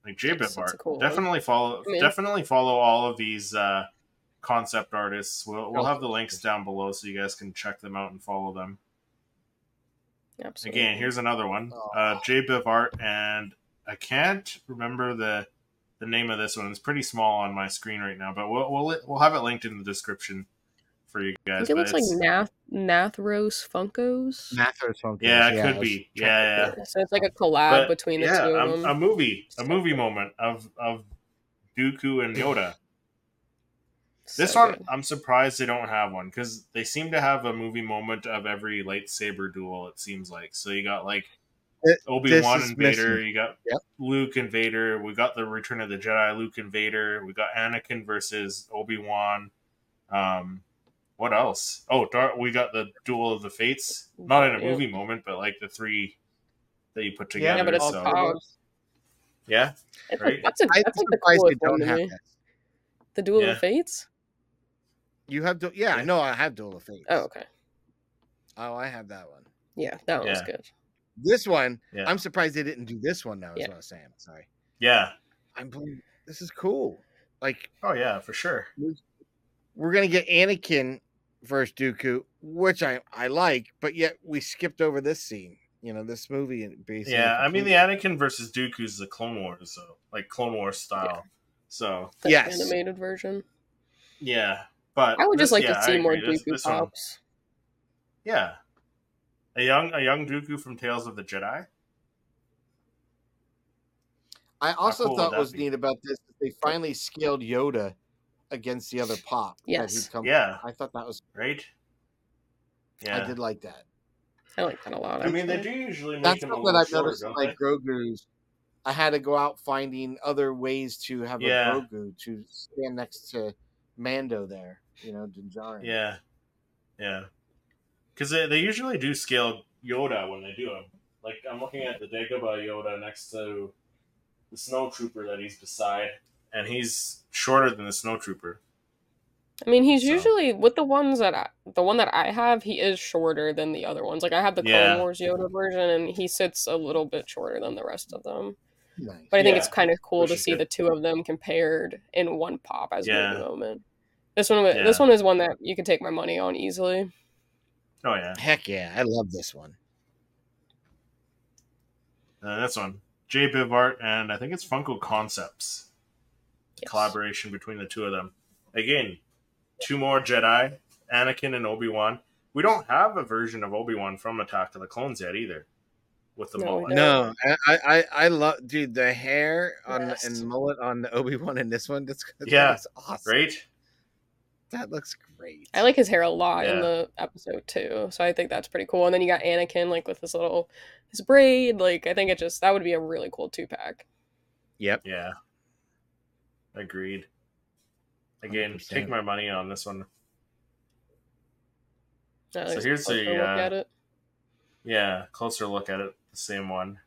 Speaker 1: Like J
Speaker 3: That's- that's a
Speaker 1: Bart.
Speaker 3: cool one.
Speaker 1: definitely follow
Speaker 3: I'm in.
Speaker 1: definitely follow all of these uh concept artists. We'll we'll have the links down below so you guys can check them out and follow them.
Speaker 3: Absolutely.
Speaker 1: Again, here's another one.
Speaker 2: Oh.
Speaker 1: Uh, J Bivart, and I can't remember the the name of this one. It's pretty small on my screen right now, but we'll we'll, we'll have it linked in the description for you
Speaker 3: I
Speaker 1: guys.
Speaker 3: think it
Speaker 1: but
Speaker 3: looks like
Speaker 1: it's-
Speaker 3: Nath Nathros Funkos.
Speaker 2: Mathers Funkos,
Speaker 1: yeah, it
Speaker 2: I
Speaker 1: could
Speaker 2: was
Speaker 1: be.
Speaker 2: checking
Speaker 1: Yeah, yeah.
Speaker 2: it.
Speaker 3: So it's like a collab
Speaker 1: But,
Speaker 3: between the
Speaker 1: yeah,
Speaker 3: two
Speaker 1: a-
Speaker 3: of them.
Speaker 1: A, movie, a movie moment of of Dooku and Yoda.
Speaker 3: So
Speaker 1: This one,
Speaker 3: good.
Speaker 1: I'm surprised they don't have one because they seem to have a movie moment of every lightsaber duel. It seems like so. You got like
Speaker 2: Th-
Speaker 1: Obi Wan
Speaker 2: is
Speaker 1: and Vader.
Speaker 2: missing.
Speaker 1: You got
Speaker 2: Yep.
Speaker 1: Luke and Vader. We got the Return of the Jedi. Luke and Vader. We got Anakin versus Obi Wan. Um, what else? Oh, Dar- we got the Duel of the Fates. Not in a
Speaker 3: Yeah.
Speaker 1: movie moment, but like the three that you put
Speaker 2: Yeah,
Speaker 1: together.
Speaker 3: yeah, but it's
Speaker 2: all
Speaker 1: so-
Speaker 2: three.
Speaker 3: collabs.
Speaker 1: yeah,
Speaker 3: It's
Speaker 1: Right?
Speaker 3: like, that's a,
Speaker 2: I'm
Speaker 3: that's like the
Speaker 2: surprised they
Speaker 3: coolest one
Speaker 2: don't
Speaker 3: to
Speaker 2: have
Speaker 3: me.
Speaker 2: that.
Speaker 3: The Duel of
Speaker 1: Yeah.
Speaker 3: the Fates.
Speaker 2: You have dual. Yeah,
Speaker 1: Yeah.
Speaker 2: no, I have dual of fates.
Speaker 3: Oh, okay.
Speaker 2: Oh, I have that one.
Speaker 3: Yeah, that one's
Speaker 1: Yeah.
Speaker 3: good.
Speaker 2: This one,
Speaker 1: Yeah.
Speaker 2: I'm surprised they didn't do this one. Now is
Speaker 3: Yeah.
Speaker 2: what I was saying. Sorry,
Speaker 1: Yeah.
Speaker 2: I'm. bl- This is cool. Like
Speaker 1: Oh yeah, for sure.
Speaker 2: we're gonna get Anakin versus Dooku, which I I like, but yet we skipped over this scene. You know, this movie and basically.
Speaker 1: Yeah, I mean the
Speaker 2: completely.
Speaker 1: Anakin versus Dooku is the Clone Wars, so like Clone Wars style. So
Speaker 3: The
Speaker 2: Yes.
Speaker 3: animated version.
Speaker 1: yeah, but
Speaker 3: I would just
Speaker 1: Uh, this-
Speaker 3: like
Speaker 1: yeah,
Speaker 3: to
Speaker 1: I
Speaker 3: see more
Speaker 1: agree. This-
Speaker 3: Dooku
Speaker 1: this one-
Speaker 3: pops.
Speaker 1: yeah, a young a young Dooku from Tales of the Jedi.
Speaker 2: I also
Speaker 1: cool would
Speaker 2: thought
Speaker 1: that
Speaker 2: was
Speaker 1: be?
Speaker 2: neat about this that they finally scaled Yoda
Speaker 1: *laughs*
Speaker 2: against the other pop. that he'd
Speaker 3: Yes.
Speaker 2: come from.
Speaker 1: Yeah.
Speaker 2: I thought that was.
Speaker 1: right? Yeah,
Speaker 2: I did like that.
Speaker 3: I like that a lot.
Speaker 1: I mean they do
Speaker 3: actually.
Speaker 1: usually make
Speaker 2: That's
Speaker 1: him a
Speaker 2: something
Speaker 1: little
Speaker 2: I've
Speaker 1: shorter,
Speaker 2: noticed. in,
Speaker 1: don't
Speaker 2: Like Grogu's, I had to go out finding other ways to have
Speaker 1: Yeah.
Speaker 2: a Grogu to stand next to Mando there. You know, Dinjarin.
Speaker 1: they? Yeah, yeah, because they, they usually do scale Yoda when they do him. Like I'm looking at the Dagobah Yoda next to the Snowtrooper that he's beside, and he's shorter than the Snowtrooper.
Speaker 3: I mean, he's
Speaker 1: So-
Speaker 3: usually with the ones that I, the one that I have, he is shorter than the other ones. Like I have the Clone
Speaker 1: Yeah.
Speaker 3: Wars Yoda version, and he sits a little bit shorter than the rest of them.
Speaker 2: Nice.
Speaker 3: But I think
Speaker 1: Yeah,
Speaker 3: it's kind of cool
Speaker 1: which
Speaker 3: to
Speaker 1: is
Speaker 3: see
Speaker 1: good.
Speaker 3: the two of them compared in one pop as
Speaker 1: Yeah.
Speaker 3: one moment. This one, wa- this
Speaker 1: Yeah.
Speaker 3: one is one that you could take my money on easily.
Speaker 1: Oh yeah,
Speaker 2: Heck yeah, I love this one.
Speaker 1: uh, this one Jay Bivart and I think it's Funko Concepts.
Speaker 3: Yes.
Speaker 1: collaboration between the two of them. Again, two more Jedi, Anakin and Obi Wan. We don't have a version of Obi Wan from Attack of the Clones yet either, with the
Speaker 3: No,
Speaker 1: mullet.
Speaker 3: we
Speaker 2: No, I I, I love, dude. The hair on
Speaker 3: Yes.
Speaker 2: and mullet on the Obi Wan in this one. That's *laughs* that
Speaker 1: Yeah,
Speaker 2: looks awesome.
Speaker 1: Right?
Speaker 2: That looks great.
Speaker 3: I like his hair a lot in
Speaker 1: Yeah.
Speaker 3: the episode too, so I think that's pretty cool. And then you got Anakin like with his little his braid. Like I think it just that would be a really cool two pack.
Speaker 2: Yep.
Speaker 1: Yeah. Agreed. Again,
Speaker 2: 100%.
Speaker 1: take my money on this one.
Speaker 3: I
Speaker 1: So
Speaker 3: like
Speaker 1: here's
Speaker 3: to
Speaker 1: the,
Speaker 3: look
Speaker 1: uh,
Speaker 3: at it.
Speaker 1: Yeah, closer look at it, the same
Speaker 3: *laughs*
Speaker 1: one.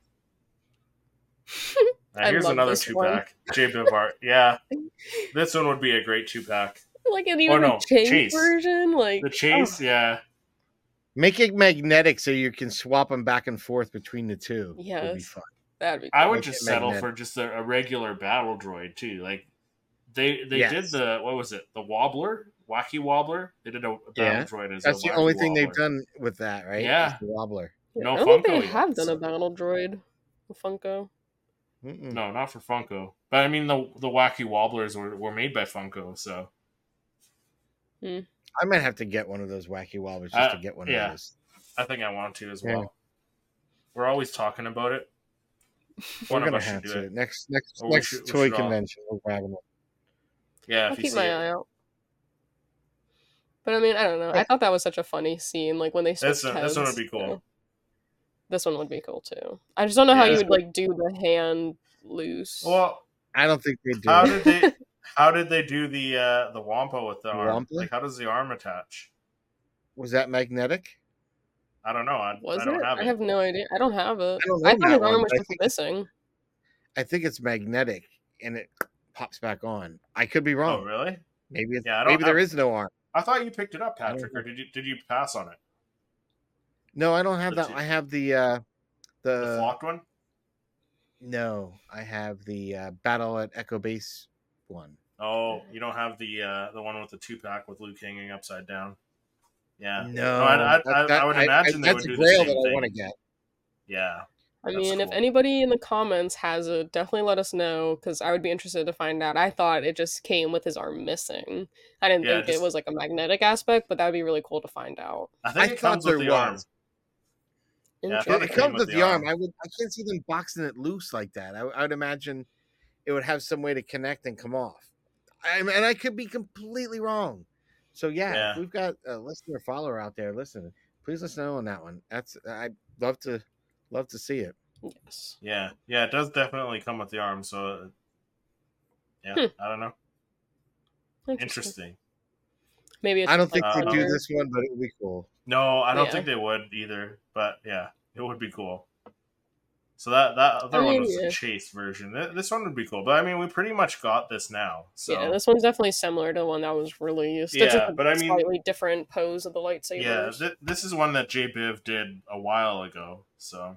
Speaker 1: Now,
Speaker 3: I
Speaker 1: here's
Speaker 3: love
Speaker 1: another
Speaker 3: this
Speaker 1: two
Speaker 3: one.
Speaker 1: pack. Jay Bivart.
Speaker 3: *laughs*
Speaker 1: yeah. This one would be a great two pack.
Speaker 3: Like and even
Speaker 1: or oh, no,
Speaker 3: the chase,
Speaker 1: Chase.
Speaker 3: version, like
Speaker 2: *laughs* Oh.
Speaker 3: oh,
Speaker 1: The chase, yeah.
Speaker 2: Make it magnetic so you can swap them back and forth between the two. would be
Speaker 3: Yes.
Speaker 2: fun.
Speaker 3: that'd be.
Speaker 1: I would
Speaker 2: Make it
Speaker 1: just settle
Speaker 2: magnetic.
Speaker 1: for just a, a regular battle droid too. Like they they
Speaker 2: Yes.
Speaker 1: did the what was it? The wobbler, wacky wobbler. They did a, a battle
Speaker 2: Yeah.
Speaker 1: droid as a
Speaker 2: That's the
Speaker 1: wacky
Speaker 2: only thing they've
Speaker 1: wobbler.
Speaker 2: done with that, right? Is
Speaker 1: Yeah.
Speaker 2: the wobbler.
Speaker 3: cool.
Speaker 1: no
Speaker 3: I don't think
Speaker 1: Funko
Speaker 3: they
Speaker 1: yet,
Speaker 3: have done
Speaker 1: so-
Speaker 3: a battle droid, a Funko.
Speaker 2: Mm-mm.
Speaker 1: No, not for Funko. But I mean the the wacky wobblers were, were made by Funko, so
Speaker 2: I might have to get one of those wacky wobblers just
Speaker 1: Uh,
Speaker 2: to get one
Speaker 1: yeah.
Speaker 2: of those.
Speaker 1: I think I want to as
Speaker 2: Yeah.
Speaker 1: well. We're always talking about
Speaker 2: *laughs*
Speaker 1: it. One
Speaker 2: We're
Speaker 1: of
Speaker 2: gonna
Speaker 1: us should
Speaker 2: have
Speaker 1: do
Speaker 2: to
Speaker 1: it.
Speaker 2: next next
Speaker 1: Or we
Speaker 2: next
Speaker 1: should- we
Speaker 2: toy
Speaker 1: should all.
Speaker 2: convention. We'll grab one.
Speaker 1: Yeah,
Speaker 3: I'll
Speaker 1: if you
Speaker 3: keep
Speaker 1: see
Speaker 3: my
Speaker 1: it.
Speaker 3: eye out. But I mean, I don't know. I
Speaker 2: Right.
Speaker 3: thought that was such a funny scene, like when they switched
Speaker 1: This one- this one would
Speaker 3: heads,
Speaker 1: be
Speaker 3: you
Speaker 1: cool.
Speaker 3: know. This one would be cool too. I just don't know how
Speaker 1: Yeah.
Speaker 3: you would like do the hand loose.
Speaker 1: Well,
Speaker 2: I don't think they do.
Speaker 1: how did
Speaker 2: *laughs*
Speaker 1: they how did they do the uh the Wampa with the arm?
Speaker 2: Wampa?
Speaker 1: Like how does the arm attach?
Speaker 2: Was that magnetic?
Speaker 1: I don't know. I,
Speaker 3: was
Speaker 1: I don't
Speaker 3: it?
Speaker 1: have
Speaker 3: I
Speaker 1: it.
Speaker 3: have no idea. I don't have it.
Speaker 2: I don't
Speaker 3: I,
Speaker 2: know
Speaker 3: thought
Speaker 2: that
Speaker 3: his
Speaker 2: one,
Speaker 3: arm was
Speaker 2: but I
Speaker 3: just
Speaker 2: think-
Speaker 3: missing.
Speaker 2: I think it's magnetic and it pops back on. I could be wrong.
Speaker 1: oh really?
Speaker 2: Maybe it's,
Speaker 1: Yeah, I don't
Speaker 2: maybe there
Speaker 1: have-
Speaker 2: is no arm.
Speaker 1: I thought you picked it up,
Speaker 2: I don't
Speaker 1: Patrick,
Speaker 2: know.
Speaker 1: or did you did you pass on it?
Speaker 2: No, I don't have
Speaker 1: Let's
Speaker 2: that.
Speaker 1: see.
Speaker 2: I have the uh
Speaker 1: The
Speaker 2: the
Speaker 1: flocked one?
Speaker 2: no. I have the uh, battle at Echo Base one.
Speaker 1: Oh, you don't have the uh, the one with the two pack with Luke hanging upside down. Yeah,
Speaker 2: No,
Speaker 1: I- I-
Speaker 2: that-
Speaker 1: I- I
Speaker 2: that-
Speaker 1: would imagine they
Speaker 2: that's
Speaker 1: would do
Speaker 2: a
Speaker 1: the
Speaker 2: grail
Speaker 1: same
Speaker 2: that I
Speaker 1: thing.
Speaker 2: want to get.
Speaker 1: yeah,
Speaker 3: I
Speaker 1: That's
Speaker 3: mean, if
Speaker 1: cool.
Speaker 3: anybody in the comments has it, definitely let us know because I would be interested to find out. I thought it just came with his arm missing. I didn't
Speaker 1: Yeah,
Speaker 3: think
Speaker 1: just-
Speaker 3: it was like a magnetic aspect, but that would be really cool to find out.
Speaker 1: I think
Speaker 2: I
Speaker 1: it
Speaker 2: thought
Speaker 1: comes with
Speaker 2: there
Speaker 1: the arm.
Speaker 2: was.
Speaker 1: Yeah, I
Speaker 3: Interesting.
Speaker 1: thought
Speaker 2: It, it
Speaker 1: came
Speaker 2: comes
Speaker 1: with
Speaker 2: with
Speaker 1: the
Speaker 2: the arm.
Speaker 1: arm.
Speaker 2: I would. I can't see them boxing it loose like that. I, I would imagine it would have some way to connect and come off. I, and I could be completely wrong. So yeah,
Speaker 1: Yeah.
Speaker 2: If we've got a listener follower out there. Listen, please let us know on that one. That's I'd love to love to see it.
Speaker 3: Yes.
Speaker 1: Yeah, yeah, it does definitely come with the arm. So, uh, yeah,
Speaker 3: Hmm.
Speaker 1: I don't know.
Speaker 3: Interesting.
Speaker 1: Interesting.
Speaker 3: Maybe it's
Speaker 2: I don't
Speaker 3: just,
Speaker 2: think
Speaker 3: like,
Speaker 2: they do
Speaker 1: Uh,
Speaker 3: another-
Speaker 2: this one, but it would be cool.
Speaker 1: No, I don't
Speaker 3: Yeah.
Speaker 1: think they would either. But yeah, it would be cool. So that that other
Speaker 3: I
Speaker 1: one
Speaker 3: mean,
Speaker 1: was
Speaker 3: yeah.
Speaker 1: the chase version. Th- This one would be cool, but I mean, we pretty much got this now. So
Speaker 3: Yeah, this one's definitely similar to the one that was released. it's
Speaker 1: Yeah,
Speaker 3: just a
Speaker 1: but I mean-
Speaker 3: slightly different pose of the lightsaber.
Speaker 1: yeah, th- this is one that J Biv did a while ago. So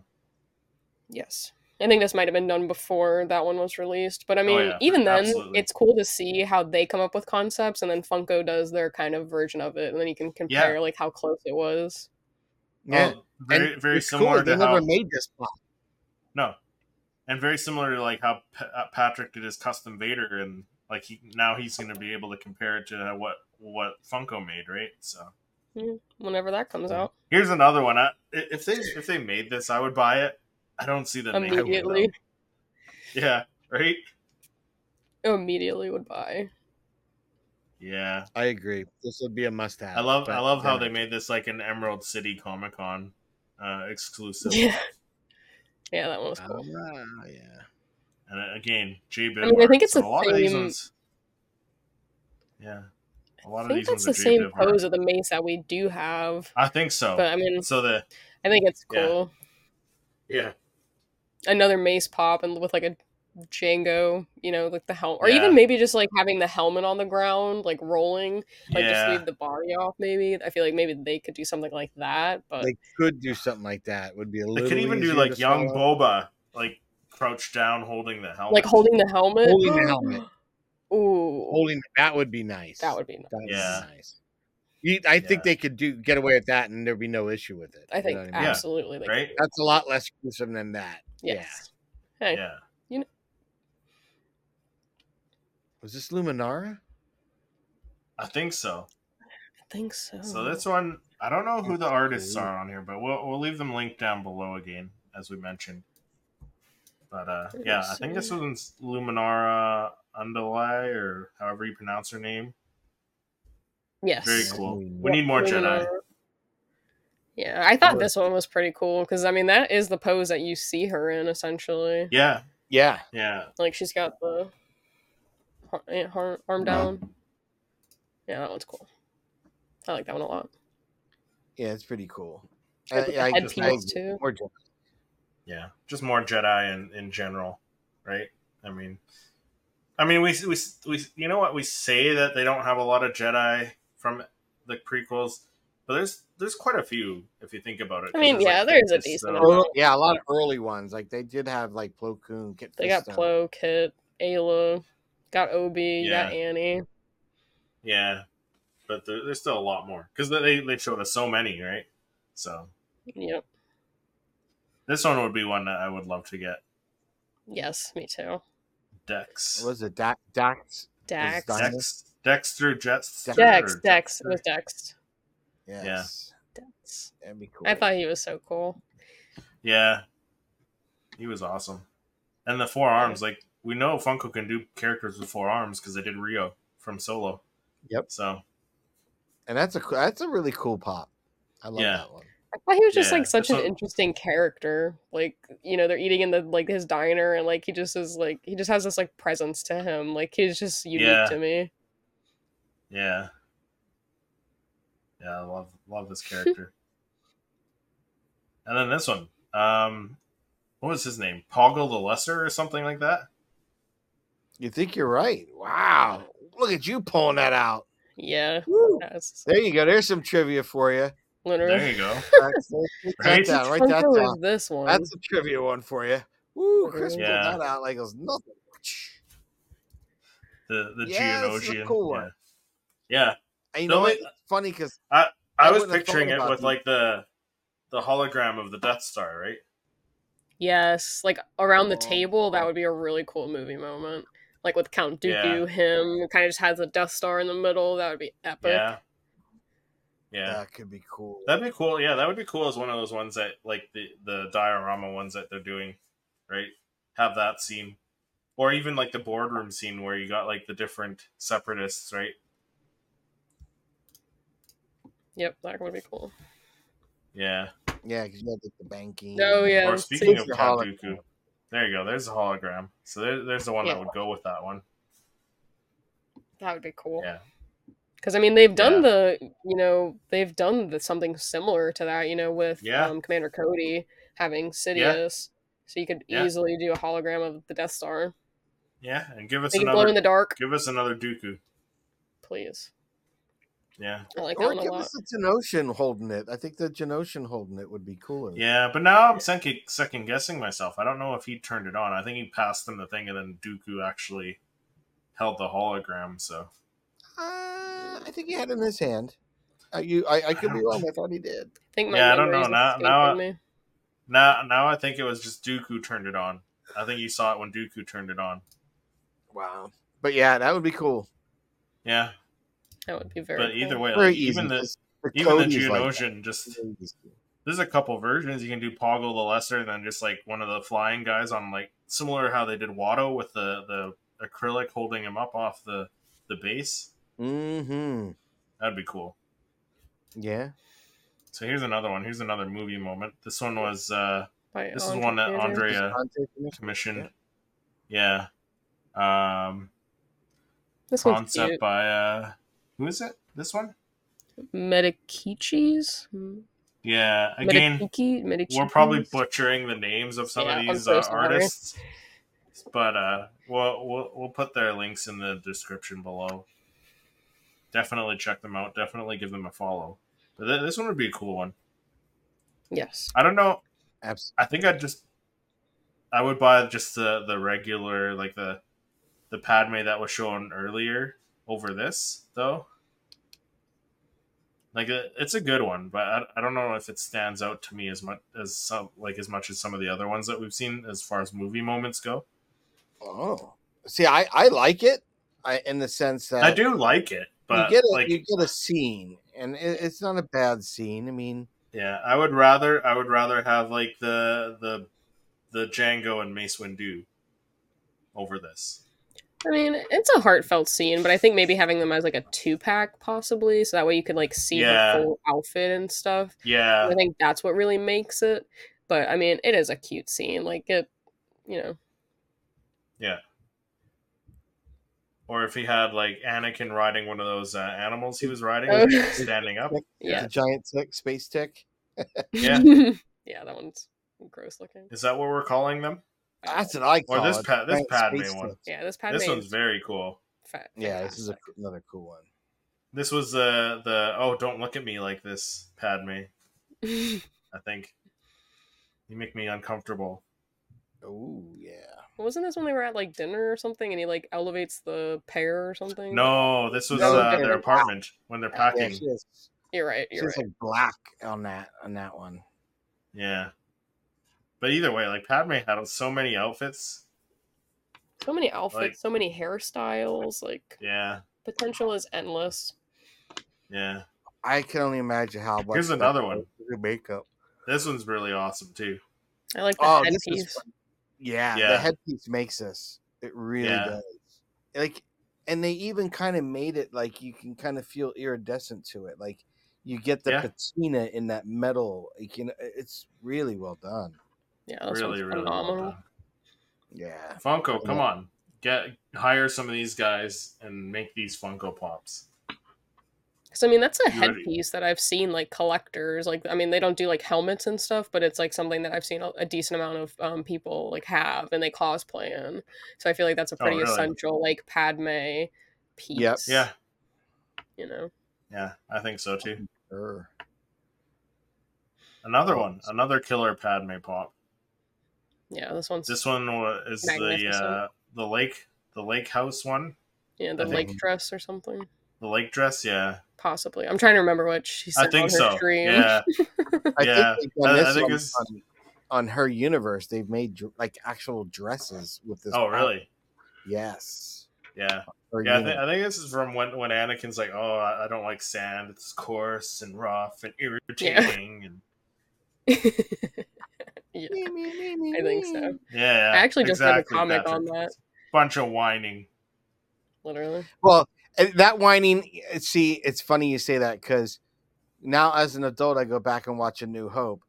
Speaker 3: Yes. I think this might have been done before that one was released. But I mean,
Speaker 1: Oh, yeah,
Speaker 3: even then,
Speaker 1: absolutely.
Speaker 3: it's cool to see how they come up with concepts and then Funko does their kind of version of it. And then you can compare like how close it was.
Speaker 2: Yeah,
Speaker 1: Well, oh, very
Speaker 2: and
Speaker 1: very
Speaker 2: it's cool,
Speaker 1: similar
Speaker 2: They
Speaker 1: to how
Speaker 2: never made this box.
Speaker 1: no, and very similar to like how P- uh, Patrick did his custom Vader, and like he now he's going to be able to compare it to what what Funko made, right? So
Speaker 3: Whenever that comes out,
Speaker 1: here's another one. I, i- if they if they made this, I would buy it. I don't see them making it,
Speaker 3: immediately,
Speaker 1: though. Yeah, right.
Speaker 3: immediately would buy.
Speaker 1: Yeah.
Speaker 2: I agree. This would be a must-have.
Speaker 1: I love
Speaker 2: but
Speaker 1: I love how
Speaker 2: they're
Speaker 1: they made this like an Emerald City Comic Con uh, exclusive.
Speaker 3: *laughs* Yeah, yeah, that one was
Speaker 1: Uh,
Speaker 2: not.
Speaker 3: cool.
Speaker 2: Ah, yeah.
Speaker 1: And uh, again, J Bib.
Speaker 3: I mean, I think it's the
Speaker 1: a lot of these
Speaker 3: same-
Speaker 1: ones. Yeah, a lot
Speaker 3: I
Speaker 1: of
Speaker 3: think
Speaker 1: these ones
Speaker 3: that's the
Speaker 1: are
Speaker 3: same
Speaker 1: J-Bib art.
Speaker 3: pose of the mace that we do have.
Speaker 1: I think so.
Speaker 3: But I mean,
Speaker 1: so the
Speaker 3: I think it's
Speaker 1: Yeah.
Speaker 3: cool.
Speaker 1: yeah,
Speaker 3: Another mace pop and with like a Django, you know, like the helm, or
Speaker 1: Yeah.
Speaker 3: even maybe just like having the helmet on the ground, like rolling, like
Speaker 1: yeah,
Speaker 3: just leave the body off. Maybe I feel like maybe they could do something like that, but
Speaker 2: They could do something like that. Would be a little.
Speaker 1: they could even do
Speaker 2: easier
Speaker 1: like
Speaker 2: to
Speaker 1: young
Speaker 2: swallow.
Speaker 1: Boba, like crouched down holding the helmet.
Speaker 3: like holding the helmet,
Speaker 2: Holding
Speaker 3: *gasps*
Speaker 2: the helmet.
Speaker 3: Ooh,
Speaker 2: holding. That would be nice.
Speaker 3: that would be. Nice.
Speaker 2: That would
Speaker 1: Yeah.
Speaker 2: be nice. You, I
Speaker 1: Yeah.
Speaker 2: think they could do get away with that, and there'd be no issue with it.
Speaker 3: I
Speaker 2: You
Speaker 3: think
Speaker 2: know what
Speaker 1: Yeah.
Speaker 3: absolutely, they could
Speaker 1: right.
Speaker 3: do
Speaker 2: that's a lot less gruesome than that.
Speaker 3: it. Yes. Hey,
Speaker 1: Yeah,
Speaker 2: Was this Luminara?
Speaker 1: I think so.
Speaker 3: I think so.
Speaker 1: So this one, I don't know who the artists are on here, but we'll we'll leave them linked down below again, as we mentioned. But uh, yeah, I think this one's Luminara Underlie, or however you pronounce her name.
Speaker 3: yes,
Speaker 1: Very cool. We
Speaker 2: Mm.
Speaker 3: Yep,
Speaker 1: need more
Speaker 3: we
Speaker 1: Jedi.
Speaker 3: are. Yeah, I thought this one was pretty cool because I mean that is the pose that you see her in essentially.
Speaker 1: Yeah,
Speaker 2: Yeah.
Speaker 1: yeah,
Speaker 3: Like she's got the har- eh, har- arm
Speaker 2: Mm-hmm.
Speaker 3: down. Yeah, that one's cool. I like that one a lot.
Speaker 2: Yeah, it's pretty cool. Uh,
Speaker 3: Good with the
Speaker 2: I-
Speaker 3: headpiece,
Speaker 2: I-
Speaker 3: too.
Speaker 2: more Jedi.
Speaker 1: yeah. Just more Jedi in in general, right? I mean, I mean, we we we you know what we say that they don't have a lot of Jedi from the prequels, but there's there's quite a few if you think about it.
Speaker 3: I mean,
Speaker 1: 'cause there's,
Speaker 3: yeah,
Speaker 1: like,
Speaker 3: there is a
Speaker 1: Sidious,
Speaker 3: decent
Speaker 1: so-
Speaker 3: amount.
Speaker 2: Earl- yeah, a lot of early ones. Like they did have like Plo Koon. Kit
Speaker 3: They got
Speaker 2: Fisto.
Speaker 3: Plo, Kit, Ayla, got Obi, you got
Speaker 1: Yeah.
Speaker 3: Annie.
Speaker 1: Yeah, but there, there's still a lot more because they they showed us so many, right? So
Speaker 3: Yep.
Speaker 1: this one would be one that I would love to get.
Speaker 3: Yes, me too.
Speaker 1: Dex,
Speaker 2: What was it Da- Dax?
Speaker 3: Dax.
Speaker 2: Dino?
Speaker 1: Dex, Dex through Jets,
Speaker 2: Dex.
Speaker 3: Dex. Dex. It was Dex.
Speaker 2: Yes.
Speaker 3: Dex.
Speaker 2: That'd be cool.
Speaker 3: I thought he was so cool.
Speaker 1: Yeah, he was awesome. And the four arms, like we know Funko can do characters with four arms because they did Rio from Solo.
Speaker 2: Yep.
Speaker 1: So
Speaker 2: and that's a co- that's a really cool pop. I love
Speaker 1: Yeah.
Speaker 2: that one.
Speaker 3: I thought he was just
Speaker 1: Yeah,
Speaker 3: like
Speaker 1: that's
Speaker 3: such an
Speaker 1: what-
Speaker 3: interesting character. Like, you know, they're eating in the like his diner and like he just is like he just has this like presence to him. Like he's just unique
Speaker 1: Yeah.
Speaker 3: to me.
Speaker 1: yeah, yeah, I love love
Speaker 2: *laughs*
Speaker 1: this character. and then this one, um, what was his name? Poggle the Lesser or something like that.
Speaker 2: You think you're right? Wow! Look at you pulling that out.
Speaker 3: Yeah.
Speaker 2: Woo.
Speaker 3: That's
Speaker 2: There you go. There's some trivia for you.
Speaker 1: There
Speaker 3: literally
Speaker 1: you go.
Speaker 2: That's, write that
Speaker 1: Right?
Speaker 2: down.
Speaker 3: Which
Speaker 2: Write that
Speaker 3: Funko
Speaker 2: down.
Speaker 3: is this one.
Speaker 2: That's a trivia one for you. Woo! Chris
Speaker 1: Yeah.
Speaker 2: pulled that out like it was nothing.
Speaker 1: The
Speaker 2: *laughs*
Speaker 1: the
Speaker 2: Yeah, this is a
Speaker 1: Geonosian.
Speaker 2: cool one.
Speaker 1: Yeah. yeah.
Speaker 2: And you
Speaker 1: The
Speaker 2: know
Speaker 1: only-
Speaker 2: what? It's funny because
Speaker 1: I,
Speaker 2: I
Speaker 1: was
Speaker 2: wouldn't have thought
Speaker 1: picturing it
Speaker 2: about
Speaker 1: with
Speaker 2: it.
Speaker 1: like the the hologram of the Death Star, right?
Speaker 3: Yes, like around the
Speaker 2: Oh,
Speaker 3: table, that
Speaker 2: oh.
Speaker 3: would be a really cool movie moment. Like with Count
Speaker 1: Yeah.
Speaker 3: Dooku, him kind of just has a Death Star in the middle. That would be epic.
Speaker 1: Yeah. Yeah.
Speaker 2: that could be cool.
Speaker 1: That'd be cool. Yeah, that would be cool as one of those ones that like the the diorama ones that they're doing, right? Have that scene. Or even like the boardroom scene where you got like the different separatists, right?
Speaker 3: Yep, that would be cool.
Speaker 1: Yeah.
Speaker 2: Yeah, because you had like, the banking.
Speaker 3: Oh
Speaker 2: and-
Speaker 3: yeah,
Speaker 1: or
Speaker 3: that's-
Speaker 1: speaking
Speaker 2: it's
Speaker 1: of
Speaker 2: the
Speaker 1: Count
Speaker 2: hologram.
Speaker 1: Dooku, there you go. There's a hologram. So there, there's the one
Speaker 3: Yeah.
Speaker 1: that would go with that one.
Speaker 3: that would be cool.
Speaker 1: Yeah.
Speaker 3: Because I mean, they've done
Speaker 1: Yeah.
Speaker 3: the you know they've done the, something similar to that you know with
Speaker 1: Yeah.
Speaker 3: um, Commander Cody having Sidious, So you could
Speaker 1: Yeah.
Speaker 3: easily do a hologram of the Death Star.
Speaker 1: Yeah, and give us
Speaker 3: Make it glow
Speaker 1: another.
Speaker 3: in the dark,
Speaker 1: Give us another Dooku.
Speaker 3: please.
Speaker 1: Yeah,
Speaker 3: I like that
Speaker 2: Or
Speaker 3: one a
Speaker 2: give
Speaker 3: lot.
Speaker 2: us a Genosian holding it. I think the Genosian holding it would be cooler.
Speaker 1: yeah. But now I'm second second guessing myself. I don't know if he turned it on. I think he passed them the thing, and then Dooku actually held the hologram. So
Speaker 2: Uh, I think he had it in his hand. Uh, you, I, I could be
Speaker 1: don't-
Speaker 2: wrong. I thought he did.
Speaker 3: I think my
Speaker 1: Yeah, I don't
Speaker 3: memories
Speaker 1: know. Now-
Speaker 3: escaping
Speaker 1: now I-
Speaker 3: me.
Speaker 1: now now I think it was just Dooku turned it on. I think you saw it when Dooku turned it on.
Speaker 2: Wow. But yeah, that would be cool.
Speaker 1: Yeah,
Speaker 3: That would be very.
Speaker 1: but either
Speaker 3: cool.
Speaker 1: way,
Speaker 2: Very
Speaker 1: like,
Speaker 2: easy.
Speaker 1: even the
Speaker 2: Just the
Speaker 1: even the
Speaker 2: code is like that.
Speaker 1: Geonosian just there's a couple versions you can do Poggle the Lesser, and then just like one of the flying guys on like similar how they did Watto with the the acrylic holding him up off the the base.
Speaker 2: Mm-hmm.
Speaker 1: That'd be cool.
Speaker 2: Yeah.
Speaker 1: So here's another one. Here's another movie moment. This one was uh
Speaker 3: By
Speaker 1: this is
Speaker 3: Andre
Speaker 1: one that
Speaker 3: Andrew.
Speaker 1: Andre-
Speaker 2: Just
Speaker 1: uh,
Speaker 2: contact me.
Speaker 1: commissioned. Yeah. Um
Speaker 3: This one's
Speaker 1: concept
Speaker 3: cute.
Speaker 1: by uh who is it? This one?
Speaker 3: Medikichis. Hmm.
Speaker 1: Yeah. Again,
Speaker 3: Mediki, Medici.
Speaker 1: we're probably butchering the names of some
Speaker 3: Yeah, I'm
Speaker 1: of these
Speaker 3: so
Speaker 1: uh,
Speaker 3: sorry.
Speaker 1: artists, but uh, we'll, we'll we'll put their links in the description below. Definitely check them out. Definitely give them a follow. But th- this one would be a cool one.
Speaker 3: Yes.
Speaker 1: I don't know.
Speaker 2: Abs-
Speaker 1: I think I'd just I would buy just the the regular like the the Padme that was shown earlier over this though. Like it- it's a good one, but I, I don't know if it stands out to me as much as some like as much as some of the other ones that we've seen as far as movie moments go.
Speaker 2: Oh. See, I, I like it I, in the sense that
Speaker 1: I do like it, but
Speaker 2: you get a,
Speaker 1: like
Speaker 2: you get a scene, and it, it's not a bad scene. I mean,
Speaker 1: yeah, I would rather I would rather have like the the the Django and Mace Windu over this.
Speaker 3: I mean, it's a heartfelt scene, but I think maybe having them as like a two pack possibly, so that way you could like see
Speaker 1: Yeah.
Speaker 3: the full outfit and stuff.
Speaker 1: Yeah,
Speaker 3: I think that's what really makes it. But I mean, it is a cute scene. Like it, you know.
Speaker 1: or if he had like Anakin riding one of those uh, animals he was riding,
Speaker 3: Oh.
Speaker 1: *laughs*
Speaker 3: *laughs*
Speaker 1: standing up.
Speaker 2: the
Speaker 3: Yeah.
Speaker 2: giant tick, space tick.
Speaker 1: Yeah.
Speaker 3: yeah, that one's gross looking.
Speaker 1: Is that what we're calling them?
Speaker 2: That's what I
Speaker 1: Or
Speaker 2: call
Speaker 1: this
Speaker 2: it,
Speaker 1: pa- this
Speaker 2: giant
Speaker 1: Padme
Speaker 2: space
Speaker 1: one.
Speaker 2: tick.
Speaker 3: Yeah, this Padme.
Speaker 1: this one's
Speaker 3: is
Speaker 1: very cool.
Speaker 3: fa-
Speaker 2: Yeah, this is a,
Speaker 3: fantastic.
Speaker 2: another cool one.
Speaker 1: This was uh, the oh, don't look at me like this, Padme. I think you make me uncomfortable.
Speaker 2: Oh yeah.
Speaker 3: *laughs* Wasn't this when they were at like dinner or something, and he like elevates the pear or something?
Speaker 1: No, this was
Speaker 2: No,
Speaker 1: uh,
Speaker 2: they're
Speaker 1: their
Speaker 2: black.
Speaker 1: apartment when they're
Speaker 2: Yeah,
Speaker 1: packing.
Speaker 2: she has,
Speaker 3: you're right.
Speaker 2: she
Speaker 3: You're
Speaker 2: has
Speaker 3: right.
Speaker 2: like black on that on that one.
Speaker 1: Yeah, but either way, like Padme had so many outfits.
Speaker 3: So many outfits,
Speaker 1: like-
Speaker 3: so many hairstyles. Like
Speaker 1: Yeah,
Speaker 3: potential is endless.
Speaker 1: yeah.
Speaker 2: I can only imagine how. much
Speaker 1: Here's
Speaker 2: stuff
Speaker 1: another one.
Speaker 2: goes through Makeup.
Speaker 1: This one's really awesome too.
Speaker 3: I like the
Speaker 2: Oh, this is
Speaker 3: headpiece.
Speaker 2: fun. Yeah, the
Speaker 1: Yeah.
Speaker 2: headpiece makes us. It really
Speaker 1: Yeah.
Speaker 2: does. Like, and they even kind of made it like you can kind of feel iridescent to it. Like, you get the
Speaker 1: Yeah.
Speaker 2: patina in that metal. Like, you know, it's really well done.
Speaker 3: Yeah, that's
Speaker 1: really, really well
Speaker 3: phenomenal.
Speaker 1: done.
Speaker 2: Yeah.
Speaker 1: Funko, come
Speaker 2: Yeah.
Speaker 1: on. Get hire some of these guys and make these Funko Pops.
Speaker 3: Because I mean, that's a
Speaker 1: You already-
Speaker 3: headpiece that I've seen like collectors. Like, I mean, they don't do like helmets and stuff, but it's like something that I've seen a, a decent amount of um, people like have, and they cosplay in. So I feel like that's a pretty
Speaker 1: Oh, really?
Speaker 3: essential like Padme piece.
Speaker 2: Yep.
Speaker 1: Yeah,
Speaker 3: You know,
Speaker 1: yeah, I think so too.
Speaker 2: Sure.
Speaker 1: Another one, another killer Padme pop.
Speaker 3: yeah, this one's
Speaker 1: This one wa- is the
Speaker 3: Magnificent.
Speaker 1: uh, the lake the lake house one,
Speaker 3: yeah the
Speaker 1: I
Speaker 3: lake
Speaker 1: think-
Speaker 3: dress or something
Speaker 1: the lake dress. Yeah,
Speaker 3: possibly. I'm trying to remember what she said
Speaker 1: I think
Speaker 3: on her
Speaker 1: so.
Speaker 3: stream.
Speaker 1: Yeah, Yeah,
Speaker 2: I think they've done
Speaker 1: I- I
Speaker 2: this
Speaker 1: think
Speaker 2: on,
Speaker 1: it's-
Speaker 2: on, on her universe. They've made dr- like actual dresses with this.
Speaker 1: *laughs* Oh,
Speaker 2: pop.
Speaker 1: really?
Speaker 2: Yes.
Speaker 1: Yeah,
Speaker 2: Her
Speaker 1: yeah. I, thi-
Speaker 2: universe.
Speaker 1: I think this is from when when Anakin's like, "Oh, I, I don't like sand. It's coarse and rough and irritating." And
Speaker 3: *laughs*
Speaker 1: *laughs*
Speaker 3: Yeah,
Speaker 2: Me, me, me, me,
Speaker 3: I think
Speaker 2: me.
Speaker 3: so.
Speaker 1: yeah,
Speaker 3: I actually just read a
Speaker 1: exactly,
Speaker 3: comic on
Speaker 1: Patrick.
Speaker 3: that.
Speaker 1: Bunch of whining.
Speaker 3: Literally,
Speaker 2: Well, eh, that whining. eh, See, it's funny you say that because now, as an adult, I go back and watch A New Hope.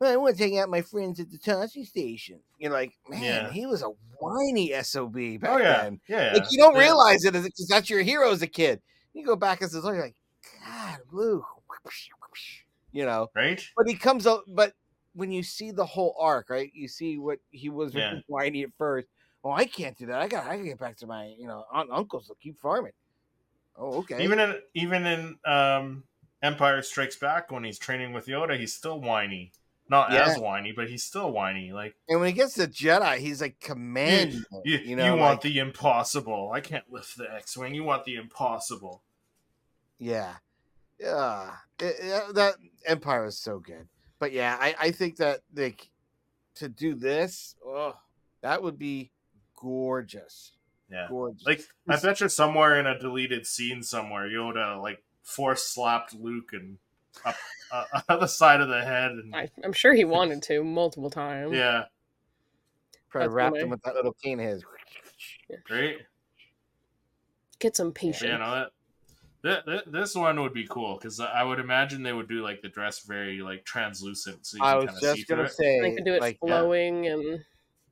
Speaker 2: Well, I want to take out my friends at the Tashi station. You're like, man,
Speaker 1: Yeah.
Speaker 2: he was a whiny sob back
Speaker 1: Oh yeah,
Speaker 2: then.
Speaker 1: yeah.
Speaker 2: Like you don't
Speaker 1: Yeah.
Speaker 2: realize it because that's your hero as a kid. You go back as an adult, you're like, God, Luke, *laughs* you know.
Speaker 1: right?
Speaker 2: But he comes up, but when you see the whole arc, right? You see what he was
Speaker 1: Yeah.
Speaker 2: with whiny at first. Oh, I can't do that. I got I gotta get back to my you know aunt and uncles to keep farming. Oh, okay.
Speaker 1: Even in even in um, Empire Strikes Back, when he's training with Yoda, he's still whiny. Not
Speaker 2: Yeah.
Speaker 1: as whiny, but he's still whiny. Like
Speaker 2: and when he gets to Jedi, he's like commanding. it,
Speaker 1: you,
Speaker 2: you know,
Speaker 1: you want
Speaker 2: like-
Speaker 1: the impossible. I can't lift the X-wing. You want the impossible.
Speaker 2: Yeah. Yeah. It- it- that Empire is so good. But yeah, I, I think that like to do this, oh, that would be gorgeous.
Speaker 1: Yeah.
Speaker 2: Gorgeous.
Speaker 1: Like I bet you somewhere in a deleted scene somewhere, Yoda like force slapped Luke and up uh, *laughs* on the side of the head, and
Speaker 3: I, I'm sure he wanted to multiple times.
Speaker 1: yeah,
Speaker 2: try to
Speaker 3: that's
Speaker 2: wrap
Speaker 3: my-
Speaker 2: them with that little cane of his.
Speaker 1: right.
Speaker 3: Get some
Speaker 1: But, you
Speaker 3: patience.
Speaker 1: know that. Th- th- this one would be cool because I would imagine they would do like the dress very like translucent, so you
Speaker 2: I
Speaker 1: can
Speaker 2: was
Speaker 1: kind of see
Speaker 2: just
Speaker 1: through
Speaker 2: gonna
Speaker 1: it.
Speaker 2: say
Speaker 3: and I could do it
Speaker 2: like
Speaker 1: yeah.
Speaker 3: flowing and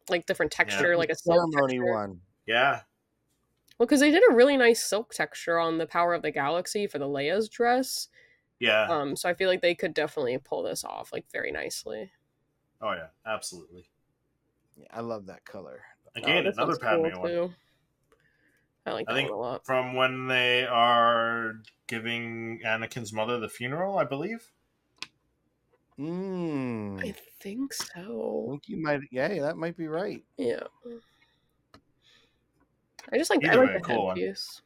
Speaker 3: like different texture, like a silk
Speaker 2: ceremony
Speaker 3: texture. Well, 'cause
Speaker 2: one.
Speaker 1: Yeah,
Speaker 3: Well, because they did a really nice silk texture on the Power of the Galaxy for the Leia's dress.
Speaker 1: yeah.
Speaker 3: Um, so I feel like they could definitely pull this off like very nicely.
Speaker 1: oh yeah, absolutely.
Speaker 2: Yeah, I love that color.
Speaker 1: Again,
Speaker 3: oh, this
Speaker 1: another
Speaker 3: one's cool,
Speaker 1: Padme one
Speaker 3: too. I like
Speaker 1: I
Speaker 3: that
Speaker 1: think-
Speaker 3: one a lot.
Speaker 1: from when they are giving Anakin's mother the funeral, I believe.
Speaker 2: Mm.
Speaker 3: I
Speaker 2: I
Speaker 3: think so.
Speaker 2: think you might yeah, that might be right.
Speaker 3: Yeah.
Speaker 2: Mm-hmm.
Speaker 3: I just like I
Speaker 1: Either
Speaker 3: like
Speaker 1: way,
Speaker 3: the
Speaker 1: cool one.
Speaker 3: headpiece.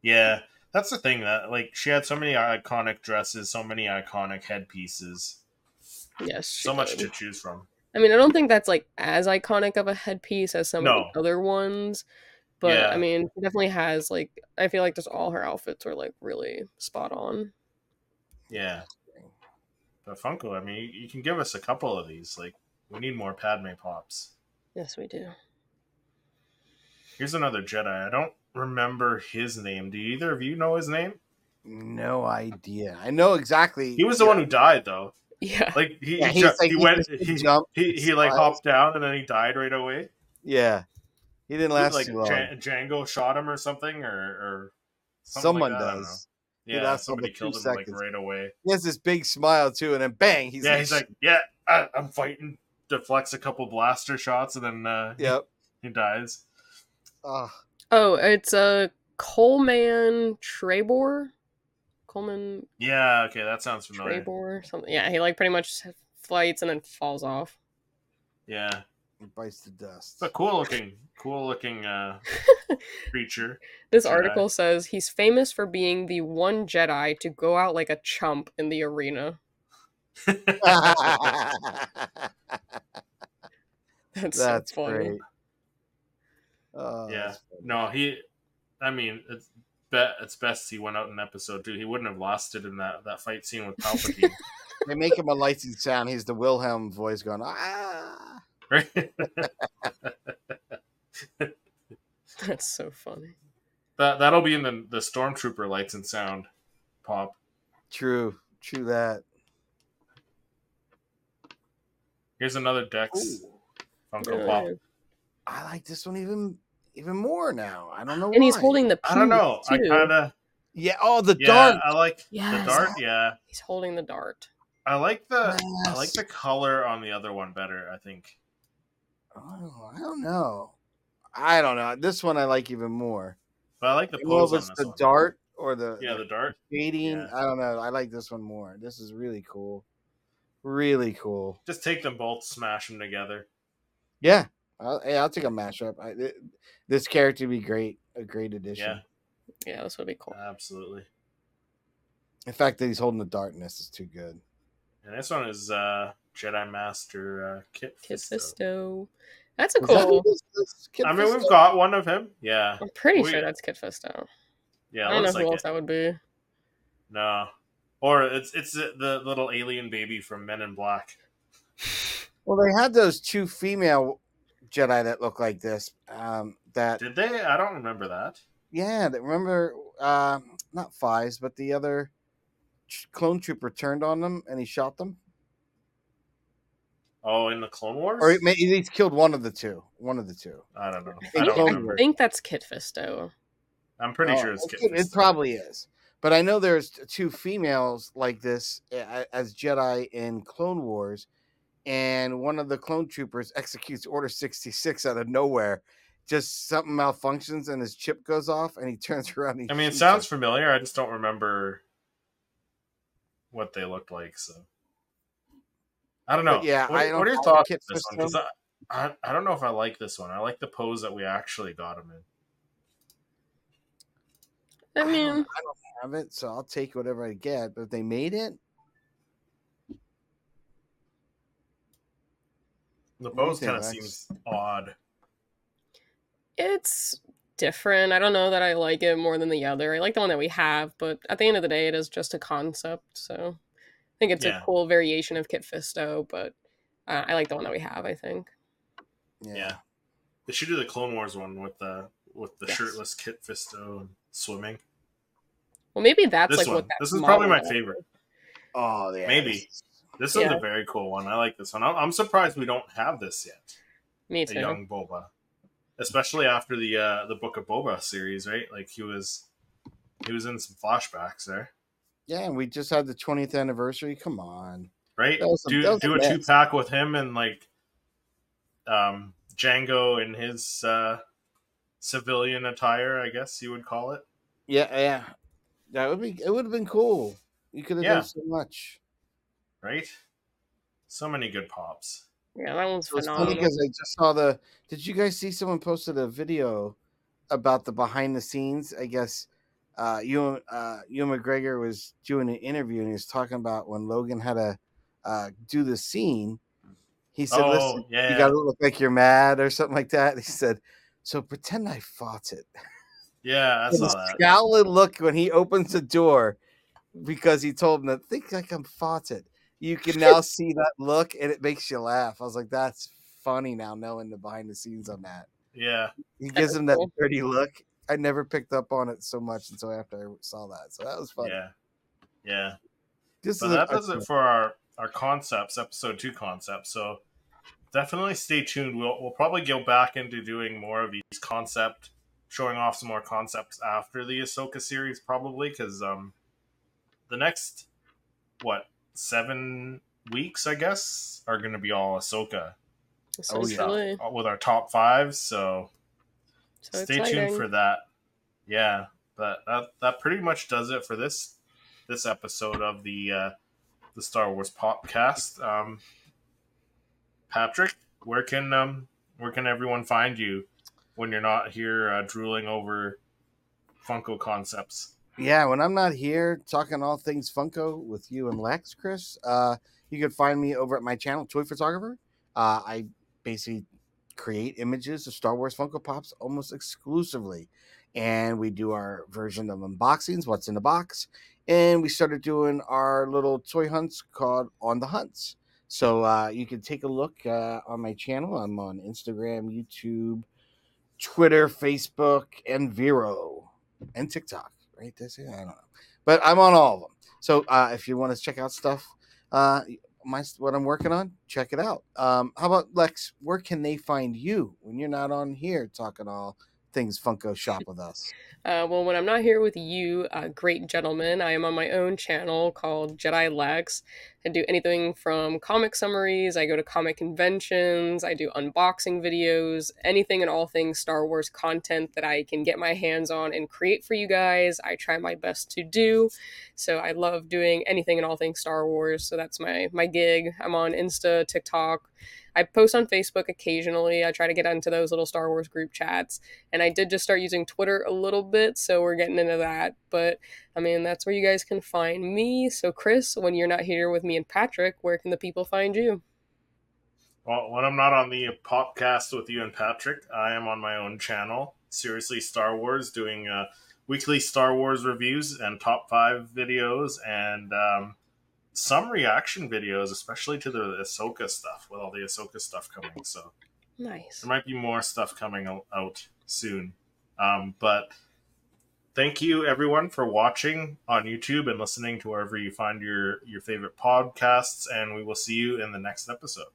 Speaker 1: Yeah, that's the thing that like she had so many iconic dresses, so many iconic headpieces,
Speaker 3: Yes. she
Speaker 1: so much
Speaker 3: did.
Speaker 1: to choose from.
Speaker 3: I mean, I don't think that's like as iconic of a headpiece as some of the
Speaker 1: No.
Speaker 3: other ones, but
Speaker 1: Yeah.
Speaker 3: I mean, she definitely has like I feel like just all her outfits were like really spot on.
Speaker 1: Yeah, but Funko, I mean, you, you can give us a couple of these. Like, we need more Padme pops.
Speaker 3: Yes, we do.
Speaker 1: Here's another Jedi. I don't remember his name. Do either of you know his name?
Speaker 2: No idea. I know exactly.
Speaker 1: He was the one who died, though.
Speaker 3: Yeah.
Speaker 1: Like he
Speaker 2: Yeah,
Speaker 1: he,
Speaker 2: he's
Speaker 1: ju-
Speaker 2: like-
Speaker 1: he
Speaker 2: he
Speaker 1: went
Speaker 2: just
Speaker 1: he,
Speaker 2: jumped,
Speaker 1: he he like
Speaker 2: smiles.
Speaker 1: hopped down and then he died right away.
Speaker 2: Yeah. He didn't last
Speaker 1: like
Speaker 2: too long.
Speaker 1: Jan- Django shot him or something, or, or something
Speaker 2: Someone
Speaker 1: like that, I don't
Speaker 2: does.
Speaker 1: know.
Speaker 2: He
Speaker 1: Yeah,
Speaker 2: lasts
Speaker 1: somebody
Speaker 2: over two
Speaker 1: killed him
Speaker 2: seconds.
Speaker 1: like right away.
Speaker 2: He has this big smile too, and then bang, he's
Speaker 1: yeah,
Speaker 2: like,
Speaker 1: he's like, yeah, I, I'm fighting. Deflects a couple blaster shots and then uh,
Speaker 2: *laughs* yep.
Speaker 1: he dies.
Speaker 2: Ugh.
Speaker 3: Oh, it's a Coleman Trebor. Coleman
Speaker 1: Yeah, okay, that sounds familiar.
Speaker 3: Trebor something. Yeah, he like pretty much flights and then falls off. *laughs*
Speaker 1: Yeah,
Speaker 2: It bites the dust.
Speaker 1: *laughs*
Speaker 2: *laughs*
Speaker 1: it's a cool looking, cool looking uh, creature. *laughs*
Speaker 3: This
Speaker 1: Jedi.
Speaker 3: article says he's famous for being the one Jedi to go out like a chump in the arena. *laughs* That's,
Speaker 2: That's
Speaker 3: so funny.
Speaker 2: great. Oh,
Speaker 1: Yeah.
Speaker 2: that's funny.
Speaker 1: no, he. I mean, it's bet it's best he went out in episode two. He wouldn't have lost it in that that fight scene with Palpatine, *laughs*
Speaker 2: They make him a licensed sound. He's the Wilhelm voice going, ah.
Speaker 1: right?
Speaker 3: That's so funny.
Speaker 1: That that'll be in the the stormtrooper lights and sound pop.
Speaker 2: True. True that.
Speaker 1: Here's another Dex
Speaker 2: Ooh.
Speaker 1: Funko
Speaker 3: Yeah.
Speaker 1: Pop.
Speaker 2: I like this one even even more now. I don't know
Speaker 3: And he's
Speaker 2: why.
Speaker 3: holding the
Speaker 1: I don't
Speaker 3: piece,
Speaker 1: know. I
Speaker 3: too.
Speaker 1: kind of
Speaker 2: Yeah. Oh, the
Speaker 1: yeah.
Speaker 2: dart.
Speaker 1: I like
Speaker 3: Yes.
Speaker 1: the dart. Yeah,
Speaker 3: He's holding the dart.
Speaker 1: I like the uh, I
Speaker 2: Yes.
Speaker 1: like the color on the other one better. I think.
Speaker 2: Oh, I don't know. I don't know. This one I like even more.
Speaker 1: But I like the
Speaker 2: I don't know
Speaker 1: pose
Speaker 2: if
Speaker 1: on
Speaker 2: it's
Speaker 1: this
Speaker 2: the
Speaker 1: one.
Speaker 2: dart or the,
Speaker 1: Yeah, the dart.
Speaker 2: shading.
Speaker 1: yeah.
Speaker 2: I don't know. I like this one more. This is really cool. Really cool.
Speaker 1: Just take them both, smash them together.
Speaker 2: Yeah. I'll, hey, I'll take a mashup. I, th- this character would be great. A great addition.
Speaker 1: Yeah.
Speaker 3: Yeah, this would be cool.
Speaker 1: Absolutely.
Speaker 2: In fact, that he's holding the dart in this is too good.
Speaker 1: And this one is uh Jedi Master uh, Kit.
Speaker 3: Kid
Speaker 1: Fisto.
Speaker 3: Fisto. That's a
Speaker 2: Is that who
Speaker 3: cool.
Speaker 2: this is? Kid
Speaker 1: I mean,
Speaker 2: Fisto?
Speaker 1: we've got one of him. Yeah.
Speaker 3: I'm pretty
Speaker 1: we-
Speaker 3: sure that's Kid Fisto.
Speaker 1: Yeah. It
Speaker 3: I don't know
Speaker 1: looks
Speaker 3: who
Speaker 1: like
Speaker 3: else
Speaker 1: it.
Speaker 3: that would be.
Speaker 1: No. Or it's it's the, the little alien baby from Men in Black.
Speaker 2: Well, they had those two female Jedi that look like this. Um, that
Speaker 1: Did they? I don't remember that.
Speaker 2: yeah, that remember um, not Fives, but the other ch- clone trooper turned on them and he shot them,
Speaker 1: Oh, in the Clone Wars?
Speaker 2: or he, may- he's killed one of the two. One of the two.
Speaker 1: I don't know.
Speaker 3: I
Speaker 1: I
Speaker 3: think,
Speaker 1: don't
Speaker 2: Clone
Speaker 3: I
Speaker 1: remember.
Speaker 2: Wars.
Speaker 3: think that's Kid Fisto.
Speaker 1: I'm pretty
Speaker 2: Oh,
Speaker 1: sure it's Kit
Speaker 2: it, it
Speaker 1: Fisto.
Speaker 2: probably is. But I know there's t- two females like this a- a- as Jedi in Clone Wars, and one of the clone troopers executes Order 66 out of nowhere. Just something malfunctions and his chip goes off, and he *laughs* turns around. And
Speaker 1: I mean, it
Speaker 2: shoots
Speaker 1: sounds
Speaker 2: him.
Speaker 1: familiar. I just don't remember what they looked like. So I don't know.
Speaker 2: But yeah,
Speaker 1: what,
Speaker 2: I don't
Speaker 1: what are your
Speaker 2: like
Speaker 1: thoughts on
Speaker 2: Kit
Speaker 1: this one? 'Cause I, I, I don't know if I like this one. I like the pose that we actually got him in.
Speaker 3: I
Speaker 2: don't-
Speaker 3: mean,
Speaker 2: I don't have it, so I'll take whatever I get. But if they made it,
Speaker 1: The
Speaker 2: What do you
Speaker 1: pose
Speaker 2: think,
Speaker 1: kind of
Speaker 2: Lex?
Speaker 1: seems odd.
Speaker 3: it's different. I don't know that I like it more than the other. I like the one that we have, but at the end of the day, it is just a concept. So I think it's
Speaker 1: Yeah.
Speaker 3: a cool variation of Kit Fisto, but uh, I like the one that we have. I think.
Speaker 2: yeah,
Speaker 1: Yeah. They should do the Clone Wars one with the with the
Speaker 3: Yes.
Speaker 1: shirtless Kit Fisto and swimming.
Speaker 3: Well, maybe that's
Speaker 1: this
Speaker 3: like
Speaker 1: one.
Speaker 3: what that
Speaker 1: This is probably my
Speaker 3: model-
Speaker 1: favorite.
Speaker 2: oh, yeah,
Speaker 1: Maybe.
Speaker 2: this is-
Speaker 1: This is
Speaker 3: Yeah.
Speaker 1: a very cool one. I like this one. I'm, I'm surprised we don't have this yet.
Speaker 3: Me
Speaker 1: a
Speaker 3: too.
Speaker 1: young Boba, especially after the uh, the Book of Boba series, right? Like he was he was in some flashbacks there,
Speaker 2: yeah. And we just had the 20th anniversary. Come on,
Speaker 1: right?
Speaker 2: That was a-
Speaker 1: do
Speaker 2: that was a
Speaker 1: do a
Speaker 2: mess.
Speaker 1: two pack with him and like um, Django in his uh, civilian attire, I guess you would call it.
Speaker 2: yeah, yeah, that would be it. Would have been cool. You could have
Speaker 1: Yeah.
Speaker 2: done so much.
Speaker 1: right? So many good pops.
Speaker 3: Yeah, that one's
Speaker 2: It's funny
Speaker 3: phenomenal.
Speaker 2: because I just saw the. Did you guys see someone posted a video about the behind the scenes? I guess uh, you uh, Ewan McGregor was doing an interview and he was talking about when Logan had to uh, do the scene. He said, "Listen,
Speaker 1: oh yeah,
Speaker 2: you got to look like you're mad or something like that." He said, "So pretend I fought it."
Speaker 1: yeah, I
Speaker 2: And
Speaker 1: saw
Speaker 2: the
Speaker 1: that.
Speaker 2: scowling look when he opens the door because he told him to think like I'm fought it. You can
Speaker 1: *laughs*
Speaker 2: now see that look and it makes you laugh. I was like, that's funny now knowing the behind the scenes on that.
Speaker 1: Yeah,
Speaker 2: He
Speaker 3: That
Speaker 2: gives
Speaker 3: is
Speaker 2: him that
Speaker 3: cool.
Speaker 2: dirty look. I never picked up on it so much until after I saw that. So that was funny.
Speaker 1: yeah, yeah.
Speaker 2: This
Speaker 1: So
Speaker 2: is an
Speaker 1: that does
Speaker 2: excellent-
Speaker 1: it for our our concepts, episode two concepts. So definitely stay tuned. We'll we'll probably go back into doing more of these concept, showing off some more concepts after the Ahsoka series, probably because um, the next what seven weeks, I guess, are going to be all Ahsoka
Speaker 3: So
Speaker 2: Oh, yeah.
Speaker 3: silly.
Speaker 1: uh, with our top five. So
Speaker 3: So
Speaker 1: stay
Speaker 3: exciting.
Speaker 1: tuned for that. Yeah, but that that pretty much does it for this this episode of the uh, the Star Wars podcast. Um, Patrick, where can um where can everyone find you when you're not here uh, drooling over Funko concepts?
Speaker 2: Yeah, when I'm not here talking all things Funko with you and Lex, Chris, uh, you can find me over at my channel, Toy Photographer. Uh, I basically create images of Star Wars Funko Pops almost exclusively. And we do our version of unboxings, what's in the box. And we started doing our little toy hunts called On the Hunts. So uh, you can take a look uh, on my channel. I'm on Instagram, YouTube, Twitter, Facebook, and Vero and TikTok, right? That's it. I don't know, but I'm on all of them. So uh, if you want to check out stuff, uh, my what I'm working on, check it out. Um, how about Lex? Where can they find you when you're not on here talking all things Funko Shop with us?
Speaker 3: Uh, well, when I'm not here with you, uh, great gentlemen, I am on my own channel called Jedi Lex. I do anything from comic summaries, I go to comic conventions, I do unboxing videos, anything and all things Star Wars content that I can get my hands on and create for you guys. I try my best to do. So I love doing anything and all things Star Wars. So that's my my gig. I'm on Insta, TikTok. I post on Facebook occasionally. I try to get into those little Star Wars group chats and I did just start using Twitter a little bit, so we're getting into that. But I mean, that's where you guys can find me. So, Chris, when you're not here with me and Patrick, where can the people find you?
Speaker 1: Well, when I'm not on the podcast with you and Patrick, I am on my own channel, Seriously Star Wars, doing uh, weekly Star Wars reviews and top five videos and um, some reaction videos, especially to the Ahsoka stuff, with all the Ahsoka stuff coming. So
Speaker 3: Nice.
Speaker 1: there might be more stuff coming o- out soon. Um, but thank you everyone for watching on YouTube and listening to wherever you find your, your favorite podcasts, and we will see you in the next episode.